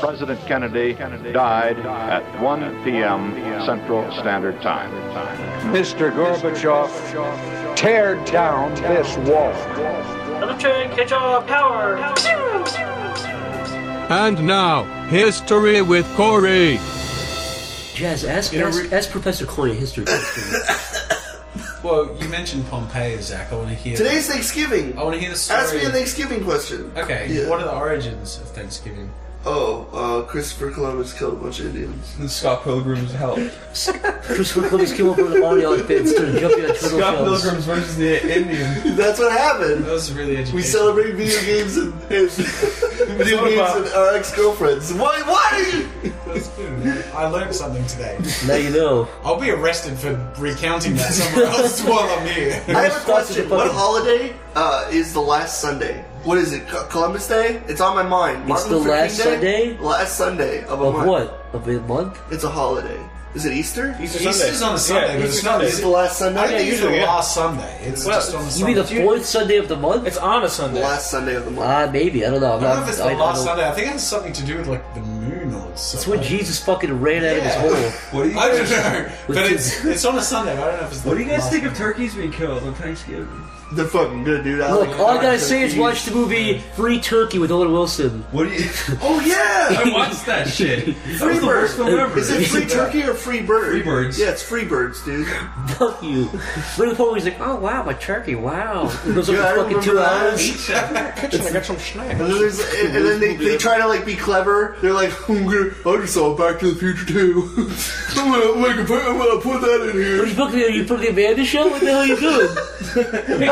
Speaker 12: President Kennedy died at 1 p.m. Central Standard Time. Mr. Gorbachev, tear down this wall.
Speaker 4: Electric hedgehog power.
Speaker 1: And now, history with Corey.
Speaker 4: Jazz, ask,
Speaker 3: You know,
Speaker 4: ask,
Speaker 3: re-
Speaker 4: ask Professor Corey a history question.
Speaker 3: Well, you mentioned Pompeii, Zach. I want to hear.
Speaker 7: Today's Thanksgiving.
Speaker 3: I want to hear the story.
Speaker 7: Ask me a Thanksgiving question.
Speaker 3: Oh, Okay,
Speaker 7: Yeah.
Speaker 3: what are the origins of Thanksgiving?
Speaker 7: Oh, uh, Christopher Columbus killed a bunch of Indians. [laughs]
Speaker 6: Scott Pilgrim's hell.
Speaker 4: Christopher Columbus came over with Mario and Finn started jumping on turtle
Speaker 6: Scott
Speaker 4: shells.
Speaker 6: Pilgrim's versus the Indians.
Speaker 7: That's what happened.
Speaker 3: That was really educational.
Speaker 7: We celebrate video
Speaker 3: [laughs]
Speaker 7: games and, and video games and our ex-girlfriends. Why? Why?
Speaker 3: That's good. I learned something today.
Speaker 4: Now you know.
Speaker 3: I'll be arrested for recounting that somewhere else while I'm here.
Speaker 7: I have a
Speaker 4: Stop the
Speaker 7: question. What
Speaker 4: fucking-
Speaker 7: holiday uh, is the last Sunday? What is it? Co- Columbus Day? It's on my mind. Martin
Speaker 4: the
Speaker 7: Luther King
Speaker 4: last
Speaker 7: Day?
Speaker 4: Sunday?
Speaker 7: Last Sunday of a
Speaker 4: Of
Speaker 7: month.
Speaker 4: what? Of a month?
Speaker 7: It's a holiday. Is it Easter?
Speaker 5: Easter
Speaker 3: Easter's on a Sunday, but
Speaker 5: Yeah, Easter
Speaker 3: it's not-
Speaker 5: Sunday.
Speaker 7: Is it the last Sunday?
Speaker 3: I think it's the
Speaker 5: usually, yeah.
Speaker 3: last Sunday. It's
Speaker 5: Well,
Speaker 3: just on the
Speaker 4: You mean the
Speaker 3: Sunday.
Speaker 4: fourth Sunday of the month?
Speaker 5: It's on a
Speaker 7: the
Speaker 5: Sunday.
Speaker 7: last Sunday of the month.
Speaker 4: Ah, maybe. I don't know. I'm
Speaker 3: I don't know
Speaker 4: not,
Speaker 3: if it's the
Speaker 4: I, I
Speaker 3: last
Speaker 4: don't-
Speaker 3: Sunday. I think it has something to do with like the moon or [laughs]
Speaker 4: It's
Speaker 3: something.
Speaker 4: when Jesus fucking ran out
Speaker 3: Yeah.
Speaker 4: of his hole.
Speaker 6: [laughs] What do you
Speaker 3: I
Speaker 6: guys,
Speaker 3: don't know,
Speaker 4: With
Speaker 3: but
Speaker 4: two-
Speaker 3: it's it's on a Sunday. I don't know if it's.
Speaker 6: what
Speaker 3: the
Speaker 6: do you guys
Speaker 3: last
Speaker 6: think of
Speaker 3: Sunday.
Speaker 6: turkeys being killed on Thanksgiving?
Speaker 7: They're fucking good, dude. I
Speaker 4: Ah. Look,
Speaker 7: like
Speaker 4: all I
Speaker 7: them.
Speaker 4: gotta say is watch the movie Free Turkey with Owen Wilson.
Speaker 6: What do you?
Speaker 7: Oh yeah.
Speaker 6: I watched [laughs] that shit. That was the worst film ever.
Speaker 7: Is it free turkey or free bird?
Speaker 6: Free birds.
Speaker 7: Yeah, it's free birds, dude.
Speaker 4: Fuck you. But the point he's like, oh wow, my turkey, wow. It goes on
Speaker 7: Yeah, I
Speaker 4: for fucking
Speaker 7: remember
Speaker 4: two
Speaker 7: that.
Speaker 4: hours.
Speaker 5: Kitchen, I got some snacks.
Speaker 7: And then, there's, and, and then they, they try to like be clever. They're like, [laughs] I'm gonna, I just saw Back to the Future too. [laughs] I'm gonna make a, put- I'm gonna put that in
Speaker 4: What are
Speaker 7: here.
Speaker 4: you fucking, are you fucking Amanda show? What the hell are you doing?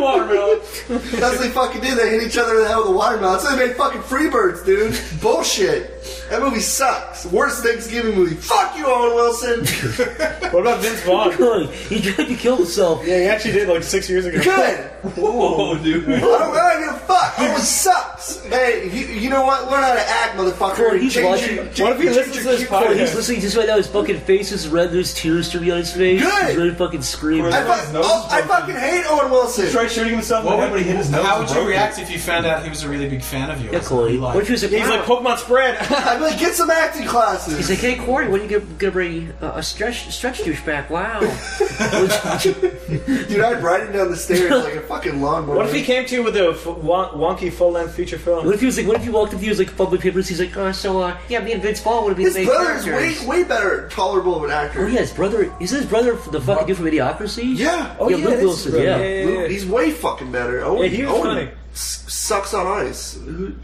Speaker 7: That's what they fucking did. They hit each other in the head with a watermelon. So they made fucking Freebirds, dude. Bullshit. That movie sucks. Worst Thanksgiving movie. Fuck you, Owen Wilson.
Speaker 5: [laughs] What about Vince
Speaker 3: [laughs]
Speaker 5: Vaughn?
Speaker 4: he tried to kill himself.
Speaker 5: Yeah, he actually did like six years ago.
Speaker 7: Good.
Speaker 6: Whoa, dude.
Speaker 7: I don't, I don't give a fuck. Owen sucks. Hey, you, you know what? Learn how to act, motherfucker.
Speaker 4: He's
Speaker 7: Change
Speaker 4: watching-
Speaker 7: your-
Speaker 4: What
Speaker 7: change
Speaker 5: if he
Speaker 7: your-
Speaker 5: listens
Speaker 7: change
Speaker 5: to
Speaker 7: your
Speaker 5: this
Speaker 7: cute
Speaker 5: podcast?
Speaker 4: He's listening just right now. His fucking face is red. There's tears to be on his face.
Speaker 7: Good.
Speaker 4: He's really fucking screaming.
Speaker 7: I,
Speaker 6: His
Speaker 7: fuck,
Speaker 6: nose
Speaker 7: oh,
Speaker 6: is
Speaker 7: I
Speaker 6: broken.
Speaker 7: fucking hate Owen Wilson.
Speaker 6: Tried shooting himself.
Speaker 3: What
Speaker 6: What would he hit his nose?
Speaker 3: How
Speaker 6: and
Speaker 3: would you
Speaker 6: broke it.
Speaker 3: react if you found out he was a really big fan of yours?
Speaker 4: Yeah, Corey.
Speaker 3: You, like-
Speaker 4: What you was like,
Speaker 5: He's
Speaker 4: wow.
Speaker 5: like Pokemon [laughs] spread.
Speaker 7: [laughs] I'm like, get some acting classes.
Speaker 4: He's like, hey Corey, when are you gonna, gonna bring uh, a stretch stretch douche back?
Speaker 7: [laughs]
Speaker 4: Wow. Which-
Speaker 7: Dude, I'd ride him down the stairs like a fucking lawnmower.
Speaker 5: What if he came to you with a f- won- wonky full length feature good film.
Speaker 4: What if he was like? What if he walked up to you as like public papers? He's like, oh, so uh, yeah, me and Vince Vaughn would be
Speaker 7: His
Speaker 4: the main
Speaker 7: brother is way,
Speaker 4: characters.
Speaker 7: way better, tolerable of an actor.
Speaker 4: Oh yeah, his brother is his brother the fucking dude from Idiocracy.
Speaker 7: Yeah.
Speaker 4: Oh yeah, Luke
Speaker 7: that's
Speaker 4: Wilson.
Speaker 7: right.
Speaker 4: Yeah.
Speaker 7: Luke- he's way fucking better. Owen,
Speaker 5: Yeah, he was
Speaker 7: Owen
Speaker 5: funny.
Speaker 7: s- sucks on ice. Who-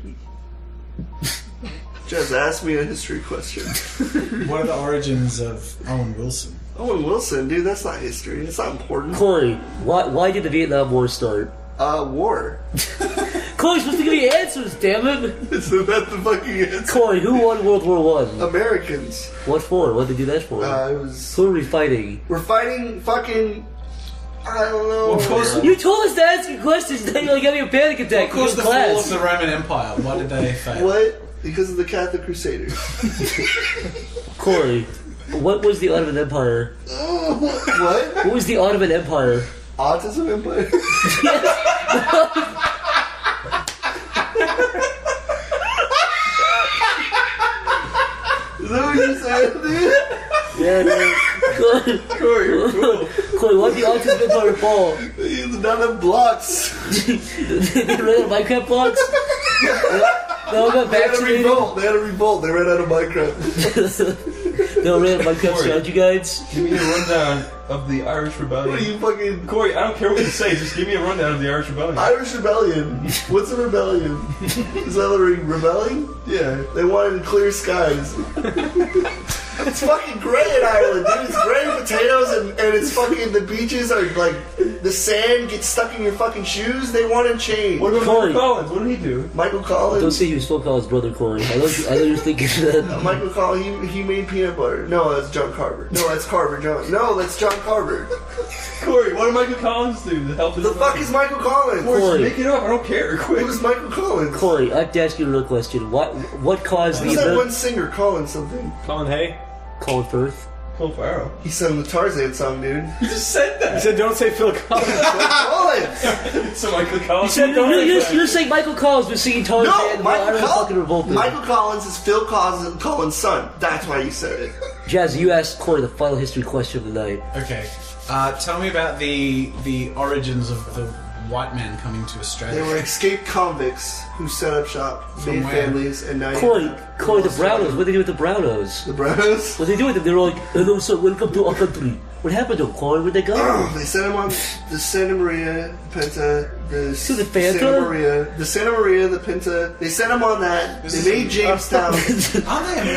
Speaker 7: Just ask me a history question.
Speaker 4: [laughs]
Speaker 3: What are the origins of Owen Wilson?
Speaker 7: Owen Wilson, dude, that's not history. It's not important.
Speaker 4: Chloe, why why did the Vietnam War start?
Speaker 7: Uh, war. [laughs]
Speaker 4: Chloe's supposed to give me answers. Damn it,
Speaker 7: Isn't that the fucking answer?
Speaker 4: Chloe. Who won World War One?
Speaker 7: Americans.
Speaker 4: What for? What did they do that for?
Speaker 7: Uh, it was.
Speaker 4: Who are we fighting?
Speaker 7: We're fighting fucking. I don't know.
Speaker 4: You told us to ask you questions. Now you're like having a panic attack.
Speaker 3: What caused
Speaker 4: in
Speaker 3: the fall
Speaker 4: class.
Speaker 3: of the Roman Empire? Why did they fail?
Speaker 7: What? Because of the Catholic Crusaders.
Speaker 4: Corey, what was the Ottoman Empire?
Speaker 7: what?
Speaker 4: What was the Ottoman Empire?
Speaker 7: Autism empire? Is that what you said, dude?
Speaker 4: Yeah, no. Corey,
Speaker 7: Corey, you're cool.
Speaker 4: Corey, why'd the Ottoman Empire fall?
Speaker 7: None of blocks.
Speaker 4: Did they run out of Minecraft blocks? They all got
Speaker 7: They had a
Speaker 4: vaccinated?
Speaker 7: revolt. They had a revolt. They ran out of Minecraft.
Speaker 4: They all ran out of Minecraft strategy guides?
Speaker 6: Give me a rundown of the Irish
Speaker 7: What are
Speaker 6: Rebellion.
Speaker 7: you fucking?
Speaker 6: Corey, I don't care what you say, just give me a rundown of the Irish Rebellion.
Speaker 7: Irish rebellion. What's a rebellion? Is that a re- rebelling? Yeah, they wanted clear skies. it's fucking gray in Ireland, dude. It's gray potatoes and, and it's fucking the beaches are like the sand gets stuck in your fucking shoes. They want to change.
Speaker 6: What about
Speaker 4: Corey.
Speaker 6: Michael Collins? What did he do?
Speaker 7: Michael
Speaker 4: Don't
Speaker 7: Collins.
Speaker 4: say he was phone call his brother, Corey. I know, I know you're thinking that.
Speaker 7: Michael Collins. He, he made peanut butter. No, that's John Carver. No, that's Carver John. No, that's John Carver.
Speaker 6: Corey, what did Michael Collins do to help his
Speaker 7: The fuck is Michael Collins?
Speaker 6: Corey,
Speaker 4: Corey.
Speaker 6: make it up, I don't care, quick.
Speaker 7: Who's Michael Collins?
Speaker 4: Corey, I have to ask you a real question. What what caused the
Speaker 7: Who's that one
Speaker 4: Ameri-
Speaker 7: singer, Collins something?
Speaker 5: Colin Hay.
Speaker 4: Colin Firth?
Speaker 6: Colin Farrell.
Speaker 7: He sang the Tarzan
Speaker 4: [laughs]
Speaker 7: song, dude.
Speaker 6: You just said
Speaker 5: I
Speaker 6: that!
Speaker 5: said, don't say
Speaker 3: [laughs]
Speaker 5: Phil Collins.
Speaker 7: Collins!
Speaker 6: So Michael
Speaker 3: Oh,
Speaker 6: Collins.
Speaker 4: You're, you're, you're, you're saying Michael Collins was singing Tarzan
Speaker 7: No,
Speaker 4: and
Speaker 7: Michael,
Speaker 4: Iron fucking
Speaker 7: Coll-
Speaker 4: revolted.
Speaker 7: Michael Collins is Phil Collins, Collins' son. That's why you said it.
Speaker 4: Jazz, you asked Corey the final history question of the night.
Speaker 3: Okay, uh, tell me about the the origins of the white man coming to
Speaker 7: They
Speaker 3: Australia.
Speaker 7: were escaped convicts who set up shop,
Speaker 3: From
Speaker 7: made
Speaker 3: where?
Speaker 7: families, and now you
Speaker 4: Corey, Corey, the
Speaker 7: Australia.
Speaker 4: Brownos. What did they do with the Brownos?
Speaker 7: The Browns.
Speaker 4: What did they do with them? They were like, hello, sir, welcome to our country. What happened to them, Corey? Where'd they
Speaker 7: [clears throat]
Speaker 4: go?
Speaker 7: [clears throat] They sent him on the Santa Maria, Pinta, the,
Speaker 4: To the Fanta?
Speaker 7: Santa Maria, the Santa Maria, the Pinta. They sent him on that.
Speaker 3: This
Speaker 7: they
Speaker 3: is-
Speaker 7: made
Speaker 4: [laughs]
Speaker 7: Jamestown.
Speaker 3: Aren't they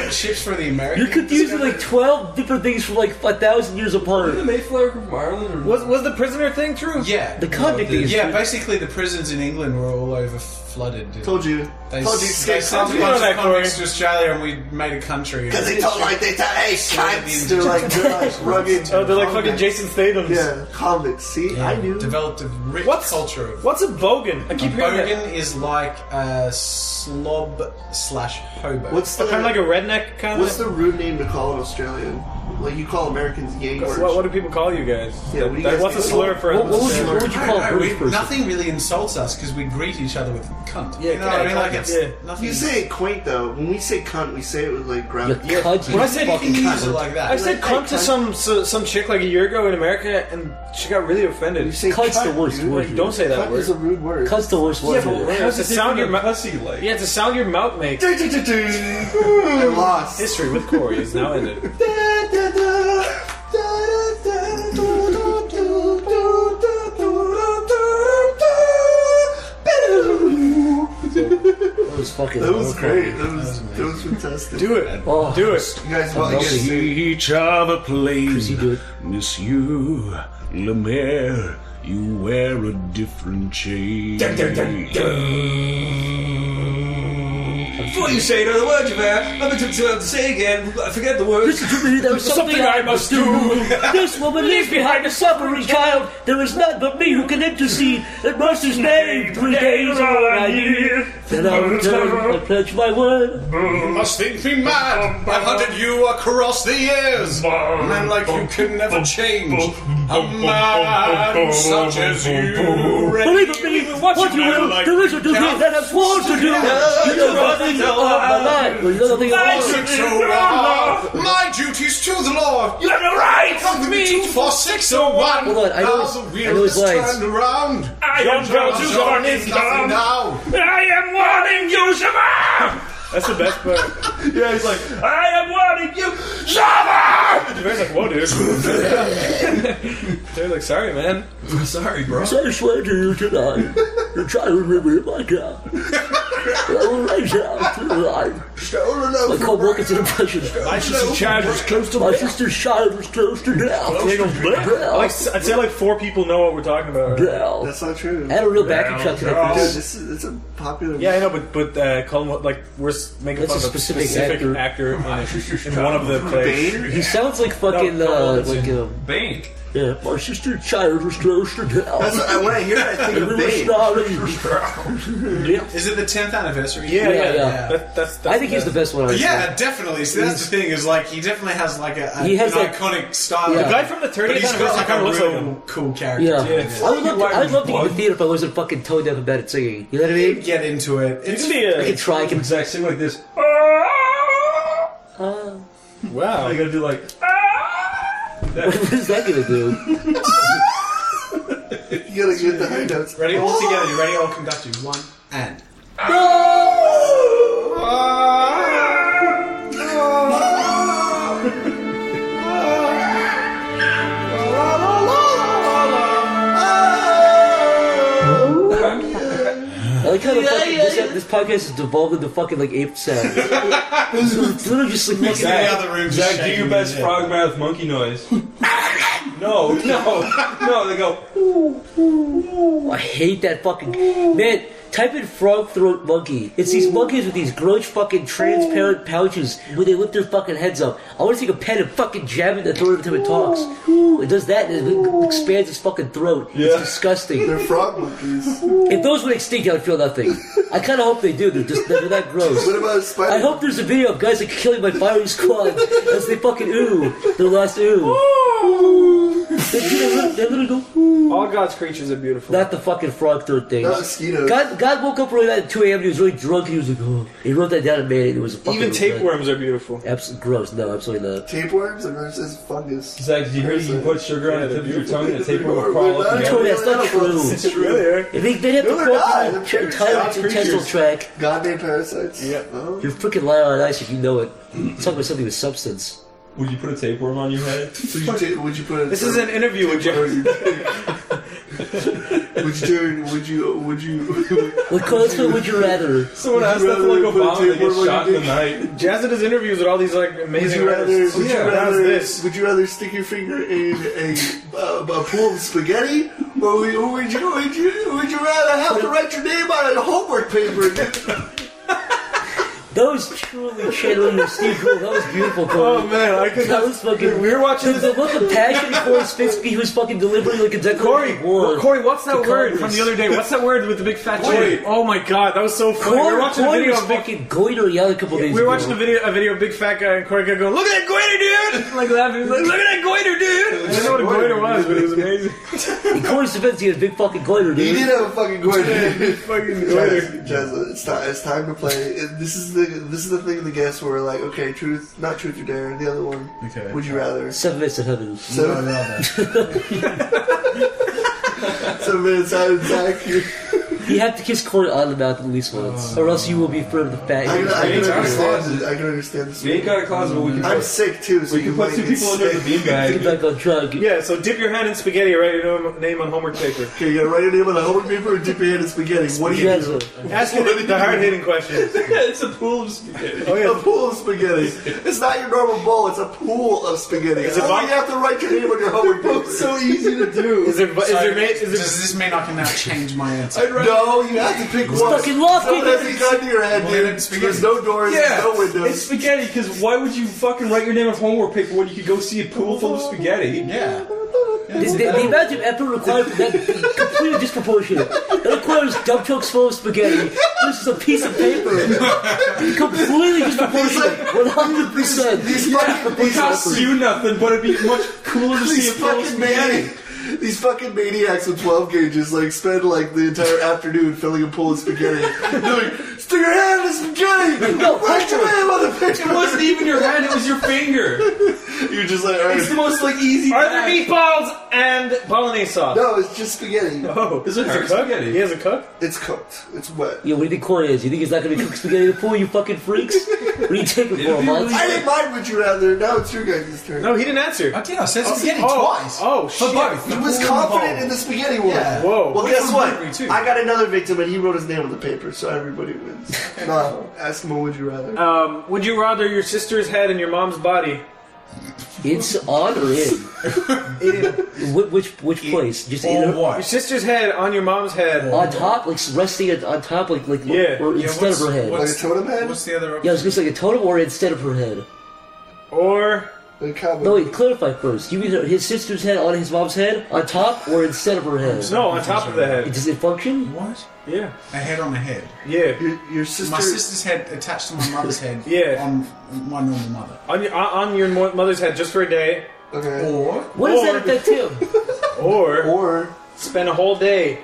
Speaker 3: Amer- ships for the
Speaker 4: You're
Speaker 3: Americans?
Speaker 4: confusing like 12 different things from like a thousand years apart.
Speaker 6: The Mayflower from Ireland or
Speaker 5: was was the prisoner thing true?
Speaker 3: Yeah.
Speaker 4: The convict thing is
Speaker 3: yeah, basically the prisons in England were all over flooded. dude.
Speaker 7: told you.
Speaker 3: They,
Speaker 7: told you.
Speaker 3: s-
Speaker 7: Escaped
Speaker 3: they sent a
Speaker 7: convicts.
Speaker 3: bunch
Speaker 5: know
Speaker 3: of
Speaker 5: that,
Speaker 3: convicts to
Speaker 5: Corey.
Speaker 3: Australia and we made a country.
Speaker 7: Because they talk like they talk, hey, cunts. They're like, they're like rugged.
Speaker 5: Oh, they're like fucking
Speaker 7: convicts.
Speaker 5: Jason Statham's.
Speaker 7: Yeah, convicts. See,
Speaker 3: Yeah,
Speaker 7: I knew.
Speaker 3: Developed a rich
Speaker 5: What's-
Speaker 3: culture of.
Speaker 5: What's a bogan? I keep
Speaker 3: a
Speaker 5: hearing that.
Speaker 3: bogan is like a slob slash hobo.
Speaker 7: What's the
Speaker 5: Kind of like a redneck kind
Speaker 7: What's
Speaker 5: of.
Speaker 7: the rude name to call an Australian? Like you call Americans Yanks.
Speaker 5: What, what do people call you guys?
Speaker 7: Yeah, what do you
Speaker 5: Like,
Speaker 7: guys
Speaker 5: what's a
Speaker 7: think?
Speaker 5: slur for
Speaker 4: What, what would you, what would you
Speaker 3: I
Speaker 4: call
Speaker 3: don't
Speaker 4: a
Speaker 3: know,
Speaker 4: British
Speaker 3: we,
Speaker 4: person?
Speaker 3: nothing really insults us because we greet each other with cunt.
Speaker 5: Yeah,
Speaker 3: you know what I
Speaker 5: yeah,
Speaker 3: mean? Like
Speaker 5: cunt,
Speaker 3: it's
Speaker 5: yeah.
Speaker 3: nothing.
Speaker 7: You say it quaint though. When we say cunt, we say it with like
Speaker 4: You
Speaker 7: gravity.
Speaker 4: cunt, you
Speaker 5: When I said
Speaker 3: You
Speaker 4: fucking
Speaker 3: can use it
Speaker 4: cunt.
Speaker 3: like that.
Speaker 5: I said
Speaker 7: Like,
Speaker 5: cunt to
Speaker 7: cunt.
Speaker 5: some so, some chick like a year ago in America, and she got really offended.
Speaker 7: You say
Speaker 4: Cunt's the
Speaker 7: cunt,
Speaker 4: worst
Speaker 7: dude.
Speaker 4: word.
Speaker 5: Like, don't say that
Speaker 7: Cunt
Speaker 5: word.
Speaker 7: is a rude word.
Speaker 4: Cut's the worst word.
Speaker 5: but- How's it sound your mou-
Speaker 6: pussy like?
Speaker 5: Yeah, it's a sound your mouth [laughs] makes.
Speaker 7: I lost.
Speaker 5: History with Corey is now ended.
Speaker 4: That was fucking
Speaker 7: That was
Speaker 4: horrible.
Speaker 7: great. That was that was fantastic.
Speaker 5: Do it.
Speaker 4: Oh,
Speaker 5: Do it.
Speaker 7: You guys want to
Speaker 2: See each other
Speaker 4: Chrissy,
Speaker 2: plays.
Speaker 4: do it.
Speaker 2: Miss you, Lemaire. You wear a different shade.
Speaker 6: Before you say another word, you man, let me take time to say again. I forget the words.
Speaker 4: Listen to me, there is something, I must do. this woman leaves behind a [laughs] suffering child. There is none but me who can intercede in mercy's name. Three days are all I need. Then I will return. I pledge my word.
Speaker 3: must think me mad. I've hunted you across the years. Men like you can never change. A man such as you.
Speaker 4: Believe in me, what, you will, there is a duty that I'm sworn to do. You know nothing of my life. Well, you know nothing of my life.
Speaker 3: My duties to the Lord.
Speaker 2: You have no rights.
Speaker 3: Come with me, two, four, six, oh, one.
Speaker 4: Hold on, I know his-
Speaker 3: Now the
Speaker 4: I
Speaker 3: wheel
Speaker 4: know his
Speaker 3: is
Speaker 4: lines.
Speaker 3: turned around.
Speaker 2: I am Jones Usabar
Speaker 3: nothing now.
Speaker 2: I am warning you, Usabar!
Speaker 5: That's the best part.
Speaker 8: Yeah, he's like,
Speaker 2: I am warning you, Usabar!
Speaker 5: The guy's like, whoa, dude. They're like, sorry, man.
Speaker 8: I'm sorry, bro.
Speaker 4: So I swear to you tonight, the child will be my God. I will raise her up to the light. My co-worker's an impression.
Speaker 5: My sister's child was close to
Speaker 4: My sister's child was close to death.
Speaker 5: Like, I'd say like four people know what we're talking about. Right?
Speaker 4: Death.
Speaker 7: That's not true.
Speaker 4: I had a real backing track tonight.
Speaker 7: Dude,
Speaker 4: for this.
Speaker 7: this is it's a popular.
Speaker 5: Yeah, I know, but but uh, call him what- like we're s- making
Speaker 4: That's
Speaker 5: fun
Speaker 4: a
Speaker 5: of a
Speaker 4: specific
Speaker 5: specific,
Speaker 4: actor.
Speaker 5: actor,
Speaker 8: [laughs]
Speaker 5: in, in one of the plays.
Speaker 7: Bane.
Speaker 4: He sounds like fucking,
Speaker 5: No, no,
Speaker 4: uh,
Speaker 5: that's
Speaker 4: like,
Speaker 5: it.
Speaker 4: uh,
Speaker 8: Bane.
Speaker 4: yeah, my sister's child was close to death.
Speaker 7: That's what, when I hear it, I think
Speaker 4: We
Speaker 7: of
Speaker 4: were
Speaker 7: Bane.
Speaker 4: starving. Yeah.
Speaker 3: Is it the tenth anniversary?
Speaker 5: Yeah, yeah,
Speaker 4: Yeah,
Speaker 5: yeah.
Speaker 4: yeah.
Speaker 5: That, that's, that's
Speaker 4: I think he's the best one. I've
Speaker 3: Yeah, definitely. See, that's the thing is like he definitely has like a, a
Speaker 4: He has
Speaker 3: an
Speaker 4: that-
Speaker 3: iconic style.
Speaker 4: Yeah. The guy
Speaker 5: from the 30th
Speaker 3: But he's got
Speaker 5: anniversary
Speaker 3: like
Speaker 5: kinda
Speaker 3: a
Speaker 5: looks
Speaker 3: real
Speaker 5: like him.
Speaker 3: cool character.
Speaker 4: Yeah.
Speaker 5: Yeah.
Speaker 4: I would love to, I'd love to get
Speaker 8: Why-
Speaker 4: the theater if I wasn't fucking tone deaf about it singing. You know what I mean?
Speaker 3: Get into it. It's
Speaker 5: Isn't he, uh,
Speaker 4: I could try, I can
Speaker 8: Zach, sing like this. I
Speaker 5: wow.
Speaker 8: gotta do like.
Speaker 4: What is that gonna do?
Speaker 7: You gotta get the high notes.
Speaker 3: ready all together. You ready? I'll conduct you. One and.
Speaker 4: I like how [laughs] the fucking, this, this podcast has devolved into fucking like ape [laughs] sound. it's literally just like fucking.
Speaker 3: The other room's just
Speaker 8: Zach, do
Speaker 3: shaking
Speaker 8: your best
Speaker 3: in.
Speaker 8: frog mouth monkey noise. [laughs] no, no, no. They go.
Speaker 4: I hate that fucking man. Type in frog throat monkey. It's these monkeys with these gross fucking transparent pouches where they lift their fucking heads up. I want to take a pen and fucking jab it in the throat every time it talks. It does that and it expands its fucking throat. It's disgusting.
Speaker 7: They're frog monkeys.
Speaker 4: If those went extinct, I would feel nothing. I kind of hope they do. They're just they're that gross.
Speaker 7: What about
Speaker 4: I
Speaker 7: Spider?
Speaker 4: hope there's a video of guys like killing my firing squad as they fucking ooh, their last ooh. they, do their little- they literally go ooh.
Speaker 5: All God's creatures are beautiful.
Speaker 4: Not the fucking frog third thing.
Speaker 7: Not mosquitoes.
Speaker 4: God, God woke up really late at 2 a.m. and he was really drunk. And he was like, oh. He wrote that down and made it. It was a fucking.
Speaker 5: Even tapeworms are beautiful.
Speaker 4: Absolutely gross. No, absolutely not.
Speaker 7: Tapeworms? I've never said fungus.
Speaker 8: Zach, did you hear you can put sugar on the tip of your tongue and the tapeworm will crawl up?
Speaker 7: They're not
Speaker 8: and get
Speaker 4: Tony,
Speaker 8: it?
Speaker 4: that's not true.
Speaker 7: It's true.
Speaker 5: Really? eh?
Speaker 4: If they, they'd have
Speaker 7: No,
Speaker 4: to
Speaker 7: they're
Speaker 4: go
Speaker 7: not.
Speaker 4: through
Speaker 7: They're
Speaker 4: the
Speaker 7: pure
Speaker 4: entire
Speaker 7: God's
Speaker 4: intestinal tract.
Speaker 7: God-made parasites. Yeah. Oh.
Speaker 4: You're freaking lying on ice if you know it. It's talking about something with substance.
Speaker 8: Would you put a tapeworm on your head?
Speaker 7: Would you, ta- would you put a
Speaker 5: This is
Speaker 7: [laughs]
Speaker 5: an interview with [laughs] Jeff.
Speaker 7: Would you turn? Would you? [laughs] Would you?
Speaker 4: What color would you rather?
Speaker 8: Someone
Speaker 7: Would
Speaker 8: asked
Speaker 7: you
Speaker 8: that to
Speaker 7: rather put
Speaker 8: like
Speaker 7: a
Speaker 8: Obama. They get
Speaker 7: tapeworm on
Speaker 8: shot in
Speaker 7: your
Speaker 8: the night.
Speaker 5: Jazz does interviews with all these like
Speaker 7: Would
Speaker 5: amazing
Speaker 7: you rather?
Speaker 5: artists.
Speaker 7: Would
Speaker 5: yeah,
Speaker 7: you rather?
Speaker 5: how's this?
Speaker 7: Would you rather stick your finger in a uh, a pool of spaghetti, or would you? Would you? Would you, would you rather have to write your name on a homework paper?
Speaker 4: That was truly channeling your Steve Gould. That was beautiful, Cody.
Speaker 5: Oh man, I could.
Speaker 4: That was fucking.
Speaker 5: Dude, we were watching
Speaker 4: The, the
Speaker 5: this.
Speaker 4: look of passion for his fist. He was fucking delivering like a
Speaker 5: Corey,
Speaker 4: declaration of war.
Speaker 5: Corey, what's that
Speaker 4: to
Speaker 5: word
Speaker 4: Congress.
Speaker 5: from the other day? What's that word with the big fat
Speaker 7: Wait.
Speaker 5: G? Oh my god, that was so funny. we were
Speaker 4: Corey,
Speaker 5: watching a
Speaker 4: Corey
Speaker 5: video
Speaker 4: was
Speaker 5: of big
Speaker 4: fucking goiter yelling a couple days
Speaker 5: We were
Speaker 4: ago.
Speaker 5: watching a video, a video of big fat guy and Corey guy going, "Look at that goiter, dude!" [laughs] Like laughing, He's like, "Look at that goiter, dude!" I don't know what a goiter was, but it was amazing.
Speaker 4: In Corey's defense, he had a big fucking goiter,
Speaker 7: he
Speaker 4: dude.
Speaker 7: did have a fucking goiter.
Speaker 5: Fucking goiter.
Speaker 7: Jazz, Jazz, it's, ti- it's time to play. It- This is the this is the thing in the guess where we're like, okay, truth, not truth or dare, the other one.
Speaker 3: Okay.
Speaker 7: Would you rather?
Speaker 4: Seven minutes in heaven.
Speaker 7: So, so man, Simon, Zach, you,
Speaker 4: You have to kiss Corey on the mouth at least once, or else you will be forever the fat.
Speaker 7: I, can, I can
Speaker 8: It's out of
Speaker 7: understand.
Speaker 8: closet.
Speaker 7: it. I can understand this.
Speaker 8: We ain't got a closet, but we can.
Speaker 7: I'm
Speaker 8: put-
Speaker 7: sick too, so
Speaker 8: we
Speaker 7: you
Speaker 8: can put
Speaker 7: might
Speaker 8: two
Speaker 7: get
Speaker 8: people under
Speaker 7: sick.
Speaker 8: the bean
Speaker 4: Get
Speaker 8: bag.
Speaker 4: back on drug.
Speaker 5: Yeah, so dip your hand in spaghetti, write your name- name on homework
Speaker 8: [laughs]
Speaker 5: paper.
Speaker 7: Okay, you gotta write your name on a homework paper and dip your hand in spaghetti. What do
Speaker 4: You
Speaker 7: you
Speaker 4: guys
Speaker 7: do?
Speaker 4: are-
Speaker 5: Ask me the hard-hitting
Speaker 8: [laughs]
Speaker 5: questions.
Speaker 8: it's a pool of spaghetti.
Speaker 5: Oh
Speaker 7: A
Speaker 5: yeah,
Speaker 7: pool of spaghetti. It's not your normal bowl. It's a pool of spaghetti. It's
Speaker 5: a
Speaker 7: Only
Speaker 5: box-
Speaker 7: you have to write your name on your homework paper. so easy to do.
Speaker 5: is there is
Speaker 3: So,
Speaker 5: there ma- is
Speaker 3: does
Speaker 5: there
Speaker 3: this mean I can now change my answer?
Speaker 7: No, you have to pick one.
Speaker 4: fucking lock
Speaker 7: Someone
Speaker 4: it.
Speaker 7: has to gun to your head,
Speaker 3: Well, then
Speaker 7: dude.
Speaker 3: it's
Speaker 7: There's no doors.
Speaker 8: Yeah,
Speaker 7: There's no
Speaker 8: it's
Speaker 7: windows.
Speaker 8: spaghetti. Because why would you fucking write your name on homework paper when you could go see a pool full of spaghetti?
Speaker 3: Yeah.
Speaker 4: The, the, the amount of effort required for that is completely disproportionate. That requires dump chunks full of spaghetti. This is a piece of paper. completely disproportionate. One hundred percent.
Speaker 7: These fucking these,
Speaker 8: It costs you nothing, but it'd be much cooler to see
Speaker 7: these
Speaker 8: a pool of
Speaker 7: fucking
Speaker 8: spaghetti.
Speaker 7: mani- these fucking
Speaker 6: [laughs]
Speaker 7: maniacs with twelve gauges like spend like the entire afternoon filling a pool of spaghetti. They're like, Stick your hand in this spaghetti!
Speaker 6: No,
Speaker 7: right
Speaker 6: hold
Speaker 7: away, motherfucker!
Speaker 6: It wasn't even your hand, it was your finger.
Speaker 7: [laughs] You're just like, alright.
Speaker 6: It's the most like easy.
Speaker 5: Are there meatballs and bolognese sauce?
Speaker 7: No, it's just spaghetti.
Speaker 5: Oh, is it
Speaker 6: Hard spaghetti.
Speaker 5: He has a cook?
Speaker 7: It's cooked. It's wet.
Speaker 4: Yo, what do you think Corey is? You think he's not going to cook spaghetti in the pool, you fucking freaks? What are you taking for a month?
Speaker 7: I didn't mind what you rather. Now it's your guys' turn.
Speaker 5: No, he didn't answer.
Speaker 3: I did. I said spaghetti
Speaker 5: oh,
Speaker 3: twice.
Speaker 5: oh, shit.
Speaker 7: He was confident in the spaghetti one.
Speaker 3: Yeah.
Speaker 5: Whoa.
Speaker 7: Well,
Speaker 5: Which
Speaker 7: guess
Speaker 5: one's
Speaker 7: what?
Speaker 5: hungry, too?
Speaker 7: I got another victim, and he wrote his name on the paper, so everybody
Speaker 5: [laughs]
Speaker 7: wins. no, ask him what would you rather.
Speaker 5: Um, would you rather your sister's head and your mom's body?
Speaker 4: It's on or in? Wh- which which place? Just in
Speaker 3: Or
Speaker 4: or
Speaker 5: Your
Speaker 3: what?
Speaker 5: sister's head on your mom's head.
Speaker 4: on top, like resting on, on top, like like
Speaker 5: Yeah.
Speaker 4: or
Speaker 5: Yeah,
Speaker 4: instead of her head.
Speaker 7: Like a totem head?
Speaker 3: What's the other
Speaker 4: Yeah, I
Speaker 3: option?
Speaker 4: was gonna say like a totem or instead of her head.
Speaker 5: Or
Speaker 7: The cowboy.
Speaker 4: No, wait, clarify first. You mean his sister's head on his mom's head on top or instead of her head?
Speaker 5: no, on top of the
Speaker 4: It-
Speaker 5: head.
Speaker 4: Does it function?
Speaker 3: What?
Speaker 5: Yeah.
Speaker 3: A head on a head.
Speaker 5: Yeah.
Speaker 7: your, your sister.
Speaker 3: My sister's head attached to my mother's head.
Speaker 5: [laughs] Yeah.
Speaker 3: On my normal mother.
Speaker 5: On your on on your mo- mother's head just for a day,
Speaker 7: okay.
Speaker 3: Or
Speaker 4: What does that
Speaker 5: Or-
Speaker 4: affect him?
Speaker 5: or
Speaker 7: Or
Speaker 5: spend a whole day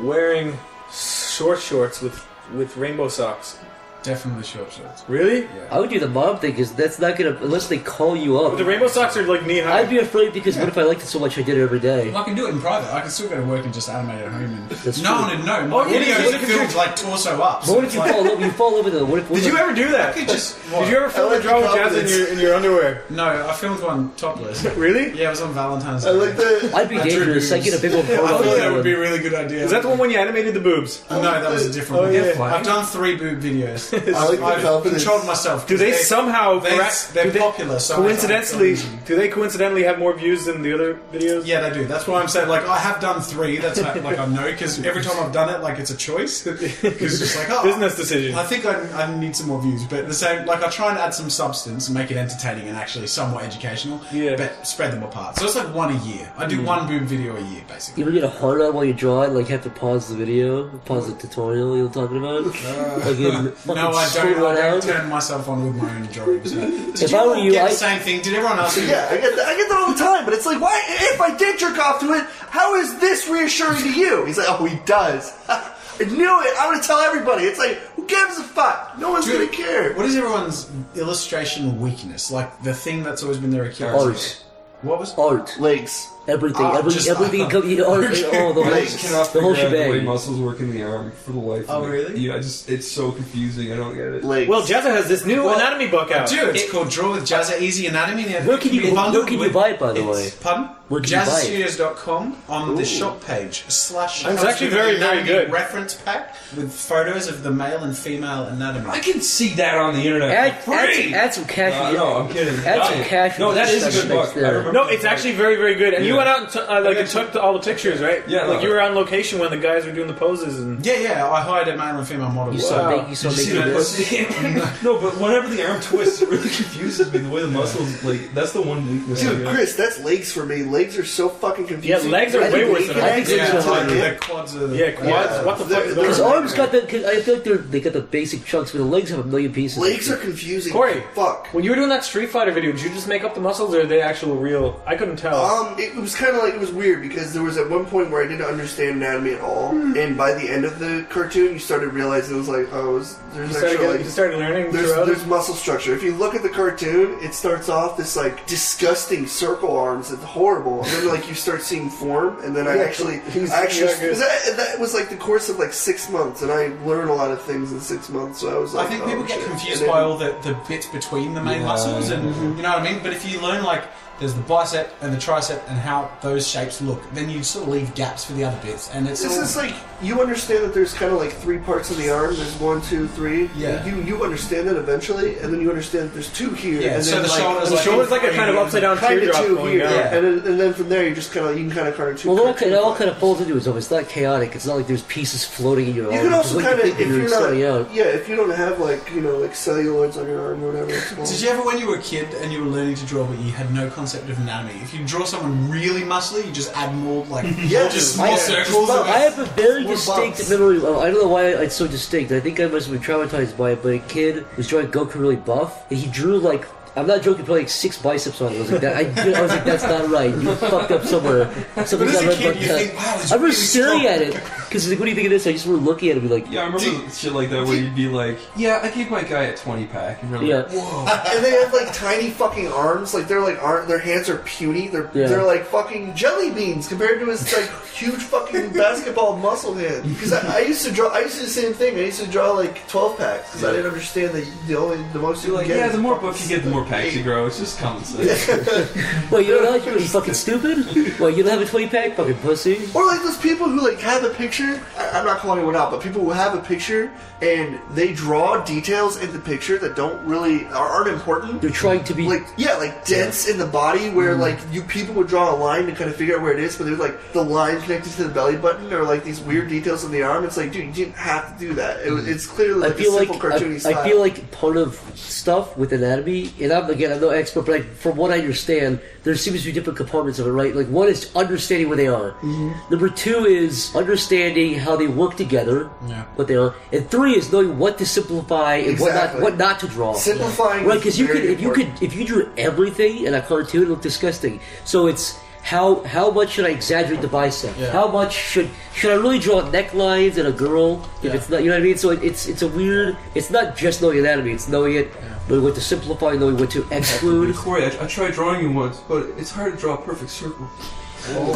Speaker 5: wearing short shorts with with rainbow socks.
Speaker 3: definitely short shorts.
Speaker 5: Really?
Speaker 4: I would do the mom thing because that's not gonna unless they call you up.
Speaker 5: But the rainbow socks are like knee
Speaker 4: I'd
Speaker 5: high.
Speaker 4: be afraid because what if I liked it so much I did it every day?
Speaker 3: Well, I can do it in private. I can still go to work and just animate at home, and no
Speaker 4: true.
Speaker 3: one would know. My
Speaker 5: Oh, yeah,
Speaker 3: videos
Speaker 5: yeah,
Speaker 3: are
Speaker 5: yeah.
Speaker 3: filmed like torso up. [laughs]
Speaker 4: But
Speaker 3: So
Speaker 4: what if
Speaker 3: it's
Speaker 4: you
Speaker 3: like,
Speaker 4: fall over? You fall over though. What if? What
Speaker 5: Did
Speaker 4: if-
Speaker 5: you ever do
Speaker 3: I
Speaker 5: that?
Speaker 3: could just.
Speaker 5: Did you ever
Speaker 7: I
Speaker 5: film a
Speaker 7: like
Speaker 5: draw
Speaker 7: the
Speaker 5: with jazz in
Speaker 7: confidence.
Speaker 5: your in your underwear?
Speaker 3: No, I filmed one
Speaker 5: [laughs]
Speaker 3: topless.
Speaker 5: Really?
Speaker 3: Yeah, it was on Valentine's Day.
Speaker 7: I like the.
Speaker 4: I'd be dangerous. I get a big old
Speaker 3: I thought that would
Speaker 4: photo.
Speaker 3: be a really good idea.
Speaker 5: Oh, Is that the one when you animated the boobs?
Speaker 3: No, that was a different
Speaker 5: Oh,
Speaker 3: one.
Speaker 5: yeah.
Speaker 3: I've done three boob
Speaker 5: [laughs]
Speaker 3: videos.
Speaker 7: I like the
Speaker 3: I've
Speaker 7: confidence.
Speaker 3: controlled myself.
Speaker 5: Do they,
Speaker 3: They-
Speaker 5: somehow
Speaker 3: they-
Speaker 5: correct-
Speaker 3: they're
Speaker 5: do they-
Speaker 3: popular, so I thought
Speaker 5: coincidentally,
Speaker 3: I'd film them.
Speaker 5: do they coincidentally have more views than the other videos?
Speaker 3: Yeah, they do. That's why I'm saying, like, I have done three. That's how, like I know because every time I've done it, like, it's a choice. 'Cause it's just like, oh,
Speaker 5: Business decision.
Speaker 3: I think I, I need some more views, but at the same, like, I try and add some substance and make it entertaining and actually somewhat educational.
Speaker 5: Yeah.
Speaker 3: But spread them apart. So it's like one a year. I do one boob video a year, basically.
Speaker 4: You ever get a hard on while you draw and like have to pause the video, pause the tutorial you're talking about? Like, in- fucking
Speaker 3: Uh, [laughs] No, I
Speaker 4: screw
Speaker 3: don't. I
Speaker 4: one
Speaker 3: don't
Speaker 4: out?
Speaker 3: turn myself on with my own drawings. Did
Speaker 4: If
Speaker 3: you
Speaker 4: I were
Speaker 3: all
Speaker 4: you,
Speaker 3: get
Speaker 4: I-
Speaker 3: the same thing? Did everyone else?
Speaker 7: Yeah, I get, that, I get that all the time, but it's like, why? If I did jerk off to it, how is this reassuring to you? He's like, oh, he does. [laughs] I knew it. I'm gonna tell everybody. It's like, who gives a fuck? No one's gonna
Speaker 3: Dude,
Speaker 7: care.
Speaker 3: What is everyone's illustration weakness? Like the thing that's always been their Achilles.
Speaker 4: Art,
Speaker 3: What was?
Speaker 4: art,
Speaker 7: Legs.
Speaker 4: everything,
Speaker 3: Ah,
Speaker 4: every,
Speaker 3: just-
Speaker 6: [laughs]
Speaker 4: everything. co- you know, art, oh, the
Speaker 6: I
Speaker 4: whole,
Speaker 6: just cannot
Speaker 4: the
Speaker 6: figure
Speaker 4: whole
Speaker 6: out the way
Speaker 4: shebang.
Speaker 6: muscles work in the arm for the life. of
Speaker 3: Oh,
Speaker 6: me.
Speaker 3: really?
Speaker 6: Yeah, I just it's so confusing. I don't get it.
Speaker 7: Legs.
Speaker 5: Well, Jazza has this new anatomy book out.
Speaker 3: Dude, it's called Draw with Jazza Easy Anatomy. Now,
Speaker 4: Where can you-
Speaker 3: be bundled
Speaker 4: where can you
Speaker 3: with-
Speaker 4: buy it, by the
Speaker 3: it's-
Speaker 4: way?
Speaker 3: Pardon?
Speaker 4: Where can you buy it?
Speaker 3: JazzaStudios.com on the shop page slash.
Speaker 5: It's
Speaker 3: comes
Speaker 5: actually
Speaker 3: with an
Speaker 5: very, very
Speaker 3: anatomy
Speaker 5: good.
Speaker 3: Reference pack with photos of the male and female anatomy.
Speaker 6: I can see that on the internet.
Speaker 4: Add,
Speaker 6: for
Speaker 4: add,
Speaker 6: free.
Speaker 4: some, add some cash.
Speaker 6: Uh,
Speaker 4: in-
Speaker 6: no, I'm kidding.
Speaker 4: Add some
Speaker 6: Diet.
Speaker 4: cash.
Speaker 6: No,
Speaker 4: in
Speaker 6: that
Speaker 4: the
Speaker 6: is a
Speaker 4: section
Speaker 6: good book.
Speaker 4: next there.
Speaker 6: I remember
Speaker 5: No, it's actually very, very good. And you
Speaker 6: Yeah.
Speaker 5: went out and t- uh, like and
Speaker 6: actually-
Speaker 5: took the, all the pictures, right?
Speaker 6: Yeah,
Speaker 5: Like
Speaker 6: no.
Speaker 5: you were on location when the guys were doing the poses and.
Speaker 3: yeah, yeah. I hired a male and female model.
Speaker 4: You
Speaker 3: so-
Speaker 4: saw make, you saw
Speaker 6: Did you
Speaker 4: make
Speaker 6: see the
Speaker 4: this.
Speaker 6: pussy? [laughs] no, but whenever the arm twists, it really confuses me. The way the muscles, like, that's the one weakness. I
Speaker 7: Dude,
Speaker 6: get.
Speaker 7: Chris, that's legs for me. Legs are so fucking confusing.
Speaker 5: Yeah, legs are way
Speaker 7: I think
Speaker 5: worse
Speaker 7: they
Speaker 5: than
Speaker 7: can
Speaker 4: arms.
Speaker 7: actually
Speaker 4: Yeah,
Speaker 3: Yeah,
Speaker 7: tuck
Speaker 3: totally.
Speaker 7: in.
Speaker 3: The quads are the-
Speaker 5: Yeah, quads. What the fuck
Speaker 7: They're-
Speaker 5: is
Speaker 7: they're-
Speaker 4: His
Speaker 5: those?
Speaker 4: arms got the. 'cause I feel like they're, they got the basic chunks, but the legs have a million pieces.
Speaker 7: Legs are confusing.
Speaker 5: Corey,
Speaker 7: fuck.
Speaker 5: When you were doing that Street Fighter video, did you just make up the muscles or are they actual real? I couldn't tell.
Speaker 7: Um, it was kind of like it was weird because there was at one point where I didn't understand anatomy at all, and by the end of the cartoon, you started realizing it was like, oh, is-
Speaker 5: you
Speaker 7: there's
Speaker 5: started,
Speaker 7: actually
Speaker 5: getting,
Speaker 7: like
Speaker 5: you started learning
Speaker 7: There's,
Speaker 5: throughout.
Speaker 7: there's muscle structure. If you look at the cartoon, it starts off this like disgusting circle arms. It's horrible. And then like you start seeing form, and then I actually, [laughs]
Speaker 5: he's-
Speaker 7: I actually,
Speaker 5: yeah, good.
Speaker 7: that, that was like the course of like six months, and I learned a lot of things in six months. So I was
Speaker 3: I
Speaker 7: like,
Speaker 3: think
Speaker 7: oh,
Speaker 3: people get
Speaker 7: shit.
Speaker 3: confused
Speaker 7: And
Speaker 3: by
Speaker 7: then-
Speaker 3: all the, the bits between the main muscles, and you know what I mean. But if you learn like there's the bicep and the tricep and how those shapes look, then you sort of leave gaps for the other bits, and it's
Speaker 7: This
Speaker 3: all,
Speaker 7: is like you understand that there's kind of like three parts of the arm. There's one, two, three.
Speaker 3: Yeah.
Speaker 7: You you understand that eventually, and then you understand that there's two here.
Speaker 3: Yeah,
Speaker 7: And
Speaker 3: so
Speaker 7: then,
Speaker 3: the
Speaker 7: like,
Speaker 3: shoulders,
Speaker 5: The shoulder's like a kind of upside down
Speaker 7: Kind of
Speaker 5: teardrop
Speaker 7: two
Speaker 5: going
Speaker 7: here,
Speaker 5: down.
Speaker 3: Yeah.
Speaker 7: and, then, and then from there you just kind of you can kind of cartoon.
Speaker 4: Well, it all,
Speaker 7: cartoon
Speaker 4: it all
Speaker 7: it.
Speaker 4: kind of folds into itself. It's not chaotic. It's not like there's pieces floating in your
Speaker 7: You
Speaker 4: arm.
Speaker 7: can also
Speaker 4: It's like
Speaker 7: kind
Speaker 4: the
Speaker 7: of,
Speaker 4: thing
Speaker 7: if you're not,
Speaker 4: starting out.
Speaker 7: yeah, if you don't have like you know like celluloids on your arm or whatever. It's called.
Speaker 3: Did you ever, when you were a kid and you were learning to draw, but you had no concept of anatomy? If you draw someone really muscly, you just add more
Speaker 5: [laughs]
Speaker 3: like
Speaker 7: Yeah,
Speaker 3: just
Speaker 7: just-
Speaker 3: small
Speaker 7: yeah, just
Speaker 3: circles.
Speaker 7: bump.
Speaker 3: of it.
Speaker 4: I have a very
Speaker 7: More
Speaker 4: distinct
Speaker 7: bumps.
Speaker 4: memory. Well, I don't know why it's so distinct. I think I must have been traumatized by it. But a kid was drawing Goku really buff, and he drew like. I'm not joking. Probably like six biceps on it. I was like, that,
Speaker 3: [laughs]
Speaker 4: I, I was like, that's not right. You fucked up somewhere. Something's
Speaker 3: But as
Speaker 4: not
Speaker 3: a
Speaker 4: right
Speaker 3: kid,
Speaker 4: about
Speaker 3: you
Speaker 4: that.
Speaker 3: think, wow, it's
Speaker 4: I remember
Speaker 3: really
Speaker 4: staring
Speaker 3: strong.
Speaker 4: at it, Because like, what do you think of this? I just were looking at it, and be like,
Speaker 6: Yeah, I remember shit like that where you'd be like, "Yeah, I gave my guy a twenty pack," and you're like,
Speaker 4: Yeah.
Speaker 6: "Whoa."
Speaker 7: and they have like tiny fucking arms, like they're like arm, their hands are puny. They're
Speaker 4: Yeah.
Speaker 7: they're like fucking jelly beans compared to his like huge
Speaker 6: [laughs]
Speaker 7: fucking basketball muscle hand. Because I, I used to draw, I used to do the same thing. I used to draw like twelve packs because I didn't understand that the only the most you
Speaker 6: You're like,
Speaker 7: can get
Speaker 6: yeah,
Speaker 7: is
Speaker 6: the more books you get, the more packs you grow. It's just common
Speaker 7: [laughs]
Speaker 6: sense.
Speaker 4: "Well, you don't like it? You fucking stupid. Well, you don't have a twenty pack, fucking pussy."
Speaker 7: Or like those people who like have a picture. I, I'm not calling anyone out, but people who have a picture and they draw details in the picture that don't really are- aren't important.
Speaker 4: They're trying to be Mm-hmm.
Speaker 7: Like yeah, like dents in the body where like you people would draw a line to kind of figure out where it is, but there's like the line connected to the belly button or like these weird details on the arm. It's like, dude, you didn't have to do that. It, was- it's clearly like
Speaker 4: Mm-hmm. I feel
Speaker 7: a
Speaker 4: like
Speaker 7: simple cartoony
Speaker 4: I,
Speaker 7: style.
Speaker 4: I feel like part of stuff with anatomy, and I'm again I'm no expert, but like, from what I understand, there seems to be different components of it, right? Like one is understanding where they are.
Speaker 7: Mm-hmm.
Speaker 4: Number two is understanding how they work together,
Speaker 3: Yeah.
Speaker 4: what they are, and three is knowing what to simplify and
Speaker 7: Exactly.
Speaker 4: what not what not to draw.
Speaker 7: Simplifying
Speaker 4: right?
Speaker 7: is
Speaker 4: Because you
Speaker 7: very
Speaker 4: could if you could
Speaker 7: important.
Speaker 4: if you drew everything in a cartoon, it looked disgusting. So it's how how much should I exaggerate the bicep?
Speaker 3: Yeah.
Speaker 4: How much should should I really draw necklines and a girl if
Speaker 3: Yeah.
Speaker 4: it's not you know what I mean? So it, it's it's a weird. It's not just knowing anatomy. It's knowing it, knowing what to simplify, knowing what to exclude.
Speaker 6: Corey, I, I tried drawing you once, but it's hard to draw a perfect circle.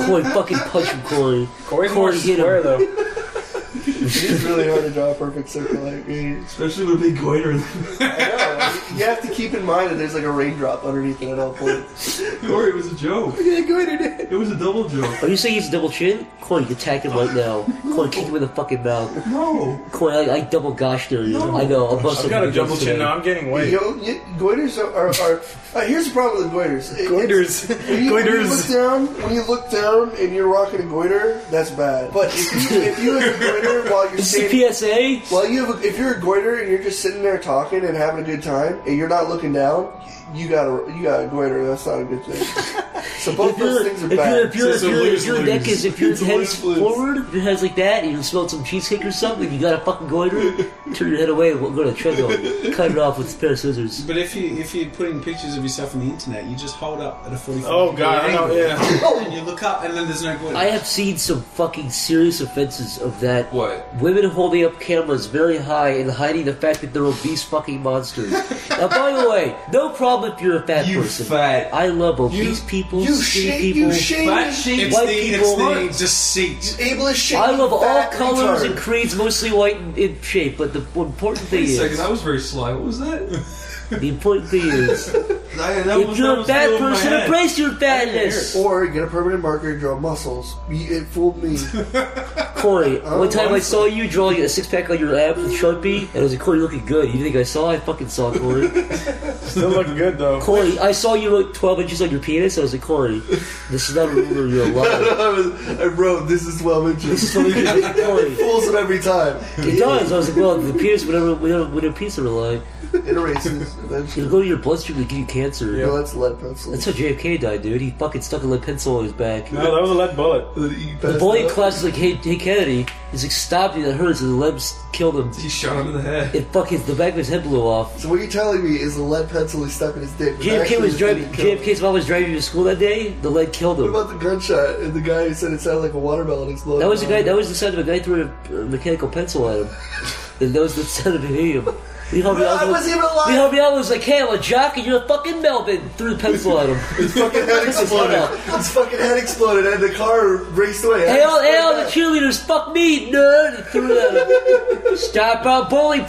Speaker 4: Corey fucking punch him, Corey.
Speaker 5: Corey's more
Speaker 4: hit
Speaker 5: square
Speaker 4: him.
Speaker 5: though.
Speaker 7: it's really hard to draw a perfect circle. Like, you
Speaker 6: Especially with a big [laughs] goiter. in
Speaker 7: [laughs] you have to keep in mind that there's like a raindrop underneath it at all points.
Speaker 6: the- Corey, it was a joke.
Speaker 7: yeah, go ahead and do it.
Speaker 6: [laughs] It was a double joke.
Speaker 4: Are you saying he's double chin? Corey, you attack him right now. Corey, kick him in the fucking mouth.
Speaker 6: No.
Speaker 4: Corey, I, I double goshed him. I know. I'm
Speaker 5: I've got a double chin now. I'm getting weight.
Speaker 7: Yo, y goiters are. are, are uh, here's the problem with goiters. It-
Speaker 5: Goiters.
Speaker 7: it's- [laughs] When you,
Speaker 5: Goiters.
Speaker 7: When you look down, when you look down and you're rocking a goiter, that's bad. But if you, if you have
Speaker 4: [laughs]
Speaker 7: a goiter while you're
Speaker 4: This is
Speaker 7: standing.
Speaker 4: a PSA.
Speaker 7: While you have a, if you're a goiter and you're just sitting there talking and having a good time and you're not looking down, you got a you got a goiter. That's not a good thing. so both
Speaker 4: If
Speaker 7: those
Speaker 4: your
Speaker 7: things are
Speaker 4: if your
Speaker 7: bad.
Speaker 4: if your
Speaker 3: It's a
Speaker 4: if your- if
Speaker 3: lose-lose.
Speaker 4: your neck is if your
Speaker 7: It's a
Speaker 4: head is
Speaker 7: lose-lose.
Speaker 4: forward, if your head's like that, and you smelled some cheesecake or something, you got a fucking goiter, turn your head away and go to a treadmill, cut it off with a pair of scissors.
Speaker 3: But if you if you're putting pictures of yourself on the internet, you just hold up at a 45
Speaker 5: Oh god, I
Speaker 3: degree
Speaker 5: know,
Speaker 3: angle,
Speaker 5: yeah.
Speaker 3: [laughs] and you look up, and then there's no good.
Speaker 4: I have seen some fucking serious offenses of that.
Speaker 6: What?
Speaker 4: Women holding up cameras very high and hiding the fact that they're obese fucking monsters. now, by the way, no problem if you're a fat
Speaker 6: You
Speaker 4: person.
Speaker 6: fat.
Speaker 4: I love obese people,
Speaker 7: you
Speaker 4: skinny
Speaker 7: shame
Speaker 4: people.
Speaker 7: you shame
Speaker 6: Fat shame.
Speaker 3: it's
Speaker 4: white
Speaker 3: the
Speaker 4: people
Speaker 3: it's
Speaker 4: aren't.
Speaker 3: the deceit.
Speaker 7: ableist shame.
Speaker 4: I love all
Speaker 7: fat
Speaker 4: colors
Speaker 7: retard.
Speaker 4: and creeds, mostly white and in shape, but the important thing
Speaker 6: Wait a
Speaker 4: is.
Speaker 6: second, I was very sly. What was that? [laughs]
Speaker 4: The important thing is,
Speaker 6: I, that
Speaker 4: if
Speaker 6: was,
Speaker 4: you're
Speaker 6: that
Speaker 4: a bad
Speaker 6: was still in my
Speaker 4: person,
Speaker 6: head.
Speaker 4: embrace your badness.
Speaker 7: Or get a permanent marker and draw muscles. You- It fooled
Speaker 4: [laughs]
Speaker 7: me.
Speaker 4: Corey,
Speaker 6: Uh,
Speaker 4: one time I saw you drawing a six pack on your abs with Sharpie, and I was like, Corey, you're looking good. You think I saw? I fucking saw
Speaker 6: [laughs]
Speaker 4: Corey.
Speaker 5: Still
Speaker 4: [laughs]
Speaker 5: look good though.
Speaker 4: Corey, I saw you like 12 inches on your penis. I was like, Corey, this is not a ruler, you're a
Speaker 6: [laughs]
Speaker 4: liar.
Speaker 7: I, was, I wrote this is well
Speaker 4: This
Speaker 7: [laughs] interesting.
Speaker 4: is what we do with Corey.
Speaker 7: Fools it every time.
Speaker 4: It does. I was like, well, the penis, whenever, whenever, whenever penis are alive,
Speaker 7: It erases eventually.
Speaker 4: it'll go to your bloodstream and give you cancer.
Speaker 7: No, that's lead pencil.
Speaker 4: That's how JFK died, dude. He fucking stuck a lead pencil in his back.
Speaker 5: No, that was a lead bullet.
Speaker 4: The boy in class is like, hey, hey Kennedy. He's like, stop you, that hurts. And the leads killed him.
Speaker 6: He shot him in the head.
Speaker 4: It fucking, the back of his head blew off.
Speaker 7: So what you're telling me is the lead pencil he stuck in his dick. but
Speaker 4: JFK
Speaker 7: actually
Speaker 4: was driving.
Speaker 7: didn't kill him.
Speaker 4: JFK's mom was driving to school that day. The lead killed
Speaker 7: What
Speaker 4: him.
Speaker 7: about the gunshot and the guy who said it sounded like a watermelon exploding?
Speaker 4: That was the guy. That was the sound of a guy throwing a uh, mechanical pencil at him. and that was the sound of it hitting him. Lee Harvey
Speaker 7: [laughs] I
Speaker 4: Oswald-
Speaker 7: wasn't even alive.
Speaker 4: Lee Harvey Oswald was like, "Hey, I'm a jock, and you're a fucking Melvin." Threw the pencil at him.
Speaker 7: [laughs] His fucking head
Speaker 4: His head
Speaker 7: exploded. His fucking head exploded and the car raced away.
Speaker 4: hey, all, hey, all the
Speaker 7: Like that.
Speaker 4: cheerleaders, fuck me, nerd. And threw it at him. Stop out, bully. and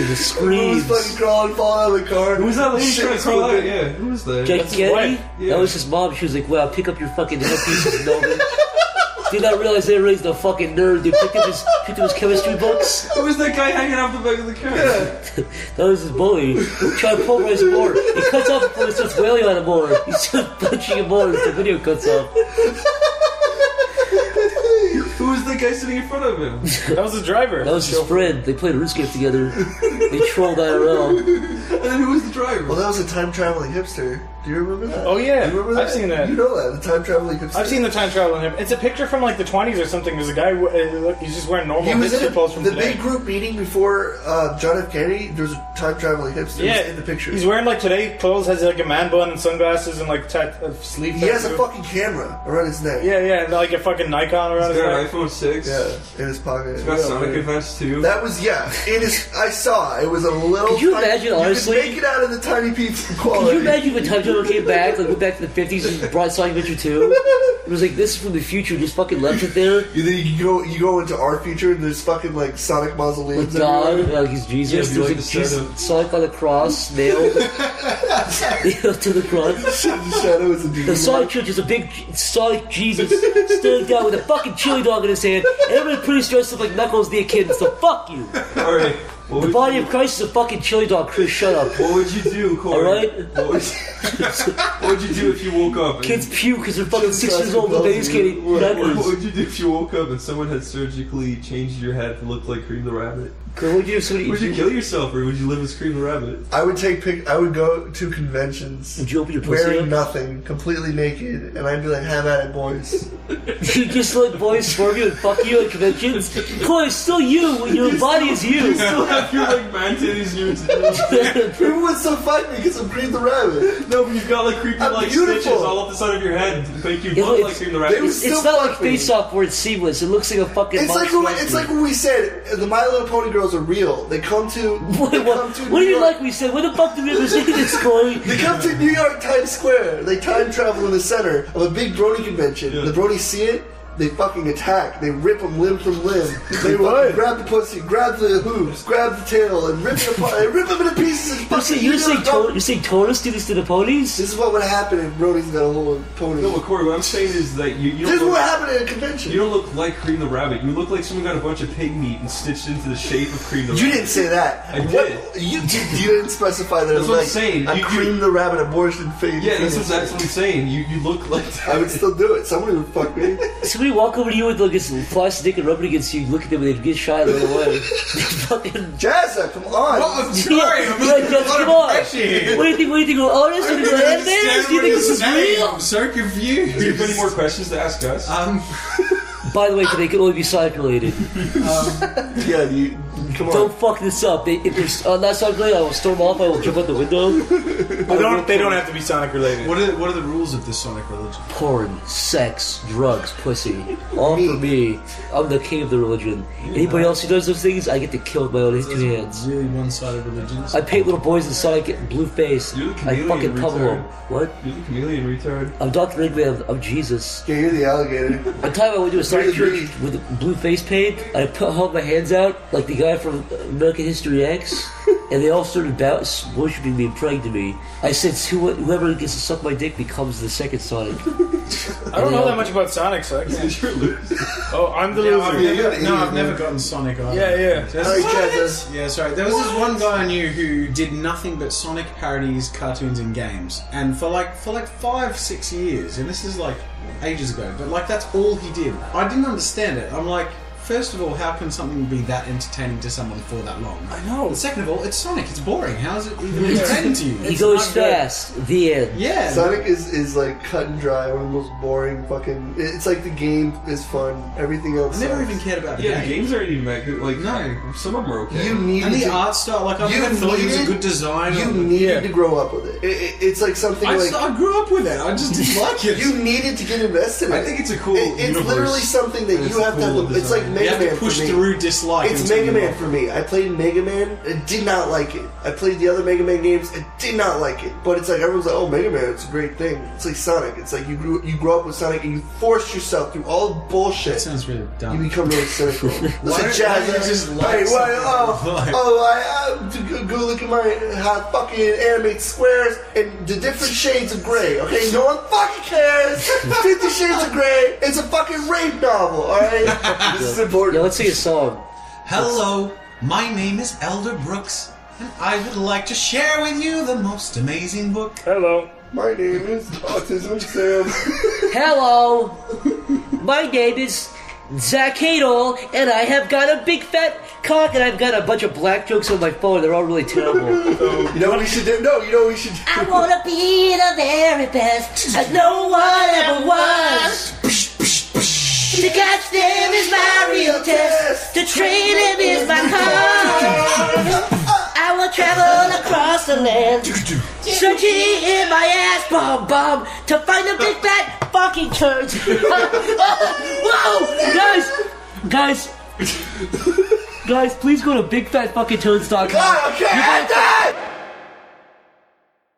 Speaker 4: the
Speaker 7: He was
Speaker 4: screams.
Speaker 7: fucking crawling, falling out of the car.
Speaker 6: Who was that lady
Speaker 7: Shit
Speaker 6: trying to crawl out?
Speaker 7: exploded.
Speaker 6: Yeah, who was that?
Speaker 4: Jack Kennedy?
Speaker 5: wife,
Speaker 4: That was his mom. She was like, "Wow, pick up your fucking headpieces, Melvin." Did not realize they raised a fucking nerd. They picked up his picked up his chemistry books.
Speaker 6: Who was that guy hanging off the back of the car? Yeah.
Speaker 4: That was his bully. Trying to pulverize him more. He cuts off before he starts wailing on him more. He starts punching him more as the video cuts off.
Speaker 6: Who was the guy sitting in front of him?
Speaker 5: That was the driver.
Speaker 6: [laughs]
Speaker 4: That was his friend. They played RuneScape together. They trolled IRL.
Speaker 7: And then who was the driver? Well, that was a time traveling hipster. Do you remember that?
Speaker 5: Oh, yeah.
Speaker 7: Do you remember that?
Speaker 5: I've seen that.
Speaker 7: You know that the time traveling hipster.
Speaker 5: I've seen the time travel in him. It's a picture from like the 20s or something. There's a guy, w- uh, look, he's just wearing normal
Speaker 7: He was
Speaker 5: hipster
Speaker 7: in
Speaker 5: clothes from
Speaker 7: the
Speaker 5: today.
Speaker 7: big group meeting before uh, John F. Kennedy. There was a time traveling hipster
Speaker 5: yeah,
Speaker 7: in the picture.
Speaker 5: He's wearing like today clothes, has like a man bun and sunglasses and like tat- uh, sleeve.
Speaker 7: he has a
Speaker 5: tattoo.
Speaker 7: fucking camera around his neck.
Speaker 5: Yeah, yeah, and, like a fucking Nikon around his neck.
Speaker 6: iPhone 6.
Speaker 7: Yeah, in his pocket.
Speaker 6: It's got
Speaker 7: Yeah,
Speaker 6: Sonic
Speaker 7: weird.
Speaker 6: Advance 2.
Speaker 7: That was yeah. It is. I saw. It was a little.
Speaker 4: Could you
Speaker 7: tiny-
Speaker 4: imagine,
Speaker 7: could
Speaker 4: honestly?
Speaker 7: make it out of the tiny piece of quality.
Speaker 4: Could you imagine if a time traveler came back, like went back to the 50s and brought Sonic Adventure 2? It was like, this is from the future, just fucking left it
Speaker 7: [laughs]
Speaker 4: there.
Speaker 7: You think you go you go into our future and there's fucking like Sonic
Speaker 4: With
Speaker 7: mausoleums.
Speaker 4: God,
Speaker 7: everywhere?
Speaker 4: like he's Jesus.
Speaker 6: Yeah, it'd be
Speaker 4: There's
Speaker 6: like
Speaker 4: like
Speaker 6: the
Speaker 4: Jesus,
Speaker 6: start of-
Speaker 4: Sonic on the cross, nailed, nailed to the [laughs] cross.
Speaker 7: [laughs] the shadow is a demon.
Speaker 4: The Sonic Church is a big J- Sonic Jesus stood down with a fucking chili dog in his hand. and Everybody's pretty dressed up like Knuckles the Echidna, so fuck you.
Speaker 6: Alright, what,
Speaker 4: The
Speaker 6: would-
Speaker 4: body of Christ is a fucking chili dog, Chris, shut up.
Speaker 6: what would you
Speaker 7: [laughs]
Speaker 6: do, Corey?
Speaker 4: Alright.
Speaker 6: What would, what would you do if you woke up? and-
Speaker 4: Kids puke because they're fucking six years old, but they just can't eat
Speaker 6: What, what
Speaker 4: Knuckles.
Speaker 6: would you do if you woke up and someone had surgically changed your head to look like Cream the Rabbit?
Speaker 4: What would you do if somebody
Speaker 6: Would you kill yourself or would you live as Cream the Rabbit? [laughs]
Speaker 7: I would take pic. I would go to conventions.
Speaker 4: Would you open your pussy
Speaker 7: wearing
Speaker 4: up?
Speaker 7: nothing, completely naked, and I'd be like, "Have at
Speaker 4: [laughs]
Speaker 7: it, boys."
Speaker 4: You just let boys swerve you and fuck you at conventions? Chloe, it's still you. Your body is
Speaker 7: [laughs]
Speaker 4: you.
Speaker 6: Still have your like man titties you
Speaker 4: [laughs]
Speaker 7: People would still fight me because I'm Green the Rabbit.
Speaker 6: No, but you've got like creepy
Speaker 7: I'm
Speaker 6: like
Speaker 7: beautiful.
Speaker 6: stitches all up the side of your head to make you
Speaker 4: Yeah,
Speaker 6: look
Speaker 4: it's-
Speaker 6: like Cream the Rabbit.
Speaker 7: they would
Speaker 4: It's, it's
Speaker 7: still
Speaker 4: not like
Speaker 7: fuck me.
Speaker 4: face off where it's seamless. It looks like a fucking
Speaker 7: It's like
Speaker 4: monster.
Speaker 7: when, it's like when we said uh, the My Little Pony girls are real. They
Speaker 4: [laughs]
Speaker 7: come to
Speaker 4: What,
Speaker 7: they
Speaker 4: what,
Speaker 7: come to
Speaker 4: what
Speaker 7: New
Speaker 4: do you
Speaker 7: York.
Speaker 4: like? We said, what the fuck did we ever say this,
Speaker 7: [laughs]
Speaker 4: Chloe?
Speaker 7: They come to New York Times Square. They time travel in the center of a big Brony convention. The Brony see it. They fucking attack. They rip them limb
Speaker 4: [laughs]
Speaker 7: from limb. They fucking grab the pussy, grab the hooves, grab the tail, and rip it apart. they rip them into pieces. And
Speaker 4: You
Speaker 7: fucking
Speaker 4: say, you say,
Speaker 7: know,
Speaker 4: to- you say tourists do this to the ponies?
Speaker 7: [laughs] This is what would happen if Brody's got a whole pony.
Speaker 6: No, but Corey, what I'm saying is that you, you
Speaker 7: this is
Speaker 6: don't
Speaker 7: what
Speaker 6: look,
Speaker 7: happened at a convention.
Speaker 6: you
Speaker 7: You,
Speaker 6: don't look like Cream the Rabbit. You look like someone got a bunch of pig meat and stitched into the shape of Cream the Rabbit.
Speaker 7: didn't say that.
Speaker 6: I
Speaker 7: What-
Speaker 6: did.
Speaker 7: You, did, you didn't specify that. it was
Speaker 6: what I'm
Speaker 7: like,
Speaker 6: saying.
Speaker 7: I
Speaker 6: You- you-
Speaker 7: creamed the rabbit abortion fade.
Speaker 6: Yeah, this is that's what I'm saying. You you look like that.
Speaker 4: [laughs]
Speaker 7: I would still do it. Somebody would
Speaker 3: [laughs]
Speaker 7: fuck me.
Speaker 4: Somebody walk over to you with like a plastic dick and rub it against you, you look at them and they get shy right
Speaker 7: [laughs]
Speaker 4: away. fucking.
Speaker 7: Jazza, come on.
Speaker 4: Yeah, like, that's- come on. What do you think? What do you think? Oh, this is
Speaker 3: don't
Speaker 4: like, this? Do you think this is
Speaker 3: understand what you're
Speaker 4: real?
Speaker 3: saying. I'm so
Speaker 6: Do you
Speaker 3: confused.
Speaker 6: have any more questions to ask us?
Speaker 3: Um,
Speaker 4: By the way, they can only be Sonic related.
Speaker 7: Um, Yeah, you. Come on.
Speaker 4: Don't fuck this up. They, if there's uh, not Sonic related, I will storm off. I will jump out the window.
Speaker 5: They don't, they don't have to be Sonic related.
Speaker 3: what are what are the rules of this Sonic religion?
Speaker 4: Porn, sex, drugs, pussy. All for me. I'm the king of the religion. Anybody else who does those things, I get to kill with my own two hands.
Speaker 3: Really one-sided religions.
Speaker 4: I paint little boys in Sonic blue face.
Speaker 6: You're the
Speaker 4: I
Speaker 6: chameleon,
Speaker 4: fucking cover
Speaker 6: retard.
Speaker 4: them. What?
Speaker 6: You're the chameleon retard.
Speaker 4: I'm Dr. Eggman. I'm, I'm Jesus.
Speaker 7: Yeah, you're the alligator.
Speaker 4: One time I went to a Sonic
Speaker 7: Really
Speaker 4: church with a blue face paint, and I put held my hands out like the guy from American History X, and they all started bow- worshiping me and praying to me. I said, "Who- "Whoever gets to suck my dick becomes the second Sonic."
Speaker 5: I don't know that much about Sonic, [laughs] so I can't.
Speaker 6: You're losing.
Speaker 5: Oh, I'm the loser.
Speaker 3: I've
Speaker 7: Yeah, you're
Speaker 3: never,
Speaker 7: an
Speaker 3: no,
Speaker 7: idiot,
Speaker 3: I've never
Speaker 7: man.
Speaker 3: gotten Sonic either.
Speaker 5: Yeah, yeah.
Speaker 7: Sorry, Jazza.
Speaker 3: Yeah, sorry. There was this one guy I knew who did nothing but Sonic parodies, cartoons, and games, and for like for like five, six years. And this is like ages ago, but like that's all he did. I didn't understand it. I'm like, first of all, how can something be that entertaining to someone for that long? I
Speaker 5: know.
Speaker 3: And second of all, it's Sonic. It's boring. How is it even entertaining to you?
Speaker 4: he goes fast. The end.
Speaker 3: Yeah.
Speaker 7: Sonic is, is like cut and dry, one of the most boring fucking. It's like the game is fun, everything else.
Speaker 3: I never
Speaker 7: sucks.
Speaker 3: even cared about the
Speaker 6: Yeah, the
Speaker 3: game.
Speaker 6: games aren't even that good. Like
Speaker 3: No.
Speaker 6: some of them are okay.
Speaker 7: You need
Speaker 3: And the
Speaker 7: to,
Speaker 3: art style, like I
Speaker 7: You
Speaker 3: never thought it was a
Speaker 7: needed-
Speaker 3: good design.
Speaker 7: You
Speaker 3: or-
Speaker 7: needed
Speaker 5: Yeah.
Speaker 7: to grow up with it. it, it- it's like something
Speaker 3: I,
Speaker 7: like
Speaker 3: just, I grew up with it. I just [laughs] didn't like it.
Speaker 7: you needed to get invested. in
Speaker 6: I
Speaker 7: it.
Speaker 6: think it's a cool
Speaker 7: It- it's
Speaker 6: universe.
Speaker 7: literally something that
Speaker 6: It's
Speaker 7: you have to.
Speaker 6: cool
Speaker 7: Have, it's like
Speaker 6: design.
Speaker 7: Mega
Speaker 3: You have
Speaker 7: Man
Speaker 3: to push
Speaker 7: for me.
Speaker 3: through dislike.
Speaker 7: It's
Speaker 3: until
Speaker 7: Mega
Speaker 3: you
Speaker 7: Man
Speaker 3: love
Speaker 7: for me. I played Mega Man and did not like it. I played the other Mega Man games and did not like it. But it's like everyone's like, "Oh, Mega Man, it's a great thing." It's like Sonic. It's like you grew you grow up with Sonic and you force yourself through all the
Speaker 3: It
Speaker 7: bullshit.
Speaker 3: sounds really
Speaker 7: You
Speaker 3: dumb.
Speaker 7: become really cynical. [laughs] Why
Speaker 3: don't- why don't you just like
Speaker 7: hey, why,
Speaker 3: something?
Speaker 7: oh,
Speaker 3: Like-
Speaker 7: oh, I, I g- go look at my how fucking animate squares and the different shades of gray. Okay, no one fucking [laughs] cares. Fifty Shades of Gray. It's a fucking rape novel. All [laughs] right, this is
Speaker 4: Yeah,
Speaker 7: important.
Speaker 4: let's sing a song.
Speaker 3: Hello, my name is Elder Brooks, and I would like to share with you the most amazing book.
Speaker 5: Hello.
Speaker 7: My name is Autism Sam.
Speaker 4: Hello, my name is
Speaker 13: Zach Hadel, and I have got a big fat cock, and I've got a bunch of black jokes on my phone. They're all really terrible.
Speaker 7: You know what he should do? No, you know what he [laughs] should do?
Speaker 4: I wanna be the very best as no one ever was. To catch them is my real test. To train them is my cause.
Speaker 7: Ah! [laughs]
Speaker 4: I will travel across the land, searching in my ass bomb bomb to find the big fat fucking turds. [laughs] Whoa,
Speaker 13: guys, guys, guys, please go to bigfatfuckingtones.com.
Speaker 4: God, okay,
Speaker 7: Ah,
Speaker 13: You guys-
Speaker 4: I'm done!